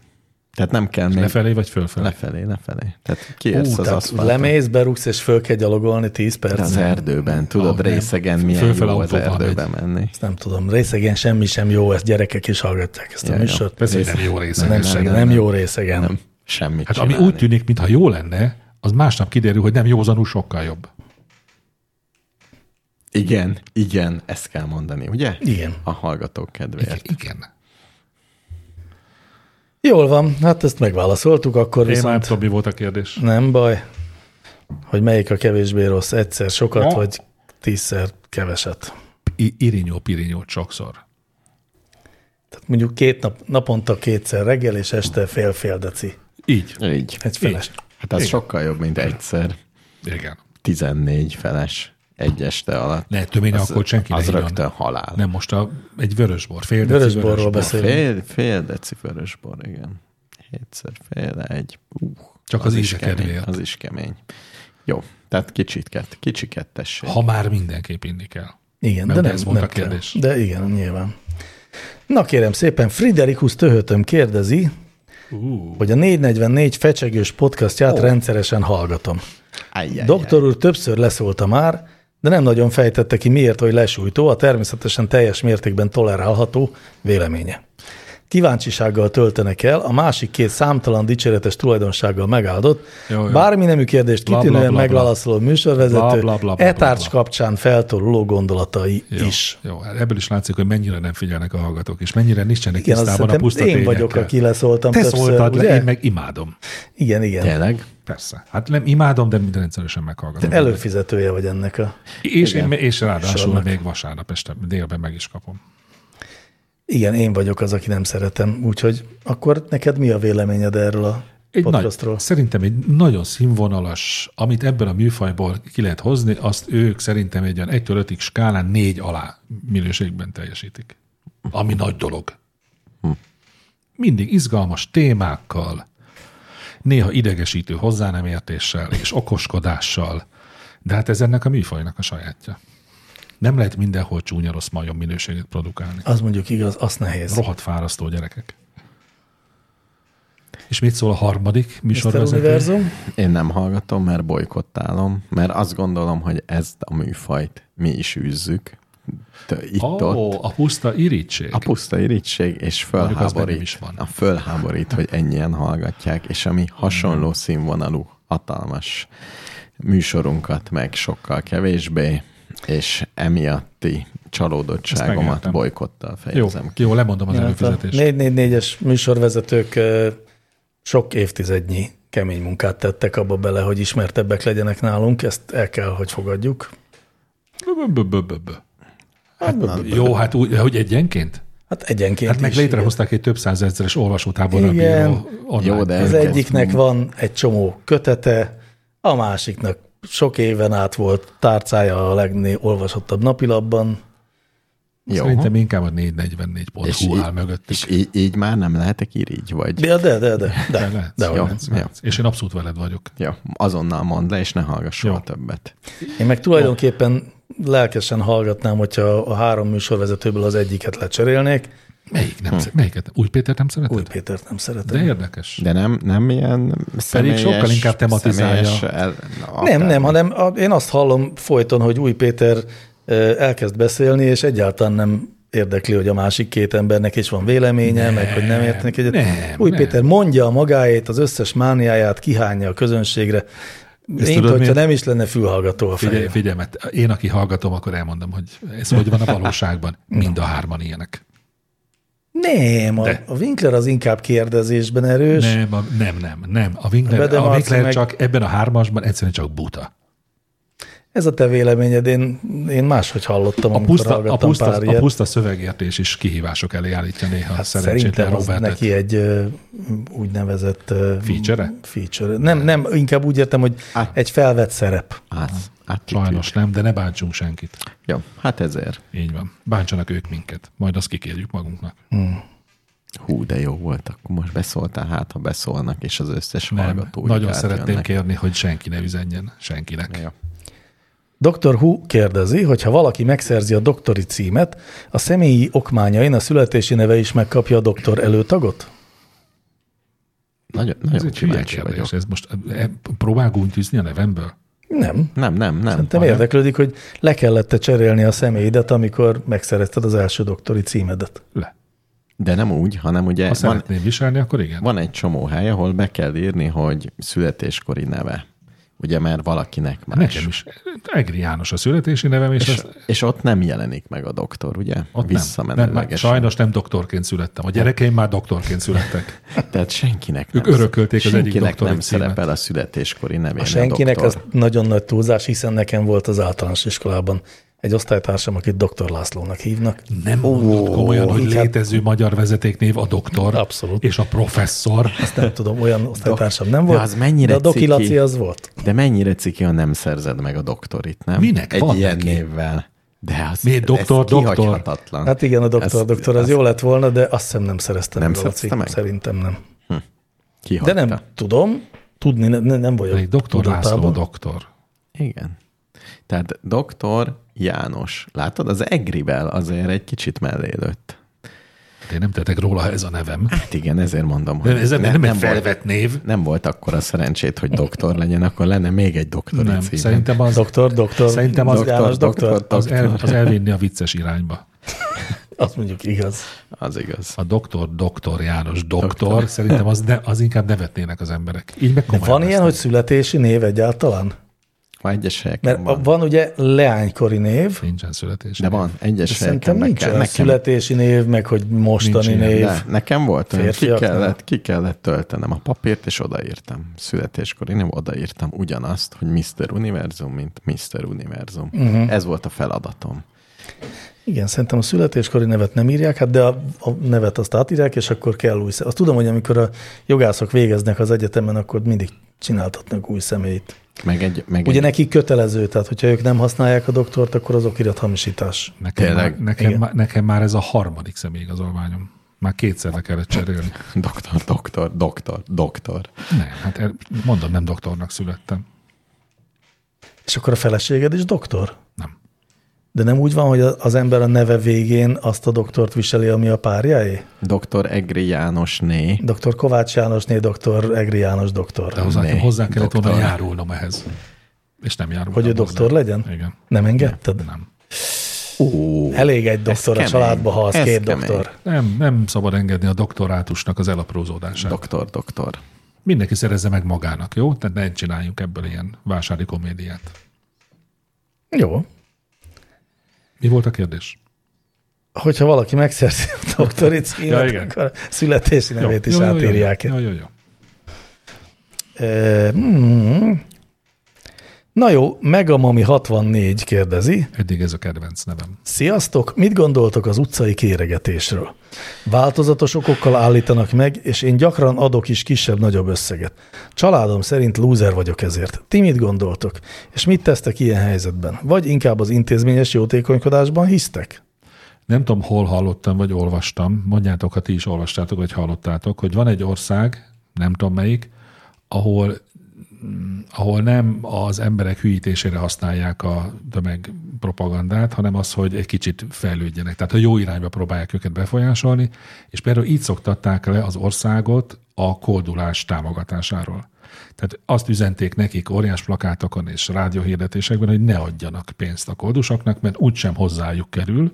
Tehát nem kell még...
Lefelé vagy fölfelé?
Lefelé, lefelé. Tehát
Ú,
kiérsz az
tehát
aszfalton.
lemész, berúgsz, és föl kell gyalogolni 10
De
perc.
az erdőben, tudod,
Ah, nem.
részegen milyen
Fölfele
jó az
autóval
erdőbe menni.
Ezt nem tudom, részegen semmi sem jó, ezt gyerekek is hallgatják ezt a
Jaj, jó.
műsort.
Persze, hogy nem jó része.
Nem,
persze.
nem, nem, nem jó részegen.
Nem, semmit
Hát ami
csinálni.
úgy tűnik, mintha jó lenne, az másnap kiderül, hogy nem józanul sokkal jobb.
Igen, igen, ezt kell mondani, ugye?
Igen.
A hallgatók kedvéért.
Igen.
Jól van, hát ezt megválaszoltuk, akkor
Én már nem
viszont
tudom, mi volt a kérdés.
nem baj, hogy melyik a kevésbé rossz, egyszer sokat,
Ja.
vagy tízszer keveset.
I- irinyó, pirinyó sokszor.
Tehát mondjuk két nap, naponta kétszer reggel, és este fél-fél deci.
Így.
Így.
Egy feles.
Hát az
Igen.
sokkal jobb, mint egyszer.
Igen.
14 feles egy este alatt.
Ne, tömény akkor senki
az
ne igyon.
rögtön halál.
Nem most a, egy vörösbor, fél deci
Vörösborról
vörösbor.
beszélünk.
Fél, fél deci vörösbor, igen. Hétszer fél egy. Uh,
Csak az íze
kemény,
kedvéért.
Az is kemény. Jó, tehát kicsiket, kicsiket tessék.
Ha már mindenképp inni kell.
Igen,
Nem,
de
de
nem,
ez volt
nem
a
kell.
kérdés.
De igen, nyilván. Na kérem szépen, Friderikus Töhötöm kérdezi, hogy a 444 fecsegős podcastját rendszeresen hallgatom.
Ajjajjaj.
Doktor úr többször leszólta már, de nem nagyon fejtette ki miért, hogy lesújtó, a természetesen teljes mértékben tolerálható véleménye. Kíváncsisággal töltenek el, a másik két számtalan dicséretes tulajdonsággal megáldott,
Jó, jó.
bármi nemű kérdést
Bla, bla,
kitűnően
bla, bla.
megválaszoló
Bla, bla,
műsorvezető,
bla, bla, bla,
etárcs
bla.
kapcsán feltoruló gondolatai
Jó,
is.
Jó, hát ebből is látszik, hogy mennyire nem figyelnek a hallgatók, és mennyire nincsenek
Igen, azt
tisztában a
szerintem
puszta
én vagyok,
tényekkel.
aki leszóltam
Te
többször,
szóltad le,
ugye?
én meg imádom.
Igen, igen.
Tényleg?
Persze. Hát nem imádom, de minden rendszeresen meghallgatom.
Előfizetője vagy ennek a...
És, én, és ráadásul
Sornak.
még vasárnap este délben meg is kapom.
Igen, én vagyok az, aki nem szeretem. Úgyhogy akkor neked mi a véleményed erről a
Egy nagy,
podcastról?
szerintem egy nagyon színvonalas, amit ebből a műfajból ki lehet hozni, azt ők szerintem egy olyan 1-től 5-ig skálán négy alá minőségben teljesítik. Ami nagy dolog. Mindig izgalmas témákkal, néha idegesítő hozzánemértéssel és okoskodással, de hát ez ennek a műfajnak a sajátja. Nem lehet mindenhol csúnya rossz majom minőséget produkálni.
Az mondjuk igaz, azt nehéz.
Rohadt fárasztó gyerekek. És mit szól a harmadik
Mr.
műsorvezető?
Univerzum?
Én nem hallgatom, mert bolykottálom, mert azt gondolom, hogy ezt a műfajt mi is űzzük. T- Itt,
Ó,
ott.
oh, a puszta irítség.
A puszta irítség, és
Mondjuk az meg nem
fölháborít,
is van.
a fölháborít, hogy ennyien hallgatják, és ami hasonló színvonalú, hatalmas műsorunkat meg sokkal kevésbé, és emiatti csalódottságomat
megértem.
bolykottal
Jó,
fejezem ki.
jó, lemondom az
Hát a
előfizetést.
444-es műsorvezetők ö, sok évtizednyi kemény munkát tettek abba bele, hogy ismertebbek legyenek nálunk, ezt el kell, hogy fogadjuk.
Bö, bö, bö, bö. Hát, jó, hát úgy, hogy egyenként?
Hát egyenként
Hát meg
is.
létrehozták egy több százezeres olvasótáborra
Igen.
bíró online.
Jó, de
Az
ez
könyvet.
egyiknek van egy csomó kötete, a másiknak sok éven át volt tárcája a legolvasottabb napilapban.
Jó.
Szerintem inkább a 444.hu áll mögöttük.
és így, így már nem lehetek irigy, vagy?
De, de, de, de,
De
de,
lehet.
de
Jó,
hogy nem.
jó.
És én abszolút veled vagyok.
Jó, azonnal mondd le, és ne hallgass soha
Jó.
többet.
Én meg tulajdonképpen lelkesen hallgatnám, hogyha a három műsorvezetőből az egyiket lecserélnék.
Melyik nem, hm. melyiket? Új Péter nem szereted?
Új Pétert nem szeretem.
De érdekes.
De nem, nem ilyen személyes...
sokkal inkább tematizálja.
személyes el, na,
Nem,
akár-
nem, hanem a, én azt hallom folyton, hogy új Péter ö, elkezd beszélni, és egyáltalán nem érdekli, hogy a másik két embernek is van véleménye, nem, meg hogy nem értenek egyet.
nem,
új
nem.
Péter mondja a magáét, az összes mániáját kihányja a közönségre, mint
tudod,
hogyha
miért?
nem is lenne fülhallgató a
Figyelj,
fejében.
figyelj, mert én, aki hallgatom, akkor elmondom, hogy ez hogy van a valóságban. Mind a hárman ilyenek.
Nem, a,
De.
a Winkler az inkább kérdezésben erős.
Nem, a, nem, nem, nem. A Winkler,
Bedem
a
Arci
Winkler
meg-
csak ebben a hármasban egyszerűen csak buta.
Ez a te véleményed, én, én máshogy hallottam,
A
amikor
puszta, a,
hallgattam
puszta,
pár
a
ilyet.
puszta szövegértés is kihívások elé állítja néha hát szerencsétlen
Szerintem az
Robertet.
neki egy ö, úgynevezett ö,
Feature-e?
feature. Nem, nem, inkább úgy értem, hogy
Á.
egy felvett szerep.
Át, attitűd.
Sajnos nem, de ne bántsunk senkit.
Hát, Jó, hát ezért.
Így van. Bántsanak ők minket. Majd azt kikérjük magunknak.
Hú, de jó volt, akkor most beszóltál, hát ha beszólnak, és az összes
Nem,
hallgató így
nagyon
átjönnek.
szeretném kérni, hogy senki ne üzenjen senkinek.
Jó.
Dr. Hu kérdezi, hogy ha valaki megszerzi a doktori címet, a személyi okmányain a születési neve is megkapja a doktor előtagot?
Nagyon,
Ez
nagyon
egy hülye
kíváncsi
kérdés.
vagyok.
Ez most e, próbál gúnytűzni a nevemből?
Nem.
Nem, nem, nem.
Szerintem érdeklődik, hogy le kellett cserélni a személyidet, amikor megszerezted az első doktori címedet.
Le.
De nem úgy, hanem ugye
Ha
van,
szeretném viselni, akkor igen.
van egy csomó hely, ahol be kell írni, hogy születéskori neve. Ugye, mert valakinek más.
Nekem is. Egri János a születési nevem, és,
És,
ezt
és ott nem jelenik meg a doktor, ugye?
ott nem. nem már,
Visszamenőlegesen.
sajnos nem doktorként születtem. A gyerekeim már doktorként születtek.
Tehát senkinek
Ők
nem,
örökölték az egyik
senkinek
doktori
nem
címet.
szerepel a születéskori nevén
A senkinek
a
az
doktor.
nagyon nagy túlzás, hiszen nekem volt az általános iskolában egy osztálytársam, akit doktor Lászlónak hívnak.
Nem mondod komolyan, hogy
inkább-
létező magyar vezetéknév a doktor
Abszolút.
és a professzor.
Nem tudom, olyan osztálytársam nem
De
volt.
az mennyire
de a Doki
ciki.
Laci az volt.
De mennyire ciki, ha nem szerzed meg a doktorit, nem?
Minek?
Egy
Van
ilyen
neki.
névvel. De az,
Miért doktor,
ez
doktor?
kihagyhatatlan.
Hát igen, a doktor,
Ez-
doktor, az
ez
jó lett volna, de azt hiszem nem szereztem
Nem
meg a Laci.
szerezte meg?
Szerintem nem.
kihagyta.
De nem tudom, tudni ne- ne, nem vagyok.
Pedig doktor László a
tudatában.
doktor.
Igen. Tehát doktor János. Látod, az Egrivel azért egy kicsit mellélőtt.
Hát én nem tettek róla, ez a nevem.
Hát igen, ezért mondom, hogy
Ez nem, nem, egy
volt,
felvett név.
nem volt akkor a szerencsét, hogy doktor legyen, akkor lenne még egy doktori
Nem,
cím.
szerintem az,
Doktor, doktor.
Szerintem az
doktor, János doktor. doktor.
az, el, az elvinni a vicces irányba.
Azt mondjuk igaz.
Az igaz.
A doktor, doktor János doktor, szerintem az, ne, az inkább nevetnének az emberek. Így meg komolyan
Van ilyen,
vesznek.
hogy születési név egyáltalán?
Ha egyes helyeken
Mert van,
van.
van ugye leánykori név,
Nincsen születés.
De van,
és
egyes helyeken
szerintem
meg
nincs
kell.
olyan
Nekem,
születési név, meg hogy mostani
Nincs ilyen,
név.
de, nekem volt, olyan, ki
Férfiaknál?
kellett, ki kellett töltenem a papírt, és odaírtam. Születéskor én odaírtam ugyanazt, hogy Mr. Univerzum, mint Mr. Univerzum.
Mhm.
Uh-huh. Ez volt a feladatom.
Igen, szerintem a születéskori nevet nem írják, hát de a, a nevet azt átírják, és akkor kell új személy. Azt tudom, hogy amikor a jogászok végeznek az egyetemen, akkor mindig csináltatnak új személyt.
Meg egy, meg
Ugye
egy,
neki kötelező, tehát hogyha ők nem használják a doktort, akkor az okirat hamisítás.
Nekem,
Tényleg?
már, nekem,
Igen.
már, nekem már ez a harmadik személyigazolványom. Már kétszer le kellett cserélni.
Doktor, doktor, doktor, doktor.
Nem, hát el- mondom, nem doktornak születtem.
És akkor a feleséged is doktor?
Nem.
De nem úgy van, hogy a- az ember a neve végén azt a doktort viseli, ami a párjáé?
Doktor Egri János né.
Dr. Kovács Jánosné, dr. Egri János doktor.
De hozzá,
Né,
hozzá kellett volna
doktor.
járulnom ehhez. És nem járultam.
Hogy ő
hozzá.
doktor legyen?
Igen.
Nem engedted?
Nem.
Ó,
Elég egy doktor a
kemény.
családba, ha az
Ez
két
kemény.
doktor.
Nem, nem szabad engedni a doktorátusnak az elaprózódását. Dok-
doktor, doktor.
Mindenki szerezze meg magának, jó? Tehát ne csináljunk ebből ilyen vásári komédiát.
Jó.
Mi volt a kérdés?
hogyha valaki megszerzi a doktori
Ja,
címet,
igen.
akkor a születési nevét is átírják.
Jó, jó, jó.
Ö, mm. Na jó, Megamami 64 kérdezi.
Eddig ez a kedvenc nevem.
Sziasztok, mit gondoltok az utcai kéregetésről? Változatos okokkal állítanak meg, és én gyakran adok is kisebb-nagyobb összeget. Családom szerint lúzer vagyok ezért. Ti mit gondoltok? És mit tesztek ilyen helyzetben? Vagy inkább az intézményes jótékonykodásban hisztek?
Nem tudom, hol hallottam, vagy olvastam. Mondjátok, ha ti is olvastátok, vagy hallottátok, hogy van egy ország, nem tudom melyik, ahol, mm, ahol nem az emberek hűítésére használják a tömeg propagandát, hanem az, hogy egy kicsit fejlődjenek. Tehát a jó irányba próbálják őket befolyásolni, és például így szoktatták le az országot a koldulás támogatásáról. Tehát azt üzenték nekik óriás plakátokon és rádióhirdetésekben, hogy ne adjanak pénzt a koldusoknak, mert úgysem hozzájuk kerül,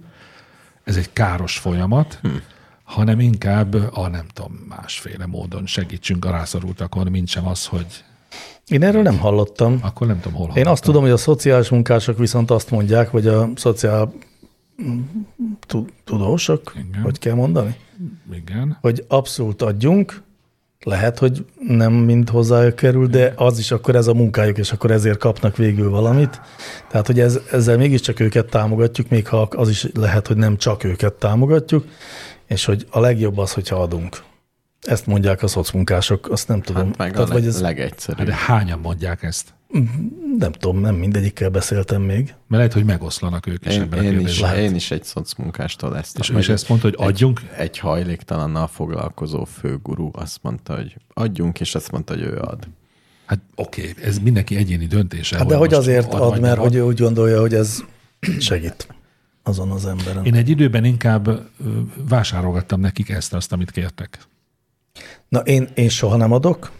ez egy káros folyamat, hmm. hanem inkább a nem tudom, másféle módon segítsünk a rászorultakon, mint sem az, hogy
Én erről nem hallottam.
akkor nem tudom, hol
Én
hallottam.
azt tudom, hogy a szociális munkások viszont azt mondják, vagy a szociál tu- tudósok,
Igen.
hogy kell mondani,
Igen.
hogy abszolút adjunk, lehet, hogy nem mind hozzájuk kerül, de az is akkor ez a munkájuk, és akkor ezért kapnak végül valamit. Tehát, hogy ez, ezzel mégiscsak őket támogatjuk, még ha az is lehet, hogy nem csak őket támogatjuk, és hogy a legjobb az, hogyha adunk. Ezt mondják a szocmunkások, azt nem tudom.
Hát meg
Tehát,
a leg,
vagy
ez...
ez,
legegyszerűbb.
Hát de hányan mondják ezt?
nem tudom, nem mindegyikkel beszéltem még.
Mert lehet, hogy megoszlanak ők is
Én,
ebben a
én, is,
kérdésben.
én is egy szocmunkástól ezt
És ő
vagy
is ezt mondta, hogy adjunk.
Egy, egy hajléktalannal foglalkozó főgurú azt mondta, hogy adjunk, és azt mondta, hogy ő ad.
Hát oké, okay, ez mindenki egyéni döntése.
Hát de hogy
most
azért ad,
vagy
mert
nem
hogy ő úgy gondolja, hogy ez segít azon az emberen.
Én egy időben inkább ö, vásárolgattam nekik ezt, azt, amit kértek.
Na én, én soha nem adok,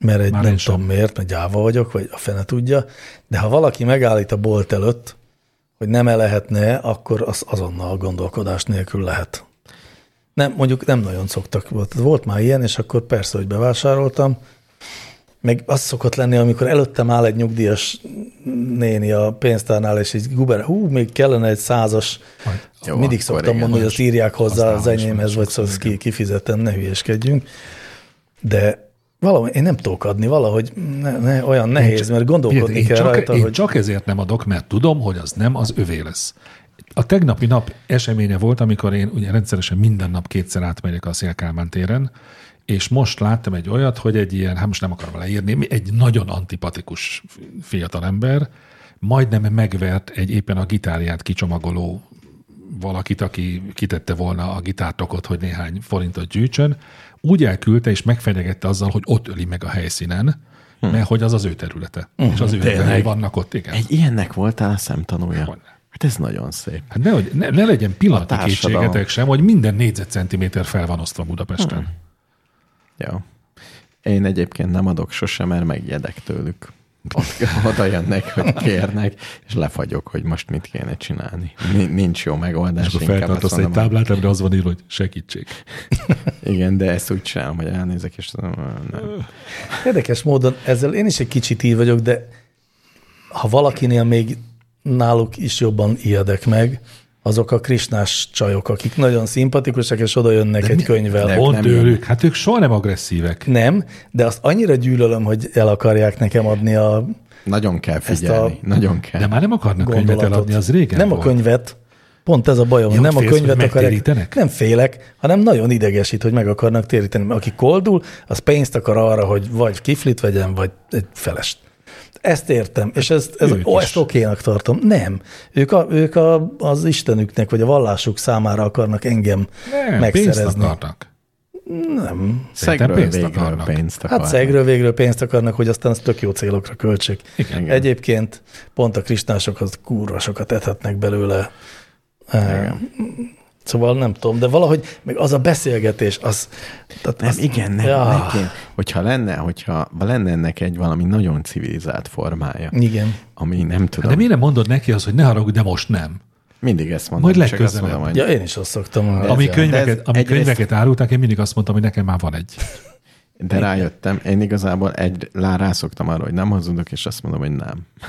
mert egy
Már
nem
én sem.
tudom miért, mert gyáva vagyok, vagy a fene tudja, de ha valaki megállít a bolt előtt, hogy nem-e lehetne, akkor az azonnal gondolkodás nélkül lehet. Nem, mondjuk nem nagyon szoktak. Volt, volt már ilyen, és akkor persze, hogy bevásároltam, meg az szokott lenni, amikor előttem áll egy nyugdíjas néni a pénztárnál, és így guber, hú, még kellene egy százas,
Majd-
Jó,
Jó, Mindig
akkor
szoktam
igen,
mondani, hogy
most
azt írják hozzá
aztán
az
most már
enyémhez, vagy
sokszor
szóval ki, kifizetem, ne hülyeskedjünk. De valahogy én nem tudok adni, valahogy ne, ne, olyan nehéz, mert gondolkodni
Figyelj, én
kell
csak,
rajta,
én
hogy
csak ezért nem adok, mert tudom, hogy az nem az övé lesz. A tegnapi nap eseménye volt, amikor én ugye rendszeresen minden nap kétszer átmegyek a Szélkálmán téren, és most láttam egy olyat, hogy egy ilyen, hát most nem akarom leírni, egy nagyon antipatikus fiatalember majdnem megvert egy éppen a gitárját kicsomagoló valakit, aki kitette volna a gitártokot, hogy néhány forintot gyűjtsön, úgy elküldte és megfenyegette azzal, hogy ott öli meg a helyszínen, hmm. mert hogy az az ő területe. Uh-huh, és az ő emberei vannak ott, igen.
Hm. Egy ilyennek voltál a szemtanúja?
Hogyne.
Hát ez nagyon szép.
Hát nehogy, ne, ne legyen pillanatnyi
A társadalom.
kétségetek sem, hogy minden négyzetcentiméter fel van osztva
Hm.
Budapesten. Hmm.
Jó. Én egyébként nem adok sose, mert megjedek tőlük. Ott- Oda jönnek, hogy kérnek, és lefagyok, hogy most mit kéne csinálni. Ni- Nincs jó megoldás.
És akkor
inkább azt
feltartasz egy
mondom, hogy-
táblát, amire az van írva, hogy segítség.
Igen, de ezt úgy csinálom, hogy elnézek, és azt mondom, "Ah, nem.
érdekes módon ezzel én is egy kicsit így vagyok, de ha valakinél még náluk is jobban ijedek meg, azok a krisnás csajok, akik nagyon szimpatikusak, és oda jönnek egy könyvvel.
de-
Pont
nem
őlük,
jönnek.
hát ők soha nem agresszívek.
Nem, de azt annyira gyűlölöm, hogy el akarják nekem adni a
Nagyon kell figyelni,
a-
nagyon kell.
De már nem akarnak könyvet
gondolatot.
eladni, az régen
Nem
volt.
a könyvet, pont ez a bajom,
Ja,
nem a
félsz, hogy
könyvet akarják.
megtérítenek?
Nem félek, hanem nagyon idegesít, hogy meg akarnak téríteni. Mert Aki koldul, az pénzt akar arra, hogy vagy kiflit vegyen, vagy egy felest. Ezt értem, és ezt, ez,
Ők
ó,
is.
ezt okénak tartom. Nem. Ők, a, ők a, az Istenüknek, vagy a vallásuk számára akarnak engem nem,
Nem, pénzt
megszerezni.
akarnak.
Szegről
pénzt
végről
akarnak.
pénzt akarnak.
Hát szegről végről pénzt akarnak, hogy aztán ezt tök jó célokra költsék.
Igen. Igen.
Egyébként pont a kristnások az kurva sokat ethetnek belőle. Igen. Szóval nem tudom, de valahogy meg az a beszélgetés, az... Tehát
Nem,
az
igen, nem,
Ja.
ja. nem kéne. Hogyha lenne, hogyha lenne ennek egy valami nagyon civilizált formája,
Igen.
ami nem tudom,
Hát De miért nem mondod neki az, hogy ne haragudj, de most nem?
mindig ezt mondom,
Majd
csak azt
legközelebb.
mondom, hogy
Ja, én is azt szoktam.
Ami
ezzel.
könyveket,
ez
ami
egyrészt-
könyveket árulták, én mindig azt mondtam, hogy nekem már van egy.
De rájöttem, én igazából egy, lá, rászoktam arra, hogy nem hazudok, és azt mondom, hogy nem.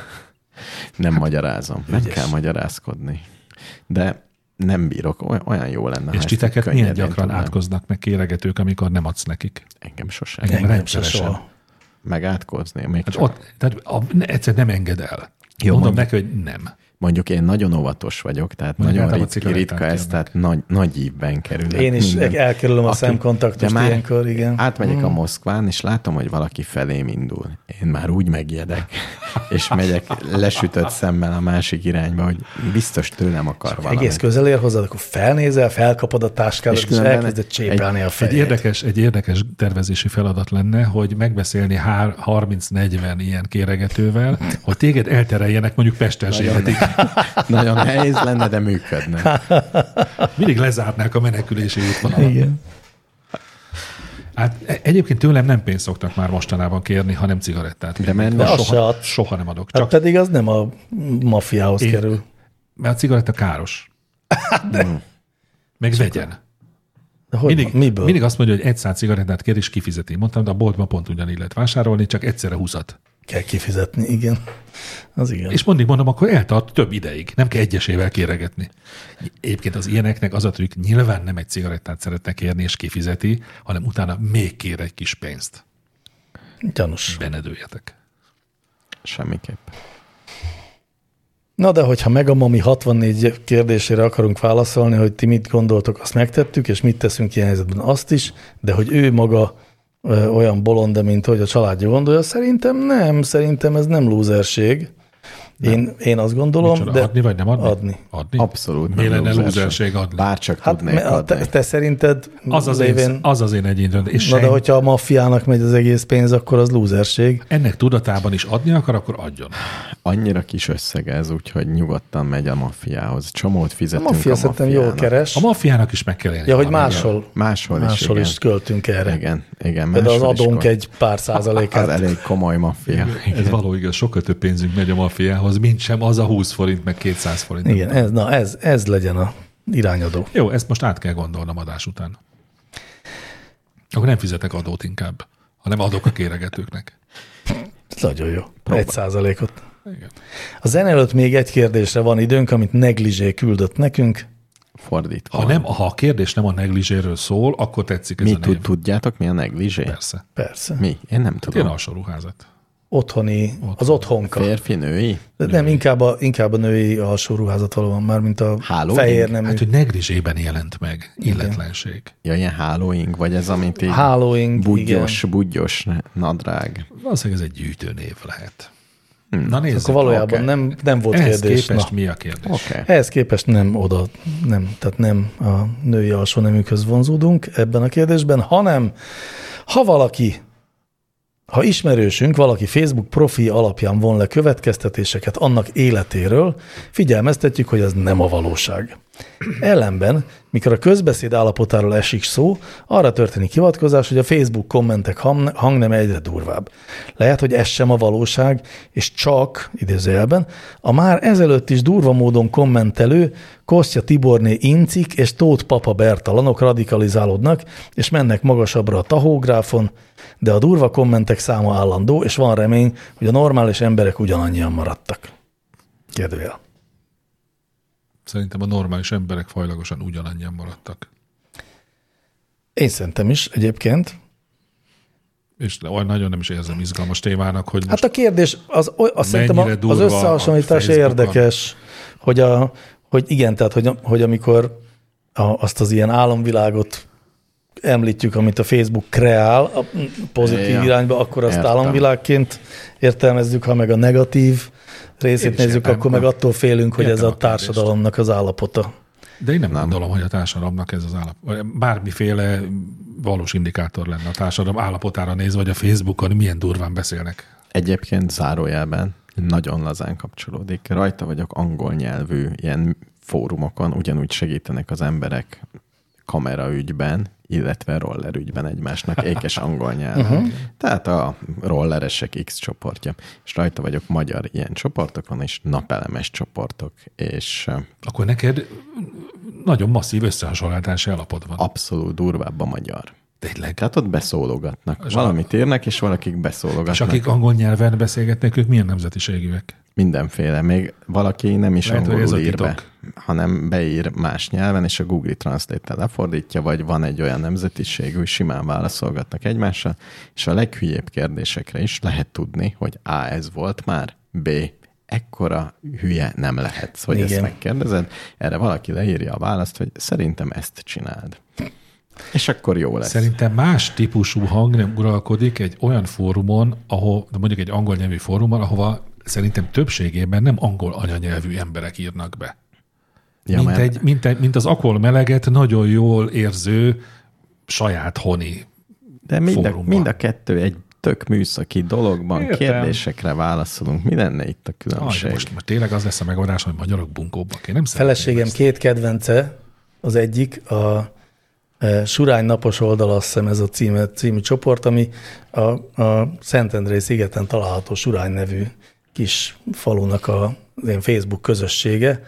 Nem hát, magyarázom. Nem kell magyarázkodni. De nem bírok, oly- olyan jó lenne. ha
És
ezt
titeket
könnyedén
milyen gyakran
tudnám.
átkoznak meg kéregetők, amikor nem adsz nekik? Hát
Engem sose.
Engem
Engem se
rendszeresen.
soha.
Meg átkozni. Még
Hát
csak, ott...
ott, tehát a, ne, egyszer nem enged el.
Jó,
Jó, Mondom
mondjuk.
neki, hogy nem.
Mondjuk én nagyon óvatos vagyok, tehát
Mondjuk
nagyon
általában
ritka,
cigarettát
ritka ez,
kérnek.
tehát nagy, nagy ívben kerül.
Én is elkerülöm a
Aki-
szemkontaktust
de már
ilyenkor, igen. Mm.
Átmegyek a Moszkván, és látom, hogy valaki felém indul. Én már úgy megijedek, és megyek lesütött szemmel a másik irányba, hogy biztos tőlem akar valamit.
Egész közel ér hozzád, akkor felnézel, felkapod a táskádat,
És
és,
különben
elkezded
egy-
csépelni a
Egy
fejét.
érdekes, egy érdekes tervezési feladat lenne, hogy megbeszélni hár- 30-40 ilyen kéregetővel, hogy téged eltereljenek mondjuk Pesten zsértig.
Nagyon nehéz lenne, de működne.
Mindig lezárnák a menekülési útvonalat.
Igen.
Hát e- egyébként tőlem nem pénzt szoktak már mostanában kérni, hanem cigarettát.
De mert
De
nem
azt se
Soha,
ad.
soha nem adok.
Hát
Csak,
pedig az nem a maffiához
Én-
kerül.
mert a cigaretta káros. Hmm. Meg vegyen.
De Hát Hogy
Mindig,
Miből?
mindig azt mondja, hogy egy száz cigarettát kér, és kifizeti. Mondtam, de a boltban pont ugyanígy lehet vásárolni, csak egyszerre húzat.
Kell kifizetni, igen. Az igen.
És mindig mondom, akkor eltart több ideig. Nem kell egyesével kéregetni. Egyébként az ilyeneknek az a trükk, nyilván nem egy cigarettát szeretne kérni, és kifizeti, hanem utána még kér egy kis pénzt.
Gyanús.
Benedőjetek.
Semmiképp.
Na de hogyha meg a Mami 64 kérdésére akarunk válaszolni, hogy ti mit gondoltok, azt megtettük, és mit teszünk ilyen helyzetben, azt is, de hogy ő maga ö, olyan bolonde, mint hogy a családja gondolja, szerintem nem, szerintem ez nem lúzerség. Én, én azt gondolom,
Micsoda,
de
adni vagy nem adni?
adni.
adni?
Abszolút
Mi lenne
lúzerség.
lúzerség adni?
Bárcsak hát,
Hát
tudnék
me- a
adni.
te, te szerinted
Az az,
lévén,
én, az az én egyén dönt. És
na de
sen-
hogyha a maffiának megy az egész pénz, akkor az lúzerség.
ennek tudatában is adni akar, akkor adjon.
Annyira kis összeg ez, úgyhogy nyugodtan megy a maffiához. Csomót
A
fizetünk a,
maffia szerintem jól
maffiának.
keres.
A maffiának is meg kell élni.
Ja, hogy
valamit.
máshol,
Máshol is,
máshol
igen.
is költünk erre.
Igen, igen.
Például az
máshol is
adónk
kon-
egy pár százalékát.
Az elég komoly maffia.
Ez való igaz, sokkal több pénzünk megy a maffiához, mint sem az a 20 forint, meg 200 forint.
Igen, ez, na ez, ez legyen a irányadó.
Jó, ezt most át kell gondolnom adás után. Akkor nem fizetek adót inkább, hanem adok a kéregetőknek.
Ez nagyon jó. Egy százalékot.
Igen.
A zene előtt még egy kérdésre van időnk, amit Negligé küldött nekünk.
Fordítva.
Ha, nem, ha a kérdés nem a negligéről szól, akkor tetszik ez
Mi
a név.
tud, tudjátok, mi a negligé?
Persze.
Persze. Hát
Mi? Én nem
Ilyen
tudom.
alsó ruházat.
Otthoni, az otthonka.
Férfi, női?
De nem, inkább a, inkább a női alsó ruházat valóban már, mint a
Háló?
fehér nemű.
Hát, hogy negligében jelent meg illetlenség.
Ja, ilyen hálóink, vagy ez, amit így...
Hálóink,
Budgyos, budgyos nadrág.
Valószínűleg ez egy gyűjtőnév lehet. Na nézzük.
Akkor valójában
Oké.
nem, nem volt
Ehhez
kérdés.
képest
na.
mi a kérdés?
Oké. Okay.
Ehhez képest nem oda, nem, tehát nem a női alsó neműkhöz vonzódunk ebben a kérdésben, hanem ha valaki, ha ismerősünk, valaki Facebook profi alapján von le következtetéseket annak életéről, figyelmeztetjük, hogy ez nem a valóság. Ellenben, mikor a közbeszéd állapotáról esik szó, arra történik hivatkozás, hogy a Facebook kommentek ham- hangneme egyre durvább. Lehet, hogy ez sem a valóság, és csak, idézőjelben, a már ezelőtt is durva módon kommentelő Kostya Tiborné Incik és Tóth Papa Bertalanok radikalizálódnak, és mennek magasabbra a tahógráfon, de a durva kommentek száma állandó, és van remény, hogy a normális emberek ugyanannyian maradtak. Kérdőjel.
Szerintem a normális emberek fajlagosan ugyanannyian maradtak.
Én szerintem is egyébként,
És olyan nagyon nem is érzem izgalmas témának, hogy most
Hát a kérdés, az, oly- azt szerintem a,
Mennyire
az
durva
összehasonlítás
a Facebookon?
érdekes, hogy, a, hogy igen, tehát hogy, hogy amikor a, azt az ilyen álomvilágot említjük, amit a Facebook kreál a pozitív
Ja.
ja, irányba, akkor azt
Értem.
álomvilágként értelmezzük, ha meg a negatív
Én
részét
is
nézzük,
értem.
akkor meg attól félünk, hogy
Értem
ez
a
a
kérdést.
társadalomnak az állapota.
De én Hát, nem, nem gondolom, hogy a társadalomnak ez az állap. vagy Bármiféle valós indikátor lenne a társadalom állapotára nézve, vagy a Facebookon milyen durván beszélnek.
Egyébként zárójelben nagyon lazán kapcsolódik. Rajta vagyok angol nyelvű ilyen fórumokon, ugyanúgy segítenek az emberek kameraügyben, illetve rollerügyben egymásnak ékes angol nyelven.
Mhm.
Uh-huh. Tehát a rolleresek X csoportja. És rajta vagyok magyar ilyen csoportokon, és napelemes csoportok, és ö,
Akkor neked nagyon masszív összehasonlítási alapod van.
abszolút durvább a magyar.
Tényleg.
Tehát ott beszólogatnak. Valamit írnak, és valakik beszólogatnak.
És akik angol nyelven beszélgetnek, ők milyen nemzetiségűek?
Mindenféle. Még valaki nem is
Lehet,
Lehet,
hogy
angolul
ez a
ír be,
titok.
hanem beír más nyelven, és a Google Translate-tel lefordítja, vagy van egy olyan nemzetiség, hogy simán válaszolgatnak egymással, és a leghülyébb kérdésekre is lehet tudni, hogy A. ez volt már, B. ekkora hülye nem lehetsz, hogy Igen. ezt
Igen.
megkérdezed. Erre valaki leírja a választ, hogy szerintem ezt csináld. És akkor jó lesz.
Szerintem más típusú hang nem uralkodik egy olyan fórumon, ahol, de mondjuk egy angol nyelvű fórumon, ahova szerintem többségében nem angol anyanyelvű emberek írnak be.
ja,
mint,
mert
egy, mint, egy, mint az akol meleget nagyon jól érző saját honi.
De mind a,
fórumban.
mind a kettő egy tök műszaki dologban
Értem.
kérdésekre válaszolunk. Mi lenne itt a
Aj, de
különbség?
most, most tényleg az lesz a megoldás, hogy magyarok bunkóbbak. Én nem szeretném
Feleségem
ezt.
két kedvence, az egyik a e, Surány napos oldal, azt hiszem ez a címe, című csoport, ami a, a Szentendrei szigeten található Surány nevű kis falunak a, az ilyen Facebook közössége,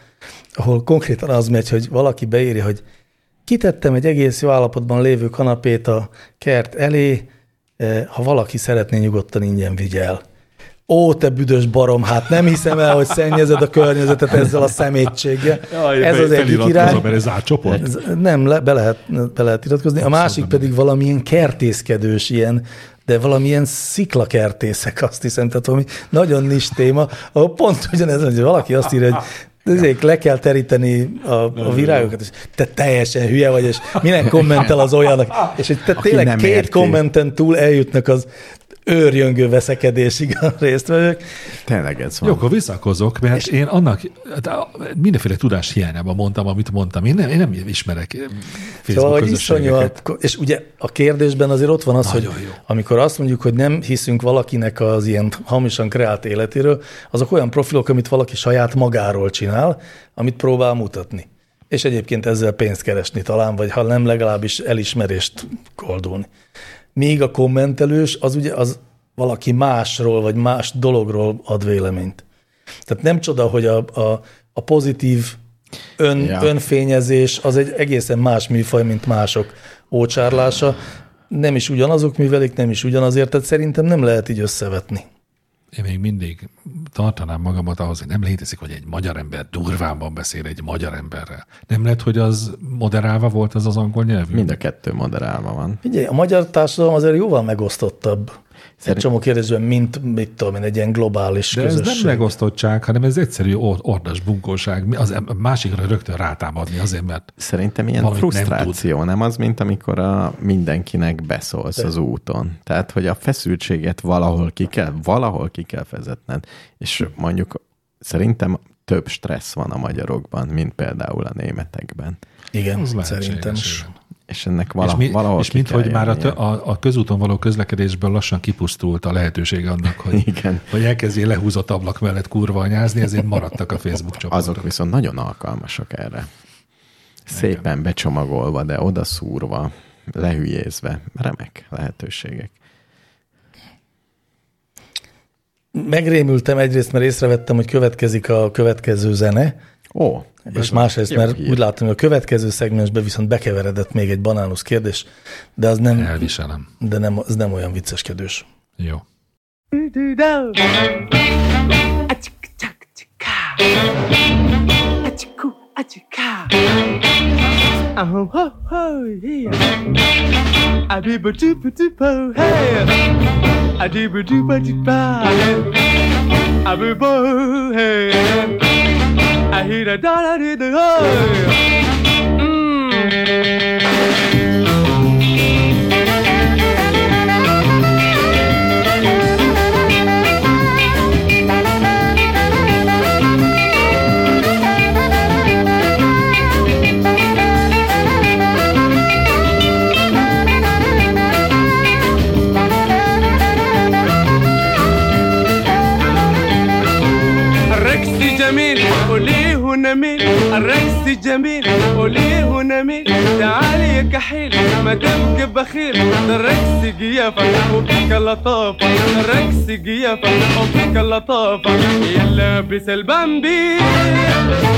ahol konkrétan az megy, hogy valaki beírja, hogy kitettem egy egész jó állapotban lévő kanapét a kert elé, e, ha valaki szeretné, nyugodtan ingyen vigye el. Ó, te büdös barom, hát nem hiszem el, hogy szennyezed a környezetet ezzel a szemétséggel.
Jaj,
ez
fel-
az egyik
feliratkozom,
irány.
Mert ez zárt csoport.
Ez nem, le, be, lehet, be lehet iratkozni. A másik pedig valamilyen kertészkedős ilyen, de valamilyen sziklakertészek, azt hiszem, tehát valami nagyon nis téma, ahol pont ugyanez, hogy valaki azt írja, hogy ezért le kell teríteni a, a virágokat, és te teljesen hülye vagy, és minek kommentel az olyanak, és hogy te
Aki
tényleg
nem
két
érti.
kommenten túl eljutnak az őrjöngő veszekedésig a résztvevők.
Tényleg ez van.
Jó, akkor visszakozok, mert és én annak hát, á, mindenféle tudás hiányában mondtam, amit mondtam. Én nem, én nem ismerek eh, Facebook
Szóval,
szóval,
hogy
közösségeket.
iszonyat, és ugye a kérdésben azért ott van az,
Nagyon
hogy
jó.
amikor azt mondjuk, hogy nem hiszünk valakinek az ilyen hamisan kreált életéről, azok olyan profilok, amit valaki saját magáról csinál, amit próbál mutatni. És egyébként ezzel pénzt keresni talán, vagy ha nem, legalábbis elismerést koldulni. Míg a kommentelős, az ugye az valaki másról, vagy más dologról ad véleményt. Tehát nem csoda, hogy a, a, a pozitív ön,
Ja.
ja. önfényezés az egy egészen más műfaj, mint mások ócsárlása. Nem is ugyanazok művelik, nem is ugyanazért, tehát szerintem nem lehet így összevetni.
Én még mindig tartanám magamat ahhoz, hogy nem létezik, hogy egy magyar ember durvánban beszél egy magyar emberrel. Nem lehet, hogy az moderálva volt az az angol nyelvű?
Mind a kettő moderálva van.
Ugye a magyar társadalom azért jóval megosztottabb egy
Szerint-
csomó kérdésben, mint mit tudom én, egy ilyen globális
De ez
közösség.
nem megosztottság, hanem ez egyszerű or- ordas bunkóság. Mi- Az em- a másikra rögtön rátámadni azért, mert
Szerintem ilyen
Valamit
Valamit
nem
frusztráció, nem, nem az, mint amikor a mindenkinek beszólsz az úton. Tehát, hogy a feszültséget valahol ki kell, valahol ki kell vezetned. És mondjuk szerintem több stressz van a magyarokban, mint például a németekben.
Igen,
az lehetséges,
szerintem is.
igen.
És ennek vala,
és mi,
valahol
és
ki
mint,
kell
hogy már a, tö-
jönnie.
a, a közúton való közlekedésből lassan kipusztult a lehetőség annak, hogy,
Igen.
hogy elkezdjél lehúzott ablak mellett kurvanyázni, ezért maradtak a Facebook csoportok.
Azok viszont nagyon alkalmasak erre. Szépen becsomagolva, de odaszúrva, lehülyézve. Remek lehetőségek.
Megrémültem egyrészt, mert észrevettem, hogy következik a következő zene,
Ó,
És másrészt,
Jó
mert
hír.
úgy látom, hogy a következő szegmensben viszont bekeveredett még egy banánusz kérdés, de az nem,
Elviselem.
de nem, az nem olyan vicceskedős.
Jó.
Oh, ho, ho, yeah. I do ba do ba do bo, hey. I do ba do ba do ba. I do bo, hey. I hear da da da da da, ho.
الرقص جميل وليه نميل الرقص جميل وليه نميل تعال يا كحيل ما تبقى بخيل ده الرقص جيافة وفيك اللطافة ده الرقص جيافة وفيك اللطافة يلا بس البامبي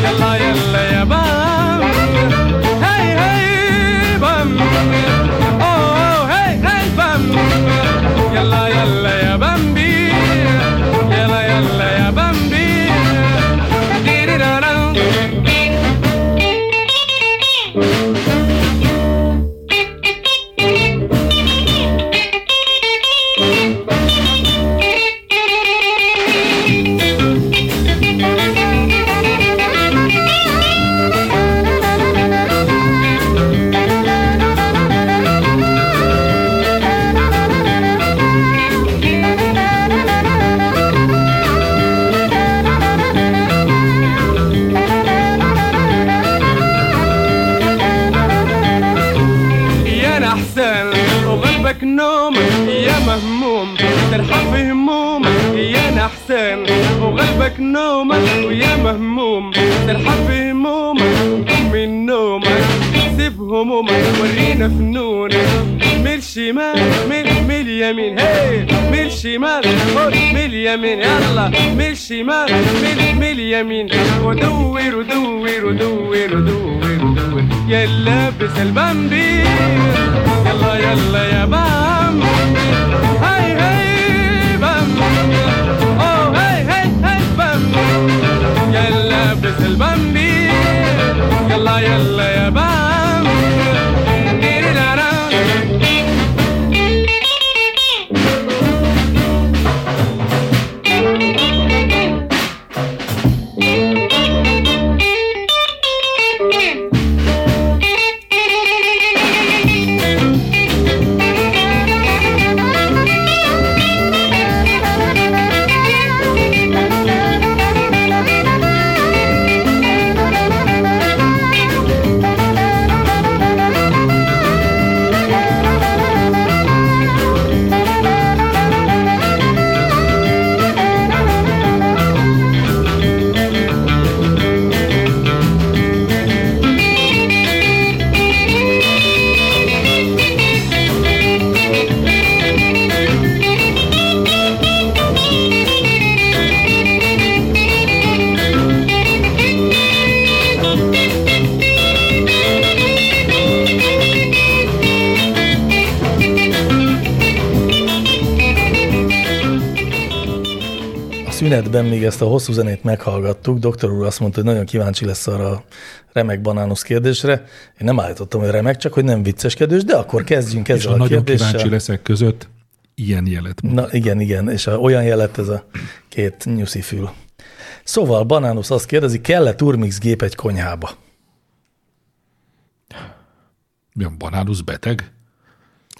يلا يلا يا بامبي هاي هاي بامبي اوه هاي هاي بامبي يلا يلا يا بامبي يلا يلا يا بامبي ديريرارام.
Thank you.
في همومك يا نحسان وغلبك نومك ويا مهموم تلحق في همومك من نومك سيب همومك ورينا فنونك من الشمال من من اليمين هي من الشمال خد من اليمين يلا من الشمال من من اليمين ودور ودور ودور ودور ودور يا لابس البامبي يلا يلا يا بامبي هاي هاي بامبي اوه هاي هاي هاي بامبي يا لابس البامبي يلا يلا يا بامبي ديريرارام.
A szünetben még ezt a hosszú zenét meghallgattuk. Doktor úr azt mondta, hogy nagyon kíváncsi lesz arra a remek banánusz kérdésre. Én nem állítottam, hogy remek, csak hogy nem vicceskedős, de akkor kezdjünk
És
ezzel
a
a
nagyon kíváncsi
kérdéssel.
leszek között ilyen jelet mond.
Na igen, igen, és a, olyan jelet ez a két nyuszi fül. Szóval Banánusz azt kérdezi, kell-e turmix gép egy konyhába?
Mi a banánusz beteg?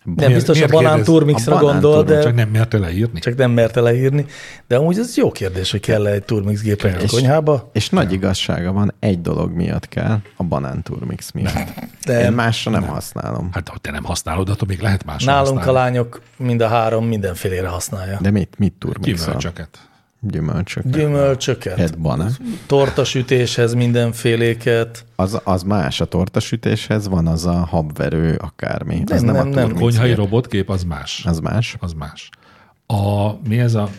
Nem
Miért-
biztos a
miért
banán
kérdez?
turmixra
A banán
gondol,
turmix,
de
Csak
csak,
nem merte leírni. Csak
nem merte leírni. De amúgy ez jó kérdés, hogy kell-e egy turmix gép egy
És-
konyhába?
És nagy igazsága van, egy dolog miatt kell, a banánturmix miatt.
De
Én másra nem, használom.
Hát ha te nem használod, attól még lehet más
nálunk a lányok mind a három mindenfélére használja.
De mit, mit turmixol?
Gyümölcsöket.
Gyümölcsöket.
Gyümölcsöket,
Egy banán.
tortasütéshez mindenféléket.
Az, az más a tortasütéshez, van az a habverő, akármi. az
Nem,
nem,
nem,
a
nem.
turmix.
Konyhai robotkép az más.
Az más.
Az más. A, mi ez a a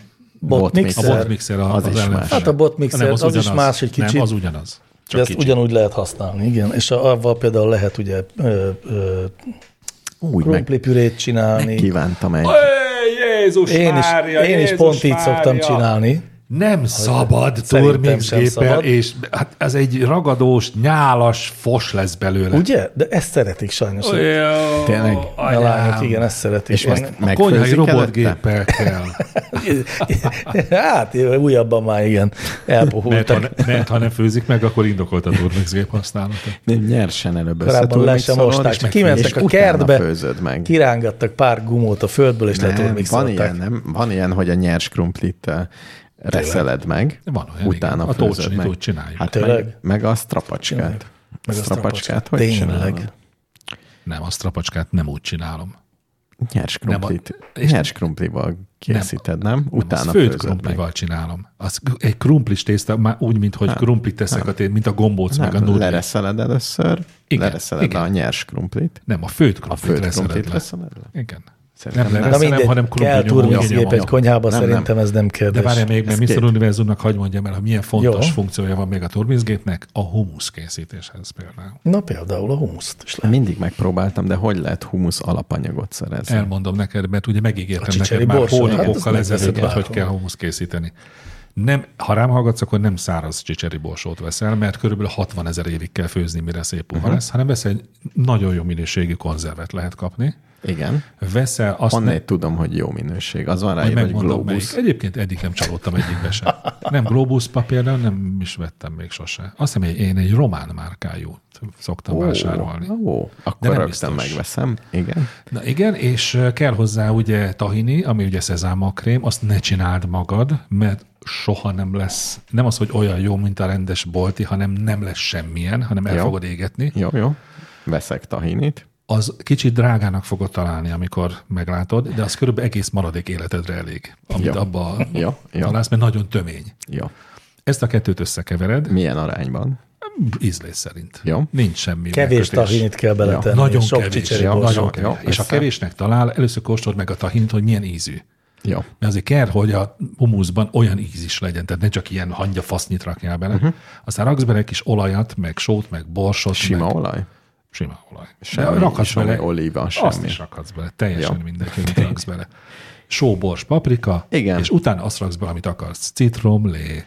Botmixer.
Botmixer.
botmixer a-
Az
az,
is más.
ellenfele.
Hát a botmixer,
Nem,
az is
ugyanaz.
más egy kicsit.
Nem, az ugyanaz.
De
Csak
ezt
kicsit.
ugyanúgy lehet használni, igen. És a- avval például lehet ugye ö, ö,
Úgy meg
krumplipürét csinálni.
kívántam egy.
Jézus
Én is, én is pont így szoktam csinálni.
Nem szabad
Szerintem sem
turmixgéppel,
szabad.
és hát ez egy ragadós, nyálas fos lesz belőle.
Ugye? De ezt szeretik sajnos. A
Tényleg?
lányok, igen, ezt szeretik.
És azt
A konyhai
megfőzik előtte?
robotgéppel kell.
Hát, újabban már igen,
Mert ha,
elpuhultak.
ne- mert ha nem főzik meg, akkor indokolt a turmixgép használata.
Nem, nyersen előbb
Korábban le sem
összeturmixolod,
mosták, csak
meg-
kimentek
és
a
utána
kertbe,
főzöd meg.
kirángattak pár gumót a földből, és
Nem, van ilyen,
leturmixolták.
nem? Van ilyen, hogy a nyers krumplit eh, reszeled meg,
Van olyan,
utána
igen. A
főzöd
tócsnit
meg.
úgy csináljuk.
Hát
Tényleg?
meg, meg a strapacskát.
Meg a
strapacskát,
strapacskát.
hogy
Tényleg.
csinálod?
Nem, azt trapacskát nem úgy csinálom.
Nyers
Nem a-
krumplit.
és-
Nyers krumplival készíted, nem?
Azt
Utána
főtt
főzöd meg.
krumplival csinálom. Az egy krumplis tészta, már úgy, mint hogy krumplit teszek a tén, mint a gombóc, meg a
Nem,
nudli.
lereszeled először,
Igen,
lereszeled
igen.
a nyers krumplit,
Nem, a főt
a
krumplit
főtt
leszeled
krumplit
le.
leszeled le.
Igen.
Szerintem
nem
nem.
Na
lesz.
mindegy,
hanem krumpli
kell
nyomó,
turmixgép
nyomó.
egy konyhába,
Nem,
szerintem ez nem
De
kérdés.
várjál még, mert
Ez
Mr.
két.
Univerzumnak hagyd mondjam el, hogy milyen fontos
Jó.
funkciója van még a turmixgépnek a humusz készítéshez például.
Na például a humuszt is lehet.
Mindig megpróbáltam, de hogy lehet humusz alapanyagot szerezni?
Elmondom neked, mert ugye
A
megígértem
csicseri
neked már
borsó, hát azt
hónapokkal
megveszed
ezelőtt, hogy hogy
bárhol.
kell humusz készíteni. Nem, ha rám hallgatsz, akkor nem száraz csicseri borsót veszel, mert körülbelül 60 ezer évig kell főzni, mire szép
Mhm.
puha lesz, hanem veszel egy nagyon jó minőségű konzervet lehet kapni.
Igen.
Veszel azt, ne-
Honnét tudom, hogy jó minőség. Az van rá,
Majd
hogy
megmondom melyik.
globus.
Egyébként eddig nem csalódtam egyikbe sem. Nem Globus például nem is vettem még sose. Azt hiszem, hogy én egy román márkájú szoktam vásárolni.
Ó, ó,
De
akkor
nem
rögtön
biztos.
megveszem. Igen.
Na igen, és eh, kell hozzá ugye tahini, ami ugye szezámakrém, azt ne csináld magad, mert soha nem lesz, nem az, hogy olyan jó, mint a rendes bolti, hanem nem lesz semmilyen, hanem el
Jó.
fogod égetni.
Jó, jó. Veszek tahinit.
az kicsit drágának fogod találni, amikor meglátod, de az körülbelül egész maradék életedre elég, amit
Ja.
abba
Ja, ja.
találsz, mert nagyon tömény.
Jó.
Ezt a kettőt összekevered,
Milyen arányban?
ízlés szerint.
Jó.
Nincs semmi
Kevés
megkötés.
tahinit kell beletenni.
Nagyon
sok
kevés.
csicseri
Ja,
borsa.
nagyon kevés.
Jó,
És ha
persze.
kevésnek talál, először kóstold meg a tahint, hogy milyen ízű.
Jó.
Mert azért kell, hogy a humuszban olyan íz is legyen, tehát ne csak ilyen hangya fasznyit rakjál bele.
Mhm.
Uh-huh. Aztán raksz bele egy kis olajat, meg sót, meg borsot.
Sima
meg,
olaj?
Sima olaj.
Semmi-
De rakhatsz
semmi
bele,
olíva,
Azt
semmi.
is rakhatsz bele, teljesen
Ja.
ja. mindegy, hogy mit raksz bele. Só, bors, paprika,
Igen.
és utána azt raksz bele, amit akarsz. Citrom, lé,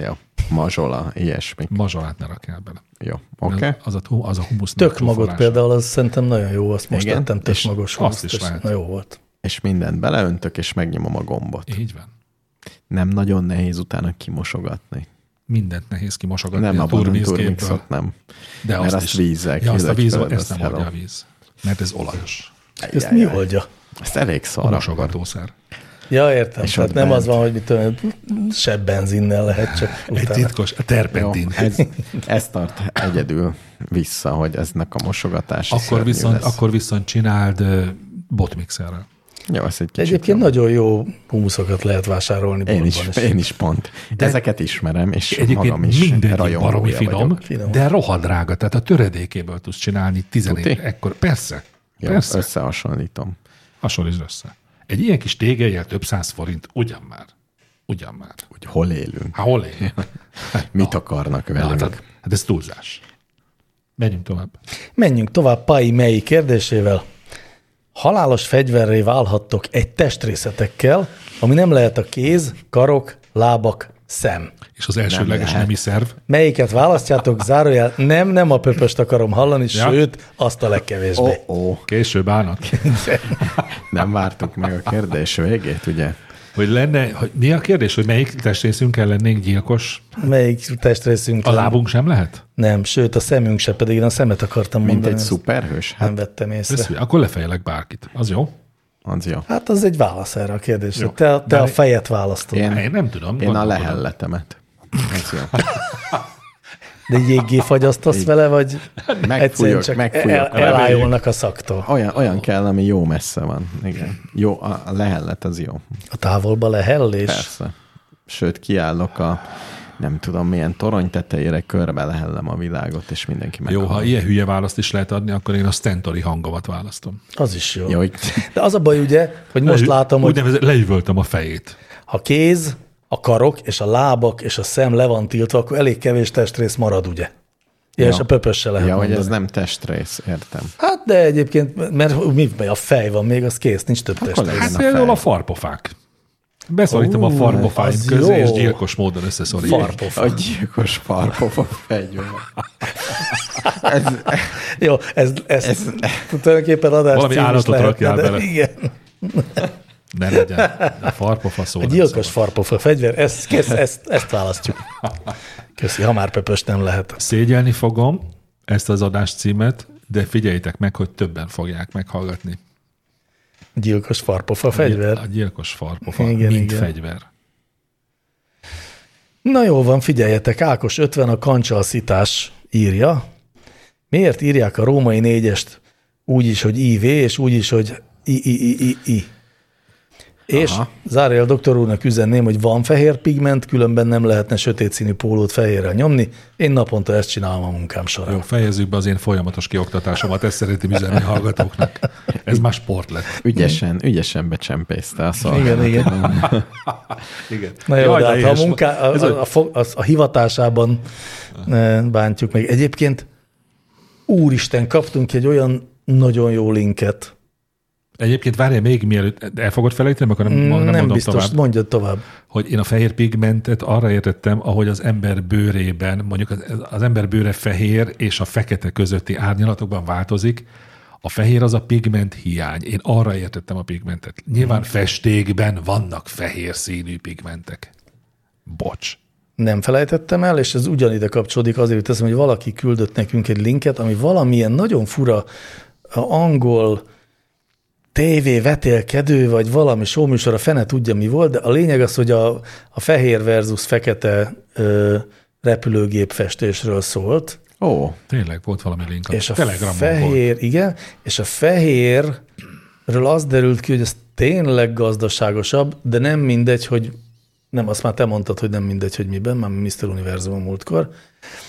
Jó. Mazsola, ilyesmi.
mazsolát ne rakjál bele.
Jó. Oké. Okay.
Az, a, tú- az a humusz.
Tök magot például, az szerintem nagyon jó, azt most
Igen,
tettem tök
és
magos
azt
húzt,
is
és
lehet.
Na jó volt.
És mindent beleöntök, és megnyomom a gombot.
Így van.
Nem nagyon nehéz utána kimosogatni.
Mindent nehéz kimosogatni
Nem
a
abban a
turmixgépből.
turmixot, nem.
De
Mert azt vízzel
ja, azt a víz,
kilötyölöd,
ezt nem
azt
oldja
hello.
a víz. Mert ez olajos.
Ezt mi oldja?
Ezt elég
A
szar. akkor.
mosogatószer.
Ja, értem.
És
És Tehát
ott
nem
bent.
az van, hogy mit tudom, sebb benzinnel lehet, csak
Egy
utána.
titkos, a
Jó,
terpentin.
ez, ez tart egyedül vissza, hogy eznek a mosogatás
Akkor viszont, akkor viszont csináld ö, botmixerrel.
Jó, ez egy
De
kicsit
egyébként
jobb.
nagyon jó humuszokat lehet vásárolni
Én
boltban
is, én is pont. De Ezeket ismerem, és magam
Egyébként
is
mindegyik
rajongója
baromi finom,
vagyok.
Finom.
de rohadrága, tehát a töredékéből tudsz csinálni 14
Tuti?
ekkor. Persze,
Jó,
persze,
összehasonlítom.
hasonlítsd össze. Egy ilyen kis tégelyel több száz forint, ugyan már. Ugyan már.
Hogy hol élünk,
Há, hol él?
mit akarnak
Hát,
velünk.
hát ez túlzás. Menjünk tovább.
Menjünk tovább Pai Mei kérdésével. Halálos fegyverré válhattok egy testrészetekkel, ami nem lehet a kéz, karok, lábak, szem.
És az elsőleges
lehet.
nemi szerv.
Melyiket választjátok? Zárójel, nem, nem a pöpöst akarom hallani, ja.
Ja.
sőt, azt a legkevésbé.
Ó,
Oh.
ó,
Később állnak.
nem vártuk meg a kérdés végét, ugye?
Hogy lenne, hogy mi a kérdés, hogy melyik testrészünkkel lennénk gyilkos?
Melyik testrészünk?
A lábunk sem lehet?
Nem, sőt, a szemünk se, pedig én a szemet akartam
Mint
mondani.
egy
ezt
szuperhős? Hát
Nem vettem észre.
Ez, akkor lefejlek bárkit. Az jó?
az jó.
Hát az egy válasz erre a kérdésre.
Jó.
Te, te
De-
a fejet választod.
Én,
Én nem tudom.
én a
gondolkodom.
lehelletemet. Az jó.
De jéggé fagyasztasz vele, vagy egyszerűen csak el,
megfújok.
elájulnak a szaktól?
Olyan, olyan kell, ami jó messze van. Igen. Jó, a a lehellet az jó.
A távolba lehellés?
Persze. Sőt, kiállok a nem tudom milyen torony tetejére, körbe lehellem a világot, és mindenki meg.
Jó, ha ilyen hülye választ is lehet adni, akkor én a stentori hangomat választom.
Az is jó.
Jó, hogy
De az a baj ugye, hogy most
Leü-
látom, hogy
Úgynevezett leüvöltöm a fejét.
ha kéz, a karok és a lábak és a szem le van tiltva, akkor elég kevés testrész marad, ugye? Ja,
Ja.
és a pöpös se lehet
ja, hogy
mondani.
ez nem testrész, értem.
Hát de egyébként, mert mi, mi a fej van még, az kész, nincs több testrész.
Hát
legyen a
például
fej.
a farpofák. Beszorítom a
Ú,
farpofáim
az
közé,
jó.
és gyilkos módon összeszorítom.
Farpofa.
A gyilkos farpofa fegyver. ez,
Jó, ez, ez, ez tulajdonképpen adás
Valami
cím is
állatot
lehetne,
rakjál
de
bele.
Igen.
Ne legyen. A farpofa szó.
A
nem
gyilkos
szabad.
farpofa fegyver, ezt, kész, ezt, ezt választjuk. Köszi, ha már pöpös nem lehet.
Szégyelni fogom ezt az adás címet, de figyeljétek meg, hogy többen fogják meghallgatni.
Gyilkos farpofa
A
fegyver.
gyilkos farpofa,
Igen,
igen, mint
igen.
igen. fegyver.
Na jó van, figyeljetek, Ákos 50 a kancsalszítás írja. Miért írják a római négyest úgy is, hogy IV, és úgy is, hogy I-I-I-I? És zárja a doktor úrnak üzenném, hogy van fehér pigment, különben nem lehetne sötét színű pólót fehérrel nyomni. Én naponta ezt csinálom a munkám során.
Jó, fejezzük be az én folyamatos kioktatásomat, ezt szeretném üzenni a hallgatóknak. Ez már sport lett.
ügyesen, ügyesen becsempészte a
Igen,
szolgálat.
igen.
Igen.
Na jó,
Jaj,
de hát, ha a,
éhes
munká,
vagy. Ez
a, a,
olyan-
a, fog- az- a hivatásában eh, bántjuk meg. Egyébként, úristen, kaptunk egy olyan nagyon jó linket.
Egyébként várjál még, mielőtt el fogod felejteni, akkor nem,
Nem,
nem, nem
Mm, nem
mondom
biztos,
tovább,
tovább. mondja tovább.
hogy én a fehér pigmentet arra értettem, ahogy az ember bőrében, mondjuk az, az ember bőre fehér és a fekete közötti árnyalatokban változik, a fehér az a pigment hiány. Én arra értettem a pigmentet.
Mm.
Nyilván festékben vannak fehér színű pigmentek. Bocs.
Nem felejtettem el, és ez ugyanide kapcsolódik, azért teszem, hogy valaki küldött nekünk egy linket, ami valamilyen nagyon fura a angol TV vetélkedő, vagy valami showműsor, a fene tudja, mi volt, de a lényeg az, hogy a, a fehér versus fekete ö, repülőgép festésről szólt,
Ó,
Tényleg volt valami link.
És a
Telegramon volt.
fehér, igen, és a fehérről az derült ki, hogy ez tényleg gazdaságosabb, de nem mindegy, hogy nem, azt már te mondtad, hogy nem mindegy, hogy miben, már Mr. Univerzum múltkor,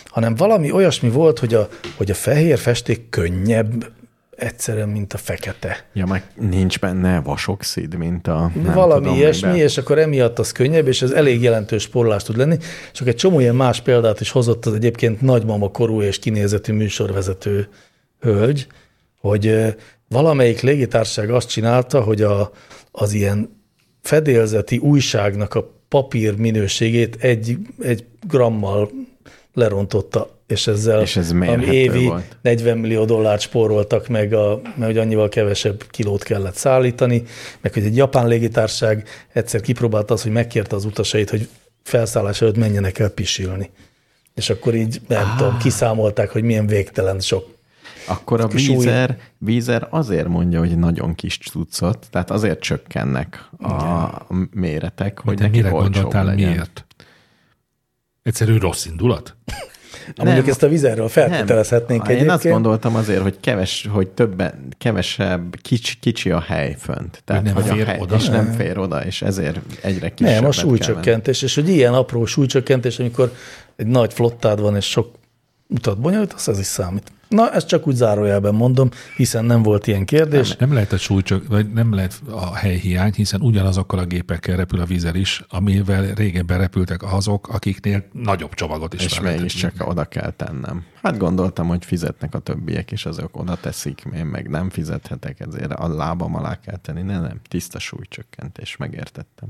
hanem valami olyasmi volt, hogy a, hogy a fehér festék könnyebb egyszerűen, mint a fekete.
ja, meg nincs benne vasoxid, mint a... Nem
valami
tudom,
ilyesmi,
miben.
és akkor emiatt az könnyebb, és ez elég jelentős spórolás tud lenni. És akkor egy csomó ilyen más példát is hozott az egyébként nagymama korú és kinézetű műsorvezető hölgy, hogy ö, valamelyik légitársaság azt csinálta, hogy a, az ilyen fedélzeti újságnak a papír minőségét egy, egy grammal lerontotta, és ezzel
És ez
ami
mérhető
évi
volt.
40 millió dollárt spóroltak meg, a, mert hogy annyival kevesebb kilót kellett szállítani, meg hogy egy japán légitárság egyszer kipróbálta azt, hogy megkérte az utasait, hogy felszállás előtt menjenek el pisilni. És akkor így, nem ah. tudom, kiszámolták, hogy milyen végtelen sok.
Akkor a
kis új-
vízer, vízer azért mondja, hogy nagyon kis cuccot, tehát azért csökkennek a méretek, hogy
Te
neki
mire
olcsóbb
gondoltál,
legyen.
miért? Egyszerű rossz indulat?
Mondjuk ezt a vizerről feltételezhetnénk
Nem.
nem. Hát egyébként.
Én azt gondoltam azért, hogy keves, hogy többen, kevesebb, kicsi, kicsi a hely fönt. Tehát,
nem
hogy
fér
a hely,
oda?
És nem fér oda, és ezért egyre kisebb.
nem, a súlycsökkentés, és hogy ilyen apró súlycsökkentés, amikor egy nagy flottád van, és sok utat bonyolítasz, ez is számít. Na, ezt csak úgy zárójelben mondom, hiszen nem volt ilyen kérdés.
Nem lehet a súlycsök, vagy nem lehet a helyhiány, hiszen ugyanazokkal a gépekkel repül a vízer is, amivel régebben repültek azok, akiknél nagyobb csomagot is
És
fel lehetett
mégis csak oda kell tennem. Hát gondoltam, hogy fizetnek a többiek, és azok oda teszik, én meg nem fizethetek, ezért a lábam alá kell tenni. Nem, nem, tiszta súlycsökkentés, megértettem.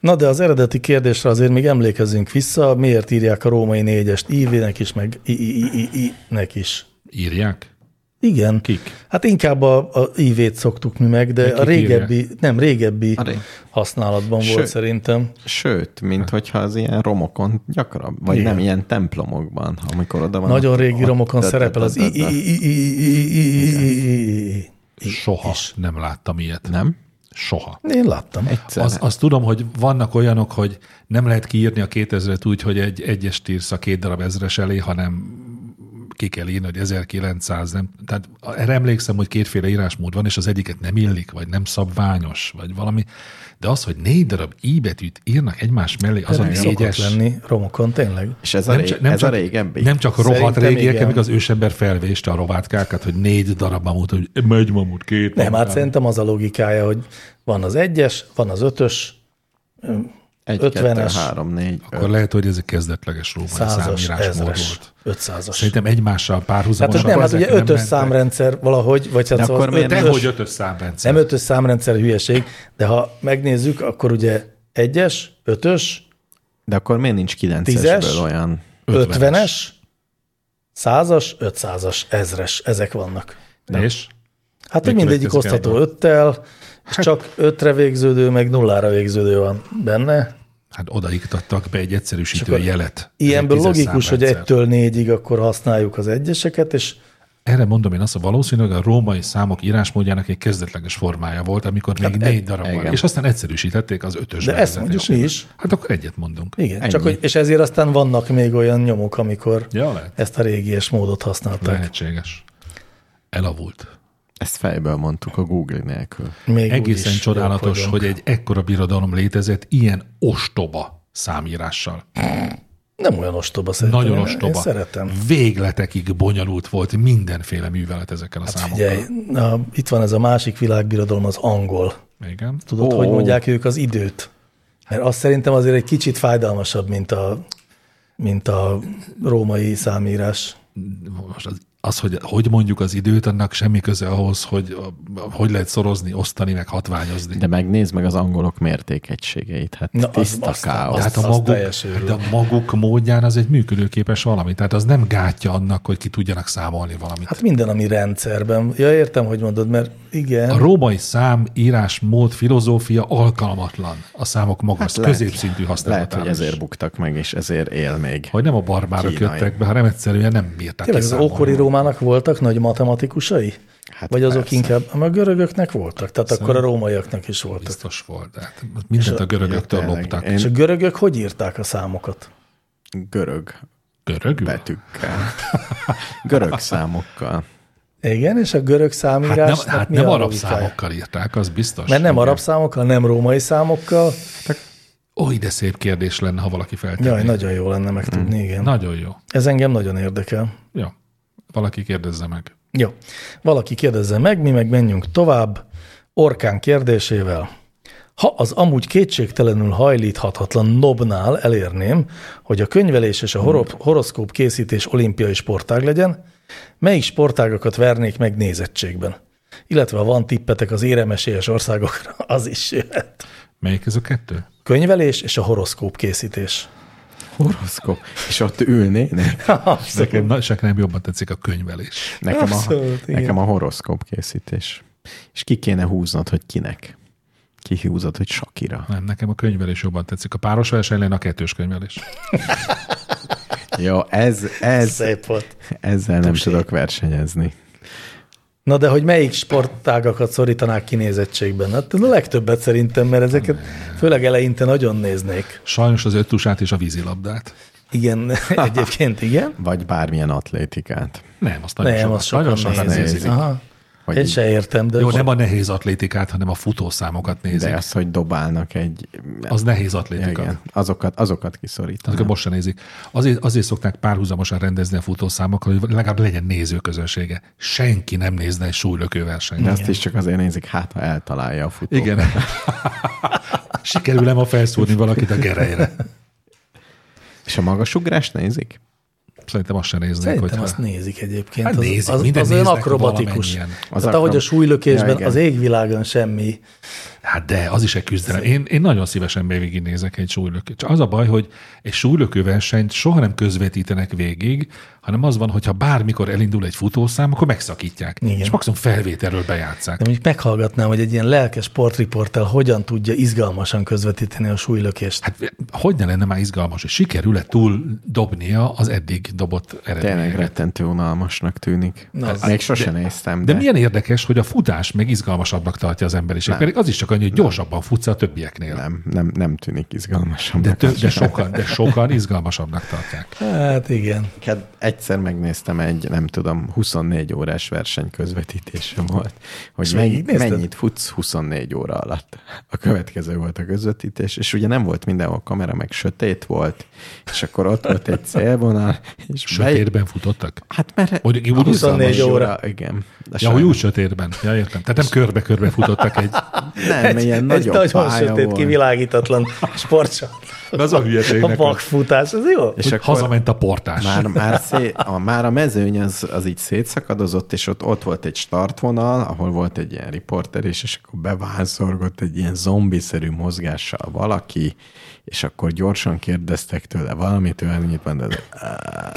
Na de az eredeti kérdésre azért még emlékezzünk vissza, miért írják a római négyest IV-nek is, meg I-I-I-I-nek is.
Írják?
Igen.
Kik?
Hát inkább a, a IV-t szoktuk mi meg, de
Meg
a
kik
régebbi, nem, régebbi
A ré-
használatban
Sőt.
volt szerintem.
Sőt, mint hogyha az ilyen romokon gyakrabb, vagy
Hát. Igen.
nem ilyen templomokban, amikor oda van.
Nagyon
ott-
régi
ott-
romokon
da- da-
szerepel az
da- da- da.
I-I-I-I-I-I-I-I-I-I-I-I.
Soha nem láttam ilyet.
Nem?
Soha.
Én láttam.
Egyszer.
Az, azt tudom, hogy vannak olyanok, hogy nem lehet kiírni a 2000-et úgy, hogy egy egyes tírsz a két darab ezres elé, hanem ki kell írni, hogy 1900, nem? Tehát erre emlékszem, hogy kétféle írásmód van, és az egyiket nem illik, vagy nem szabványos, vagy valami. De az, hogy négy darab i betűt írnak egymás mellé, az a
Azon szokott
négyes.
lenni romokon, tényleg.
És ez a, ré, ez a régebbi?
nem csak a rohadt
Szerintem
régiek,
igen.
amik az ősember felvéste a rovátkákat, hogy négy darab mamut, hogy megy mamut, két
Nem, hát
mamut.
szerintem az a logikája, hogy van az egyes, van az ötös,
Egy,
50-es.
kettő, három, négy,
Akkor
öt.
lehet, hogy ez egy kezdetleges római
százas,
számírásmód
ezres,
volt.
ötszázas.
Szerintem egymással
Hát
párhuzamosan.
hogy nem, hát
ezek
ugye ötös
mentek.
számrendszer valahogy, vagy hát
De
szóval
akkor
az
miért
ötös-
Dehogy ötös számrendszer.
nem ötös számrendszer hülyeség, de ha megnézzük, akkor ugye egyes, ötös,
De akkor miért nincs
Tízes?
kilencesből olyan?
Ötvenes.
ötvenes, százas, ötszázas, ezres, ezek vannak.
És?
Hát hogy
Melyik
mindegyik
következik
osztható
ebből? Hát-
öttel, és csak ötre végződő, meg nullára végződő van benne.
Hát odaiktattak be egy egyszerűsítő
akkor
jelet.
Ilyenből
Ez egy tízes
logikus, hogy
számrendszer.
egytől négyig akkor használjuk az egyeseket, és
Erre mondom én azt, hogy valószínűleg a római számok írásmódjának egy kezdetleges formája volt, amikor még négy darab
igen.
van. És aztán egyszerűsítették az ötös
Hát e- De ezt mondjuk mi
bevezetésével.
is.
Hát akkor egyet mondunk.
igen,
Ennyi.
csak hogy, és ezért aztán vannak még olyan nyomok, amikor
Ja, lehet.
ezt a régies módot használták.
Lehetséges. Elavult.
Ezt fejből mondtuk a Google nélkül.
Még
Egészen
úgyis
csodálatos,
jók
hogy
vagyunk.
egy ekkora birodalom létezett ilyen ostoba számírással.
Nem olyan ostoba szerintem.
Nagyon
Én-
ostoba.
Én szeretem.
Végletekig bonyolult volt mindenféle művelet ezekkel a hát számokkal.
Figyelj, na, itt van ez a másik világbirodalom, az angol.
Igen.
Tudod,
Ó.
oh. hogy mondják ők az időt? Mert azt szerintem azért egy kicsit fájdalmasabb, mint a, mint a római számírás.
Most az, az, hogy hogy mondjuk az időt, annak semmi köze ahhoz, hogy a- hogy lehet szorozni, osztani, meg hatványozni.
De megnézd meg az angolok mértékegységeit. Hát
Na,
Na,
az-
tiszta
azt-
káosz.
Tehát
az
a maguk,
teljes őrület.
de a maguk módján az egy működőképes valami. Tehát az nem gátja annak, hogy ki tudjanak számolni valamit.
Hát minden, ami rendszerben. Ja, értem, hogy mondod, mert
A
igen,
római szám írásmód filozófia alkalmatlan a számok magas, hát
lehet-
középszintű használatára.
Lehet, hogy
is.
ezért buktak meg, és ezért él még.
Hogy nem a barbárok
Kínai.
jöttek be, hanem egyszerűen nem bírták
tényleg az
kiszámolni.
ókori Rómának voltak nagy matematikusai?
Hát
Vagy azok
persze.
inkább, a görögöknek voltak, tehát akkor a rómaiaknak is voltak.
Biztos volt, de hát mindent a görögöktől
Ja, tényleg.
loptak.
És a
Én
görögök hogy írták a számokat?
görög
Görögül?
betűkkel, görög számokkal.
Igen, és a görög
Hát nem,
számírás.
hát nem arab számokkal írták, az biztos.
Mert nem
Igen.
arab számokkal, nem római számokkal.
Oly, de szép kérdés lenne, ha valaki feltenné.
Jaj, nagyon jó lenne megtudni, igen.
Nagyon jó.
Ez engem nagyon érdekel.
Jó. Valaki kérdezze meg.
Jó. Valaki kérdezze meg, mi meg menjünk tovább. Orkán kérdésével. Ha az amúgy kétségtelenül hajlíthatatlan nobnál elérném, hogy a könyvelés és a horo- horoszkóp készítés olimpiai sportág legyen, melyik sportágakat vernék meg nézettségben? Illetve ha van tippetek az éremesélyes országokra, az is jöhet.
Melyik ez a kettő?
Könyvelés és a horoszkóp készítés.
Horoszkóp. És ott ülnének.
Nekem, na, csak nem jobban tetszik a könyvelés.
Nekem a,
Abszolút, igen.
nekem a horoszkóp készítés. És ki kéne húznod, hogy kinek? Ki húzod, hogy Sakira.
Nem, nekem a könyvelés jobban tetszik. A páros verseny lenne a kettős könyvelés.
Jó, ez, ez,
Szép volt.
ezzel nem tudok versenyezni.
Na de hogy melyik sportágakat szorítanák kinézettségben? Hát a legtöbbet szerintem, mert ezeket főleg eleinte nagyon néznék.
Sajnos az öttusát és a vízilabdát.
Igen, egyébként igen.
Vagy bármilyen atlétikát.
Nem, azt nagyon
Nem,
sokat,
az sokan
nagyon sokat
nézik.
nézik.
Aha.
Hogy
Én
így-
se értem, de
Jó, nem a nehéz atlétikát, hanem a futószámokat nézik.
De az, hogy dobálnak egy...
Az nehéz
Ja,
atlétika.
igen, azokat, azokat kiszorítanak.
Azokat most se nézik. Azért, azért szokták párhuzamosan rendezni a futószámokat, hogy legalább legyen nézőközönsége. Senki nem nézne egy súlylökőversenyt.
De azt is csak azért nézik, hát ha eltalálja a futó.
Igen. Sikerül-e ma felszúrni valakit a gerejre?
És a magasugrást nézik?
Szerintem azt sem néznék,
Szerintem
hogyha...
azt nézik egyébként.
Hát
Az,
nézik,
az,
minden
az olyan
néznek
akrobatikus.
valamennyien.
Az Tehát
akro-
ahogy a
Ja,
súlylökésben
igen.
az égvilágon semmi.
Hát de, az is egy küzdelem. Én, én nagyon szívesen végig nézek egy súlylökő. Csak az a baj, hogy egy súlylökő versenyt soha nem közvetítenek végig, hanem az van, hogyha bármikor elindul egy futószám, akkor megszakítják.
Igen.
Igen. És maximum felvételről bejátszák.
De mondjuk meghallgatnám, hogy egy ilyen lelkes sportriporttel hogyan tudja izgalmasan közvetíteni a súlylökést.
Hát hogy ne lenne már izgalmas, hogy sikerül-e túl dobnia az eddig dobott
Tényleg
eredményre.
rettentő unalmasnak tűnik.
Na, az-
Még sose néztem,
De
de,
milyen érdekes, hogy a futás meg izgalmasabbnak tartja az emberiség, pedig az is csak annyi, hogy gyorsabban futsz a többieknél.
nem, nem, nem tűnik izgalmasabb.
De, tö- de, sokan, de sokan izgalmasabbnak tartják.
Hát igen.
Ked- egyszer megnéztem egy, nem tudom, 24 órás verseny közvetítése volt, hogy mennyi,
végignézted?
mennyit futsz 24 óra alatt. A következő volt a közvetítés, és ugye nem volt mindenhol kamera, meg sötét volt, és akkor ott volt egy célvonal, és mely-
Sötétben futottak?
Hát mert
Hogy úgy
a
24
24
óra.
óra, igen. De
Ja, hogy
sajnos
úgy sötétben. Ja, értem. Tehát nem körbe-körbe futottak egy...
Nem, egy, ilyen
egy
nagyon,
nagyon
pálya
sötét,
volt.
kivilágítatlan sportcsat.
az a hülyeségnek.
A vakfutás, az jó?
És akkor
Hazament a portás.
Már, már, szé, a, már a mezőny az, az így szétszakadozott, és ott, ott volt egy startvonal, ahol volt egy ilyen riporter, és, és akkor bevászorgott egy ilyen zombiszerű mozgással valaki, és akkor gyorsan kérdeztek tőle valamit, ő annyit mondott, "Áh",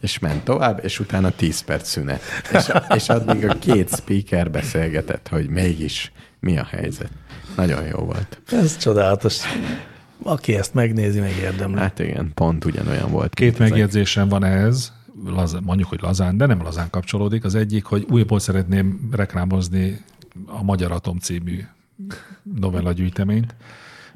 és ment tovább, és utána 10 perc szünet. És, és addig a két speaker beszélgetett, hogy mégis mi a helyzet. Nagyon jó volt.
Ez csodálatos. Aki ezt megnézi, megérdemli.
Hát igen, pont ugyanolyan volt.
Két
mint ezek.
megjegyzésem van ehhez, lazán, mondjuk, hogy lazán, de nem lazán kapcsolódik. Az egyik, hogy újból szeretném reklámozni a Magyar Atom című novella gyűjteményt,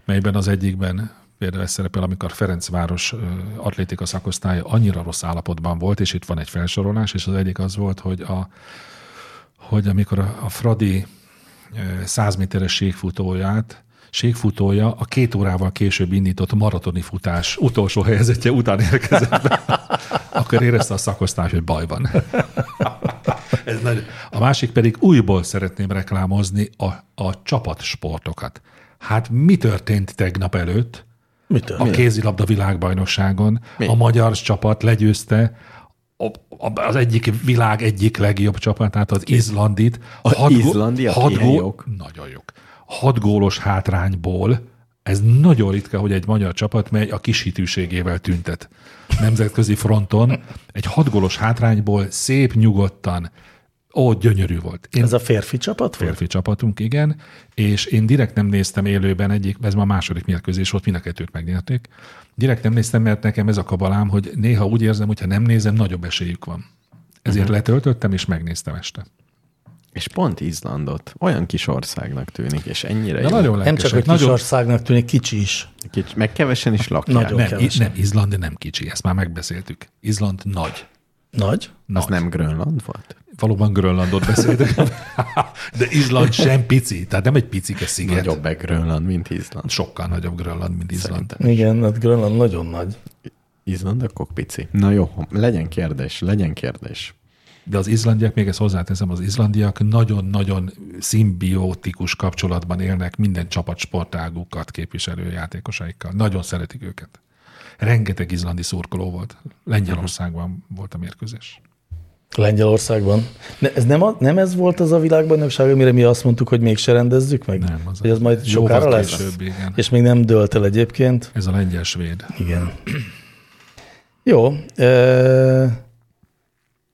melyben az egyikben például ez szerepel, amikor Ferencváros ö, atlétika szakosztálya annyira rossz állapotban volt, és itt van egy felsorolás, és az egyik az volt, hogy a, hogy amikor a, a Fradi ö, 100 méteres ségfutóját, ségfutója a két órával később indított maratoni futás utolsó helyzetje után érkezett be, akkor érezte a szakosztály, hogy baj van. Ez nagy. A másik pedig újból szeretném reklámozni a, a csapatsportokat. Hát mi történt tegnap előtt?
Mi történt?
A kézilabda világbajnokságon a magyar csapat legyőzte a, a, az egyik világ egyik legjobb csapatát, az Izlandit.
A
Hat gó-
Izlandiak
hat
ilyen
gó-
jók?
Nagyon jók. Hat gólos hátrányból ez nagyon ritka, hogy egy magyar csapat, mely a kis hitűségével tüntet nemzetközi fronton, egy hat gólos hátrányból szép, nyugodtan, ó, gyönyörű volt. Én
Ez a férfi csapat volt?
férfi csapatunk, igen, és én direkt nem néztem élőben egyik, ez már a második mérkőzés volt, mind a kettőt megnyerték. Direkt nem néztem, mert nekem ez a kabalám, hogy néha úgy érzem, hogy ha nem nézem, nagyobb esélyük van. Ezért
Mhm.
uh-huh. letöltöttem, és megnéztem este.
És pont Izlandot olyan kis országnak tűnik, és ennyire jó.
De
Nem
nagyon
csak,
lelkesek,
hogy kis
nagyon,
országnak tűnik, kicsi is.
Kicsi, meg kevesen is lakják.
Nagyon
Nem, i-
kevesen.
nem, Izland nem kicsi, ezt már megbeszéltük. Izland nagy.
Nagy?
nagy.
Az nem Grönland volt?
Valóban Grönlandot beszéltük, de Izland sem pici, tehát nem egy picike sziget.
Nagyobb-e Grönland, mint Izland?
Sokkal nagyobb Grönland, mint Izland.
Igen, hát Grönland nagyon nagy.
Izland akkor pici. Na jó, legyen kérdés, legyen kérdés.
De az izlandiak, még ezt hozzáteszem, az izlandiak nagyon-nagyon szimbiotikus kapcsolatban élnek minden csapat sportágukat képviselő játékosaikkal. Nagyon szeretik őket. Rengeteg izlandi szurkoló volt. Lengyelországban volt a mérkőzés.
Lengyelországban. Ne, ez nem, a, nem ez volt az a világbajnokság, amire mi azt mondtuk, hogy mégse rendezzük meg?
Nem, az
Hogy az
a-
majd
jóval
sokára lesz?
később, igen.
És még nem dölt el egyébként.
Ez a lengyel-svéd.
Igen. Jó. ö,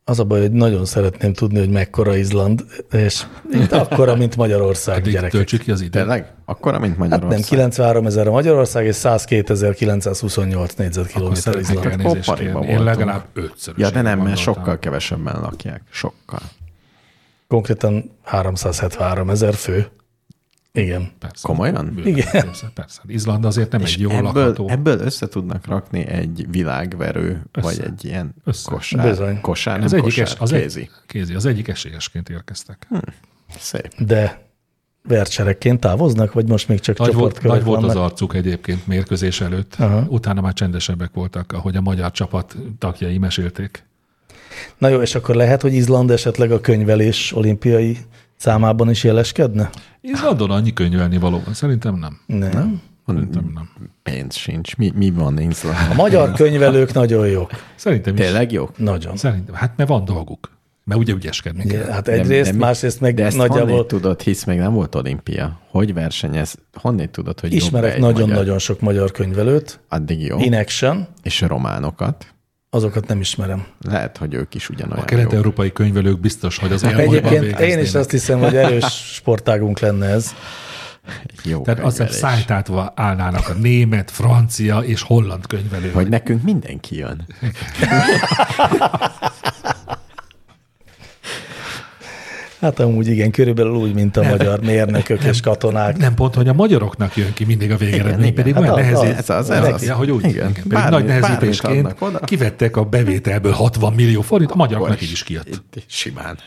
Az a baj, hogy nagyon szeretném tudni, hogy mekkora Izland, és itt akkora, mint Magyarország,
Addig
gyerekek.
töltsük ki az időt.
Tényleg? Akkora, mint
Hát nem,
Magyarország?
93 ezer a Magyarország, és 102.928 négyzetkilométer
Akkor
Izland.
elnézést
Akkor
kérni.
pariba
Én
voltunk.
legalább ötször.
Ja, de nem, mert sokkal kevesebben lakják. Sokkal.
Konkrétan 373 ezer fő. Igen.
Persze.
Komolyan?
Bőven,
Igen.
Persze, persze. Izland azért nem egy jól
ebből,
lakható.
ebből össze tudnak rakni egy világverő, össze. vagy egy ilyen össze.
Össze.
kosár.
Bizony.
Kosár, nem
az
az
egyik,
kosár,
es,
egyik,
az,
kézi.
egy, kézi, az egyik esélyesként érkeztek.
Szép.
De vercserekként távoznak, vagy most még csak
Nagy volt,
csoportkörök
nagy volt az
vannak?
arcuk egyébként mérkőzés előtt.
Aha.
Utána már csendesebbek voltak, ahogy a magyar csapat tagjai mesélték.
Na jó, és akkor lehet, hogy Izland esetleg a könyvelés olimpiai számában is jeleskedne?
Izlandon annyi könyvelni valóban. Szerintem nem.
Nem. nem.
Szerintem nem.
Pénz sincs. Mi, mi van
A
Inzlában?
magyar könyvelők nagyon jók.
Szerintem is.
Tényleg jó?
Nagyon.
Szerintem. Hát mert van dolguk. Mert ugye ügyeskedni
Ugye,
kell.
Hát egyrészt,
de mi-
másrészt meg
De ezt nagyjából...
nagyjából
honnét tudod, hisz még nem volt olimpia. Hogy versenyez? Honnét tudod, hogy jobb-e
ismerek
egy magyar?
nagyon-nagyon sok magyar könyvelőt.
Addig jó.
In action,
És románokat.
azokat nem ismerem.
Lehet, hogy ők is ugyanolyan
A
jók.
kelet-európai könyvelők biztos, hogy az elmúltban
Hát Egyébként én is
végeznének.
azt hiszem, hogy erős sportágunk lenne ez.
Jó
Tehát azt hiszem
könyvelés.
szájtátva állnának a német, francia és holland könyvelők.
Hogy nekünk mindenki jön.
Hát amúgy igen, körülbelül úgy, mint a magyar mérnökök és katonák.
Nem pont, hogy a magyaroknak jön ki mindig a végeredmény,
igen.
pedig
Hát
olyan
az-
nehezít.
az-
Ez az, ez
Neki-
az.
Ja, hogy úgy. Igen. Pedig
Bármi-
nagy
bármit
nehezítésként
adnak oda,
kivettek a bevételből 60 millió forint, a magyaroknak
akkor
így is kijött.
itt- itt Simán.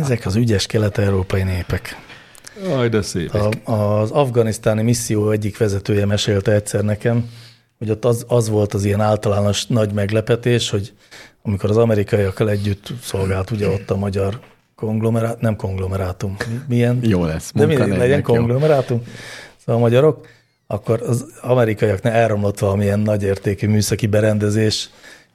Ezek az ügyes kelet-európai népek.
Aj, de szép.
Hát-
A, az afganisztáni misszió egyik vezetője mesélte egyszer nekem, hogy ott az, az volt az ilyen általános nagy meglepetés, hogy amikor az amerikaiakkal együtt szolgált ugye ott a magyar konglomerát, nem konglomerátum, mi- milyen?
Jó lesz,
De mindig
munkanevnek
legyen
jó.
konglomerátum. Szóval a magyarok, akkor az amerikaiaknál elromlott valamilyen nagyértékű műszaki berendezés,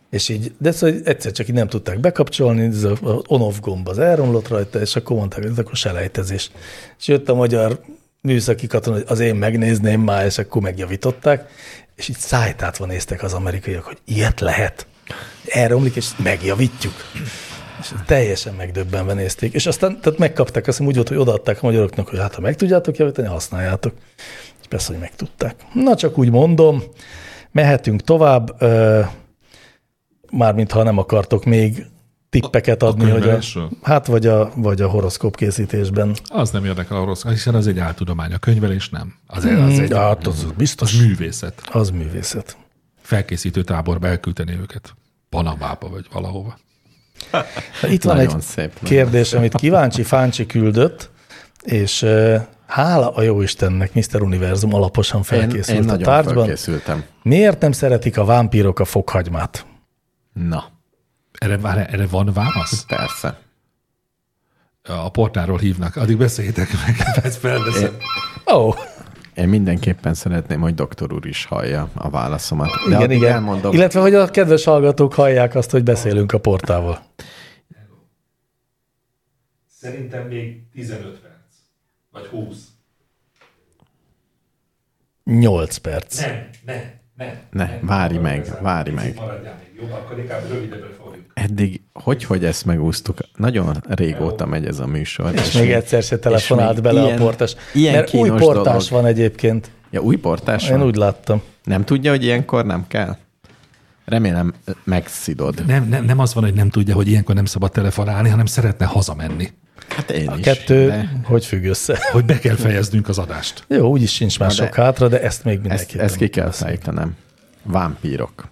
és így, de szóval egyszer csak így nem tudták bekapcsolni, ez a a on-off gomb az elromlott rajta, és akkor mondták, hogy ez akkor selejtezés. És jött a magyar műszaki katona, hogy az én megnézném már, és akkor megjavították, és így szájtátva néztek az amerikaiak, hogy ilyet lehet. Elromlik, és megjavítjuk. És teljesen megdöbbenve nézték. És aztán tehát megkapták, azt hiszem úgy volt, hogy odaadták a magyaroknak, hogy hát ha meg tudjátok javítani, használjátok. És persze, hogy megtudták. Na csak úgy mondom, mehetünk tovább, ö, mármint ha nem akartok még tippeket adni, hogy a,
könyvelésről?
hát vagy a, vagy a horoszkóp készítésben.
Az nem érdekel a rossz, hiszen az egy áltudomány, a könyvelés nem. Az,
Hmm.
az egy
Hát az biztos.
az művészet.
Az művészet.
Felkészítő táborba elküldeni őket. Panamába vagy valahova.
Na, Hát Itt van
Nagyon
egy
szép, nagyon
kérdés, amit kíváncsi Fáncsi küldött, és ö, hála a jó Istennek Mr. Univerzum alaposan
Én,
felkészült
én
a
nagyon
tárgyban.
felkészültem.
Miért nem szeretik a vámpírok a fokhagymát?
Na,
Erre, várj, erre van válasz?
persze.
A portáról hívnak. Addig beszéljétek meg, ezt felveszem.
Ó, oh,
Én mindenképpen szeretném, hogy doktor úr is hallja a válaszomat. De
igen,
addig
igen.
Elmondom,
Illetve, hogy a kedves hallgatók hallják azt, hogy beszélünk a portával.
Szerintem még 15 perc. Vagy 20.
8 perc.
Nem, nem, nem.
Ne, várj meg, várj meg.
Maradjál még jobb, akkor inkább rövidebbre fogjuk.
Eddig, hogy, hogy ezt megúsztuk? Nagyon régóta megy ez a műsor. És,
Még egyszer se telefonált
még
bele
ilyen-
a portás.
ilyen
Mert új
kínos
portás
dolog.
van egyébként.
Ja, új portás
Én
van?
úgy láttam.
Nem tudja, hogy ilyenkor nem kell? Remélem megszidod.
Nem, nem, nem az van, hogy nem tudja, hogy ilyenkor nem szabad telefonálni, hanem szeretne hazamenni.
Hát én
A
is.
kettő
de
hogy függ össze?
Hogy be kell fejeznünk az adást.
Jó, úgyis sincs már
Na de-
sok hátra, de ezt még
Ezt,
mindenképpen.
ezt ki kell fejtenem. Vámpírok.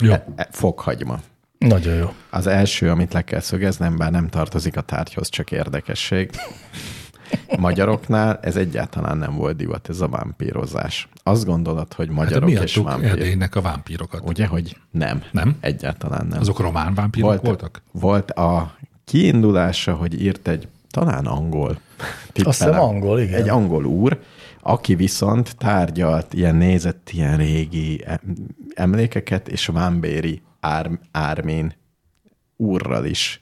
Jó.
E- e- Fokhagyma.
Nagyon jó.
Az első, amit le kell szögeznem, bár nem tartozik a tárgyhoz, csak érdekesség. Magyaroknál ez egyáltalán nem volt divat, ez a vámpírozás. Azt gondolod, hogy
Hát de
magyarok és
miattuk
vámpír.
Erdélynek a vámpírokat.
Ugye, hogy nem.
Nem?
Egyáltalán nem.
Azok román vámpírok volt, voltak?
Volt a kiindulása, hogy írt egy talán angol
Azt hiszem
tippelem.
angol, igen.
Egy angol úr, aki viszont tárgyalt, ilyen nézett ilyen régi em- emlékeket, és vámbéri ár, ármén úrral is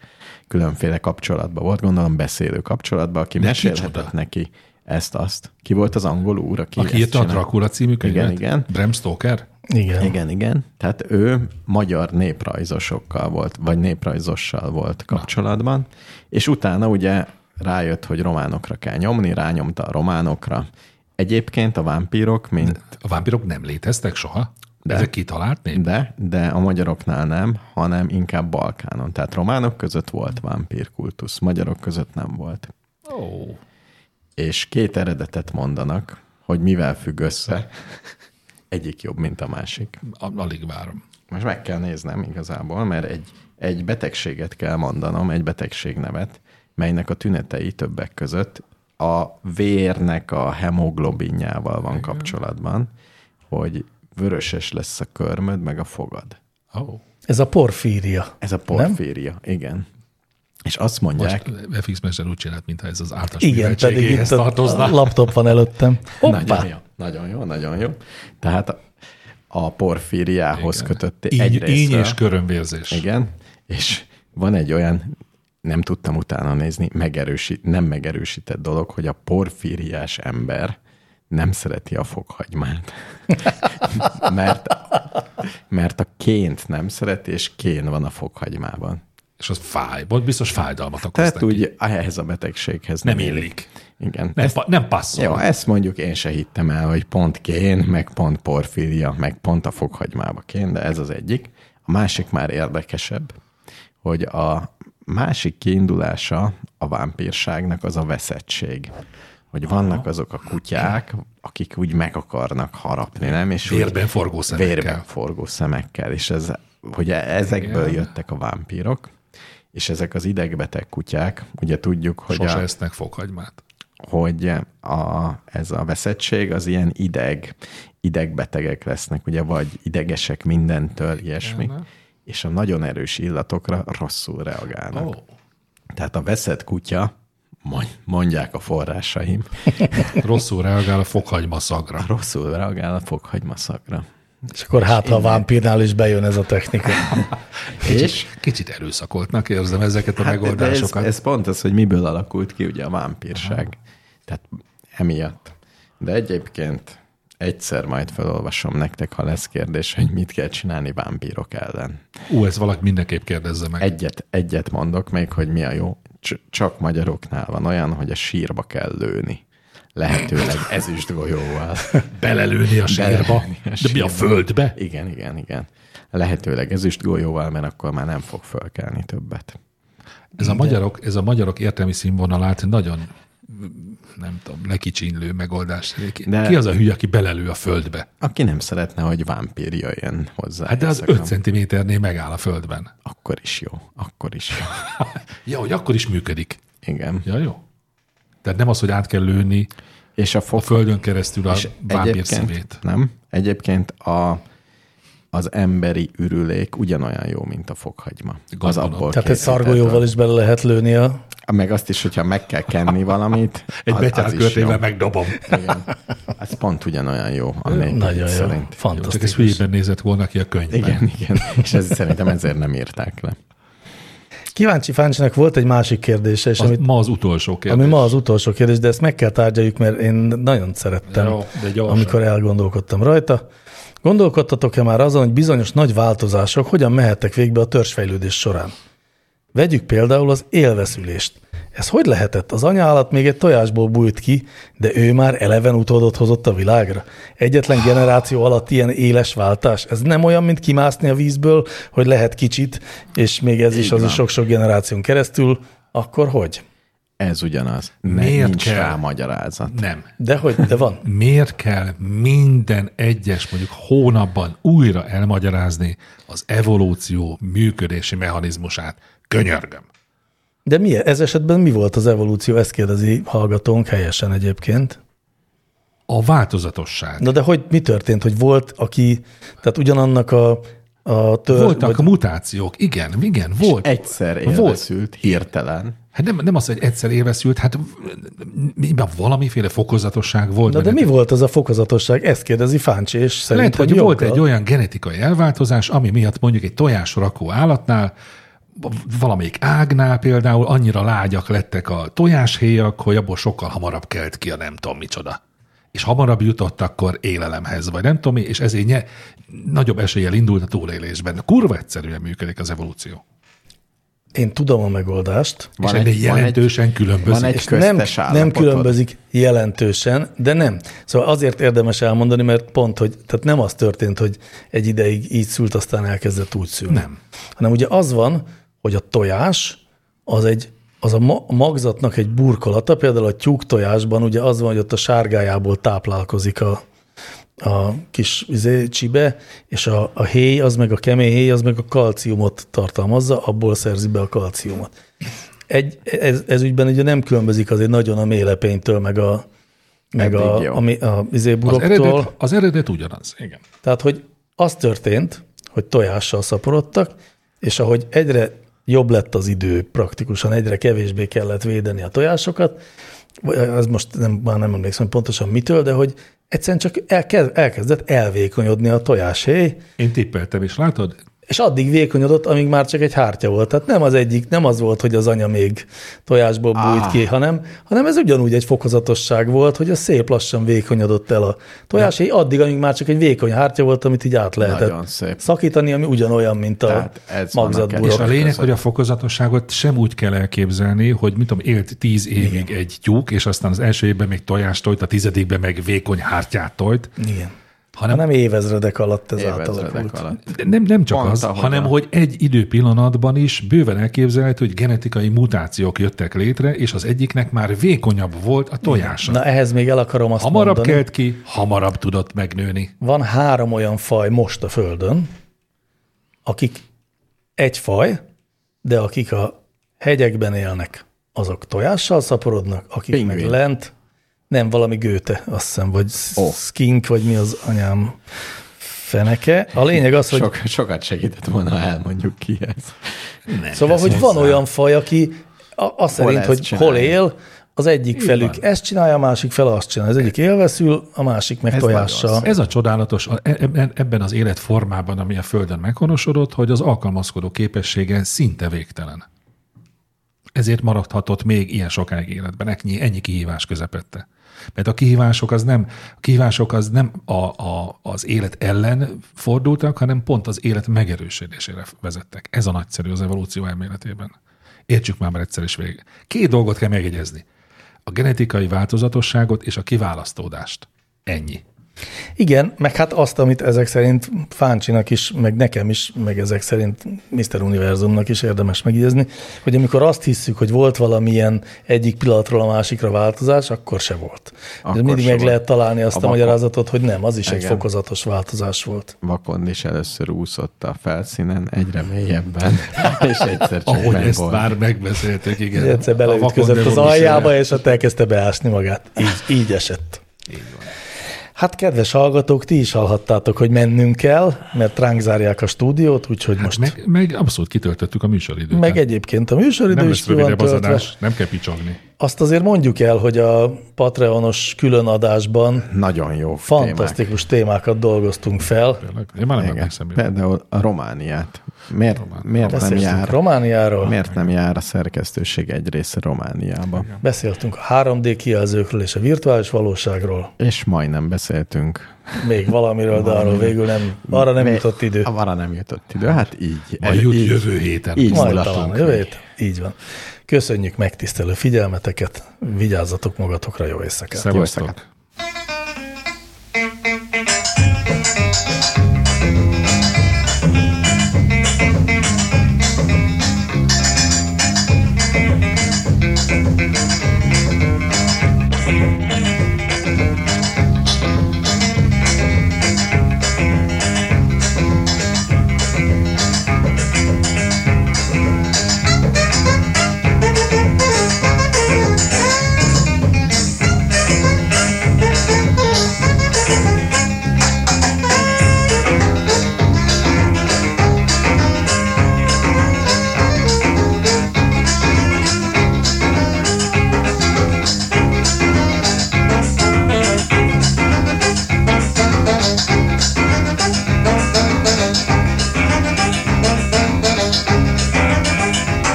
különféle kapcsolatban volt, gondolom beszélő kapcsolatban, aki mesélhetett
kicsoda.
neki ezt-azt. Ki volt az angol úr, aki,
Aki
ezt
írta a
csinált?
Dracula című könyvet?
Igen, igen.
Bram Stoker?
Igen.
Igen, igen. Tehát ő magyar néprajzosokkal volt, vagy néprajzossal volt kapcsolatban, és utána ugye rájött, hogy románokra kell nyomni, rányomta a románokra. Egyébként a vámpírok, mint
A vámpírok nem léteztek soha? De. Ezek kitalált nép?
de, de a magyaroknál nem, hanem inkább Balkánon. Tehát románok között volt vámpírkultusz, magyarok között nem volt.
Oh.
És két eredetet mondanak, hogy mivel függ össze. Egyik jobb, mint a másik.
Alig várom.
Most meg kell néznem igazából, mert egy, egy betegséget kell mondanom, egy betegségnevet, melynek a tünetei többek között a vérnek a hemoglobinjával van kapcsolatban, hogy vöröses lesz a körmöd, meg a fogad.
Oh.
Ez a porfíria.
Ez a porfíria, Nem? igen. És azt mondják, Most
FX Mester úgy csinált, mintha ez az általános
Igen, pedig itt
műveltségéhez
tartozna.
tartozna.
a laptop van előttem. Hoppá!
nagyon jó, nagyon jó, nagyon jó. Tehát a, a porfíriához
Igen.
kötött
Így, így
egyrésztről-
és körömvérzés.
Igen, és van egy olyan, nem tudtam utána nézni, megerősít, nem megerősített dolog, hogy a porfíriás ember nem szereti a fokhagymát. mert, mert a ként nem szereti, és kén van a fokhagymában.
És az fáj. Volt biztos fájdalmat okoztak.
Tehát úgy ehhez a betegséghez
Nem
nem,
illik.
Igen.
Nem, pa, nem passzol.
Jó, ezt mondjuk én se hittem el, hogy pont kén, meg pont porfíria, meg pont a fokhagymába kén, de ez az egyik. A másik már érdekesebb, hogy a másik kiindulása a vámpírságnak az a veszettség. Hogy vannak azok a kutyák, akik úgy meg akarnak harapni, nem? És úgy
Vérben forgó szemekkel.
Vérben forgó szemekkel, és ez, hogy e- ezekből
Igen.
jöttek a vámpírok, és ezek az idegbeteg kutyák, ugye tudjuk, hogy
Sose
a,
esznek fokhagymát.
hogy a, ez a veszettség az ilyen ideg, idegbetegek lesznek, ugye, vagy idegesek mindentől, ilyesmi, és a nagyon erős illatokra rosszul reagálnak.
Ó,
Oh. Tehát a veszett kutya, mond- mondják a forrásaim,
rosszul reagál a fokhagyma szagra.
rosszul reagál a fokhagymaszakra.
És akkor hát, ha a vámpírnál is bejön ez a technika.
És
Kicsit erőszakoltnak érzem ezeket a hát,
hát de ez,
megoldásokat. Ez, ez...
ez pont az, hogy miből alakult ki ugye a vámpírság. Tehát emiatt. De egyébként egyszer majd felolvasom nektek, ha lesz kérdés, hogy mit kell csinálni vámpírok ellen.
Ú, ezt valaki mindenképp kérdezze meg. Egy...
Egyet, egyet mondok még, hogy mi a jó. Cs- csak magyaroknál van olyan, hogy a sírba kell lőni. Lehetőleg ezüst golyóval.
Belelőni a sírba.
Belelőni a
De mi a
sírba.
földbe?
Igen, igen, igen. Lehetőleg ezüst golyóval, mert akkor már nem fog fölkelni többet.
Ez a, magyarok, ez a magyarok értelmi színvonalát nagyon nem tudom, lekicsinlő megoldás. De...
De-
Ki az a hülye, aki belelő a földbe?
Aki nem szeretne, hogy vámpír jöjjön hozzá.
Hát de az
éjszaka,
5 centiméternél megáll a földben.
Akkor is jó, akkor is jó.
Ja, hogy akkor is működik.
Igen.
Ja, jó. Tehát nem az, hogy át kell lőni
És a
a
fog
földön keresztül a
És
vámpír
egyébként-
szívét.
Nem. Egyébként a, az emberi ürülék ugyanolyan jó, mint a fokhagyma. Az
Gondolom.
abból
Tehát egy
készített.
szargolyóval is bele lehet lőni a...
Meg azt is, hogyha meg kell kenni valamit,
Egy
az, az
betyár
is jó.
körtével megdobom.
Igen. Az pont ugyanolyan jó a négy
Nagyon jó.
szerint.
Csak ez
Fantasztikus.
hülyében nézett volna ki a könyvben.
Igen, igen. És ez szerintem ezért nem írták le.
Kíváncsi Fáncsinak volt egy másik kérdése, és
Az,
amit
ma az utolsó kérdés.
Ami ma az utolsó kérdés, de ezt meg kell tárgyaljuk, mert én nagyon szerettem,
Jó, de gyorsan.
amikor elgondolkodtam rajta. Gondolkodtatok-e már azon, hogy bizonyos nagy változások hogyan mehettek végbe a törzsfejlődés során? Vegyük például az élveszülést. Ez hogy lehetett? Az anyállat még egy tojásból bújt ki, de ő már eleven utódot hozott a világra. Egyetlen generáció alatt ilyen éles váltás. Ez nem olyan, mint kimászni a vízből, hogy lehet kicsit, és még ez is
Így
az
van.
is sok-sok generáción keresztül. Akkor hogy?
Ez ugyanaz. Ne,
Miért
nincs
kell?
rá magyarázat.
Nem.
De hogy, de van.
Miért kell minden egyes mondjuk hónapban újra elmagyarázni az evolúció működési mechanizmusát? Könyörgöm.
De mi, ez esetben mi volt az evolúció? Ezt kérdezi hallgatónk helyesen egyébként.
A változatosság.
Na de hogy mi történt, hogy volt, aki, tehát ugyanannak a, a tör,
Voltak
vagy,
mutációk, igen, igen, volt.
Egyszer élveszült, hirtelen.
Hát nem, nem az, hogy egyszer élveszült, hát miben valamiféle fokozatosság volt.
na de
benne.
mi volt az a fokozatosság? Ezt kérdezi Fáncsi, és szerintem
Lehet, hogy volt
joggal.
egy olyan genetikai elváltozás, ami miatt mondjuk egy tojásrakó állatnál, v- valamelyik ágnál például annyira lágyak lettek a tojáshéjak, hogy abból sokkal hamarabb kelt ki a nem tudom micsoda. És hamarabb jutott akkor élelemhez, vagy nem tudom mi, és ezért nye, nagyobb eséllyel indult a túlélésben. Kurva egyszerűen működik az evolúció.
Én tudom a megoldást.
Van és ennél jelentősen egy, különböző.
van egy
És nem,
köztes
nem
állapotod.
különbözik jelentősen, de nem. Szóval azért érdemes elmondani, mert pont, hogy tehát nem az történt, hogy egy ideig így szült, aztán elkezdett úgy szülni.
Nem.
Hanem ugye az van, hogy a tojás az egy az a ma- magzatnak egy burkolata, például a tyúk tojásban ugye az van, hogy ott a sárgájából táplálkozik a, a kis izé, csibe, és a, a héj, az meg a kemény héj, az meg a kalciumot tartalmazza, abból szerzi be a kalciumot. Egy, ez, ez ügyben ugye nem különbözik azért nagyon a mélepénytől, meg a, meg
Eddig
a,
jó.
a, mé- a izé
az,
buroktól.
eredet, az eredet ugyanaz, igen.
Tehát, hogy az történt, hogy tojással szaporodtak, és ahogy egyre jobb lett az idő, praktikusan egyre kevésbé kellett védeni a tojásokat, vagy az most nem, már nem emlékszem hogy pontosan mitől, de hogy egyszerűen csak elkezd, elkezdett elvékonyodni a tojáshéj,
Én tippeltem, és látod,
és addig vékonyodott, amíg már csak egy hártya volt. Tehát nem az egyik, nem az volt, hogy az anya még tojásból
Ah.
bújt ki, hanem, hanem ez ugyanúgy egy fokozatosság volt, hogy a szép lassan vékonyodott el a tojás, addig, amíg már csak egy vékony hártya volt, amit így át lehetett
Nagyon szép.
szakítani, ami ugyanolyan, mint a
Tehát ez van a
magzatburok.
És a
Sok
lényeg,
között.
hogy a fokozatosságot sem úgy kell elképzelni, hogy mit tudom, élt tíz évig egy tyúk, és aztán az első évben még tojást tojt, a tizedikben meg vékony hártyát tojt,
Igen.
hanem
Hanem évezredek alatt ez
Évezredek
átalakult.
alatt.
de nem, nem csak
Pont
az,
ahogyan.
hanem hogy egy időpillanatban is bőven elképzelhető, hogy genetikai mutációk jöttek létre, és az egyiknek már vékonyabb volt a tojása.
Na ehhez még el akarom azt
hamarabb
mondani.
kelt ki, hamarabb tudott megnőni.
van három olyan faj most a Földön, akik egy faj, de akik a hegyekben élnek, azok tojással szaporodnak, akik Pingvin. meg
Pingvin.
lent, nem valami gőte, azt hiszem, vagy oh.
Ó.
skink, vagy mi az anyám feneke. A lényeg az, hogy
Sok, sokat segített volna, ha elmondjuk ki ez. Nem,
Szóval, hogy van olyan faj, aki a- azt
Hol
szerint,
ezt
hogy
csinálja.
hol él, az egyik Így felük van. ezt csinálja, a másik fel azt csinálja. Az egyik élveszül, a másik meg
Ez
tojással.
nagyon
Ez a csodálatos e- e- ebben az életformában, ami a Földön meghonosodott, hogy az alkalmazkodó képessége szinte végtelen. Ezért maradhatott még ilyen sokáig életben, ennyi, ennyi kihívás közepette. Mert a kihívások az nem, a kihívások az, nem a, a, az élet ellen fordultak, hanem pont az élet megerősödésére vezettek. Ez a nagyszerű az evolúció elméletében. Értsük már, már egyszer is végig. Két dolgot kell megjegyezni. A genetikai változatosságot és a kiválasztódást. Ennyi.
Igen, meg hát azt, amit ezek szerint Fáncsinak is, meg nekem is, meg ezek szerint Mr. Univerzumnak is érdemes megjegyezni, hogy amikor azt hisszük, hogy volt valamilyen egyik pillanatról a másikra változás, akkor se volt. De
Akkor
mindig
se
meg
volt.
lehet találni azt a,
A vaka-
magyarázatot, hogy nem, az is egy
Igen.
fokozatos változás volt.
Vakond is először úszott a felszínen, egyre mélyebben, és egyszer csak
Ahogy
meg
ezt
volt.
már megbeszéltük, igen.
Egyszer
A
beleütközött az
vakondemon is
aljába,
ilyen.
és ott elkezdte beásni magát. Így, így esett. Hát kedves hallgatók, ti is hallhattátok, hogy mennünk kell, mert ránk zárják a stúdiót, úgyhogy most...
Hát Meg, meg abszolút kitöltöttük a műsoridőt.
Meg
Tehát
egyébként a műsoridő
nem
is
lesz
ki van
rövidebb az
töltve.
adás, nem kell picsogni.
Azt azért mondjuk el, hogy a Patreonos különadásban
Nagyon jó
fantasztikus témákat dolgoztunk fel.
Tényleg. Én már nem
témák. Igen.
emlékszem. mire.
Például a Romániát. Miért, miért nem
Beszéltünk
jár?
Romániáról,
Miért nem jár a szerkesztőség egy része Romániába?
beszéltünk a 3D kijelzőkről és a virtuális valóságról,
És majdnem beszéltünk.
még valamiről, de arról végül nem, arra nem
Mi-
jutott idő.
Arra nem jutott idő. Hát így.
A jut
így,
jövő héten.
Így
Majd talán
mulatunk.
jövő hét. Így van. Köszönjük megtisztelő figyelmeteket, vigyázzatok magatokra, jó éjszakát!
Szevasztok.
éjszakát.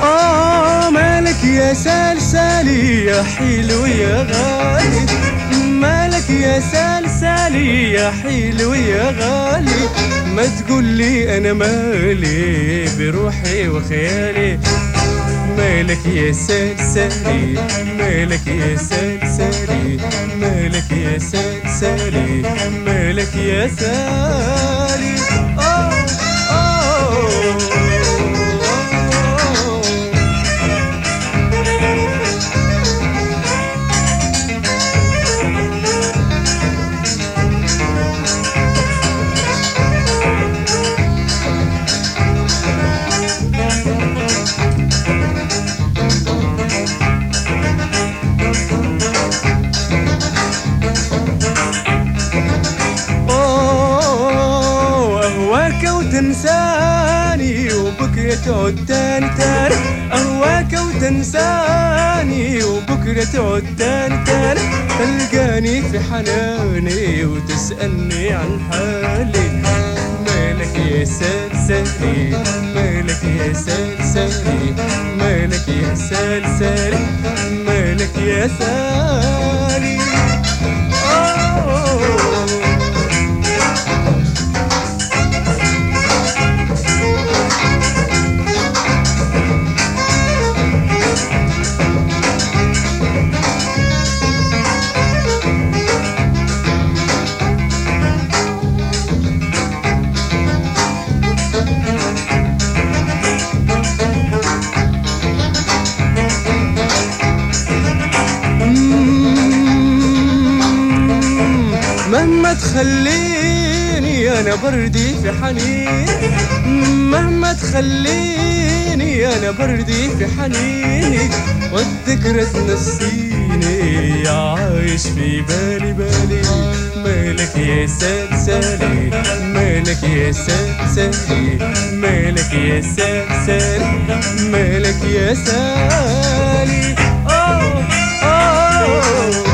آه، يا حلو يا غالي مالك يا سلسالي يا حلو يا غالي ما تقول لي انا مالي بروحي وخيالي مالك يا سلسالي مالك يا سلسالي مالك يا سلسالي مالك يا سالي آه، أوه أوه أوه أوه، أهواك وتنساني وبكرة تعود تاني تاني أهواك وتنساني وبكرة تعود تاني تاني تلقاني في حناني وتسألني عن حالي مالك يا سلسلي مالك يا سلسلي مالك يا سلسلي مالك يا سالي أوه. مهما تخليني انا بردي في حنين مهما تخليني انا بردي في حنينك والذكرى تنسيني يا عايش في بالي بالي مالك يا سلسلي مالك يا سلسلي مالك يا سلسلي مالك يا سالي أوه أوه أوه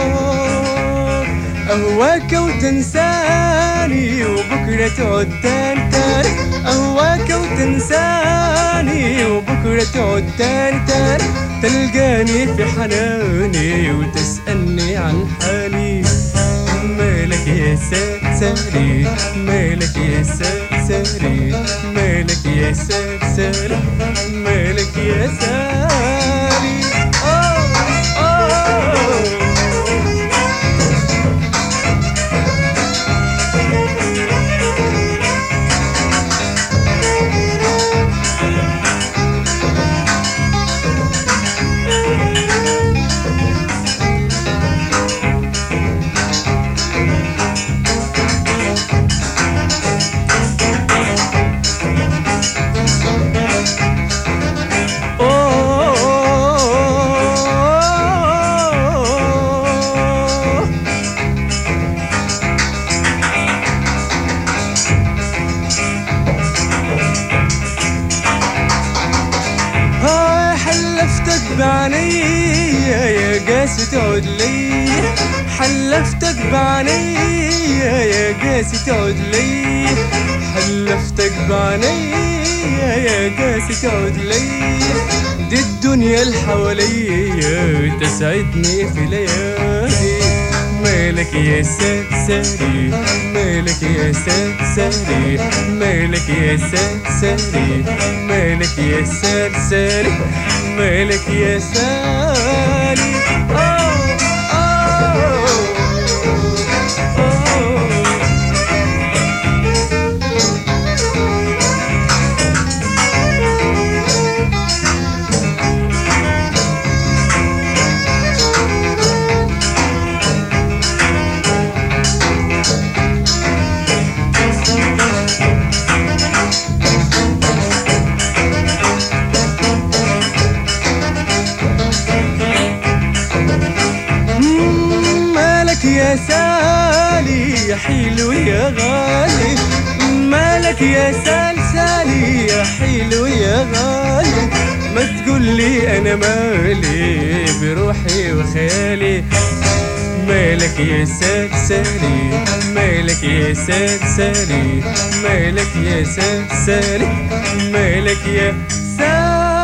أوه، أهواك وتنساني وبكرة تعود تاني تاني أهواك وتنساني وبكرة تعود تاني تاني تلقاني في حناني وتسألني عن حالي مالك يا سلسلي مالك يا سلسلي مالك يا سلسلي مالك يا سالي أوه أوه أوه هاي حلفتك بعينيا يا قاسي تعود لي حلفتك بعينيا يا قاسي تعود لي حلفتك بعينيا يا قاسي تعود لي دي الدنيا اللي حواليا تسعدني في ليالي مالك يا سلسلي مالك يا سلسلي مالك يا سلسلي مالك يا سلسلي مالك يا سالي أوه، أوه، أوه. يا حلو يا غالي مالك يا سلسالي يا حلو يا غالي ما تقولي انا مالي بروحي وخيالي مالك يا سلسالي مالك يا سلسالي مالك يا سلسالي مالك يا سلسالي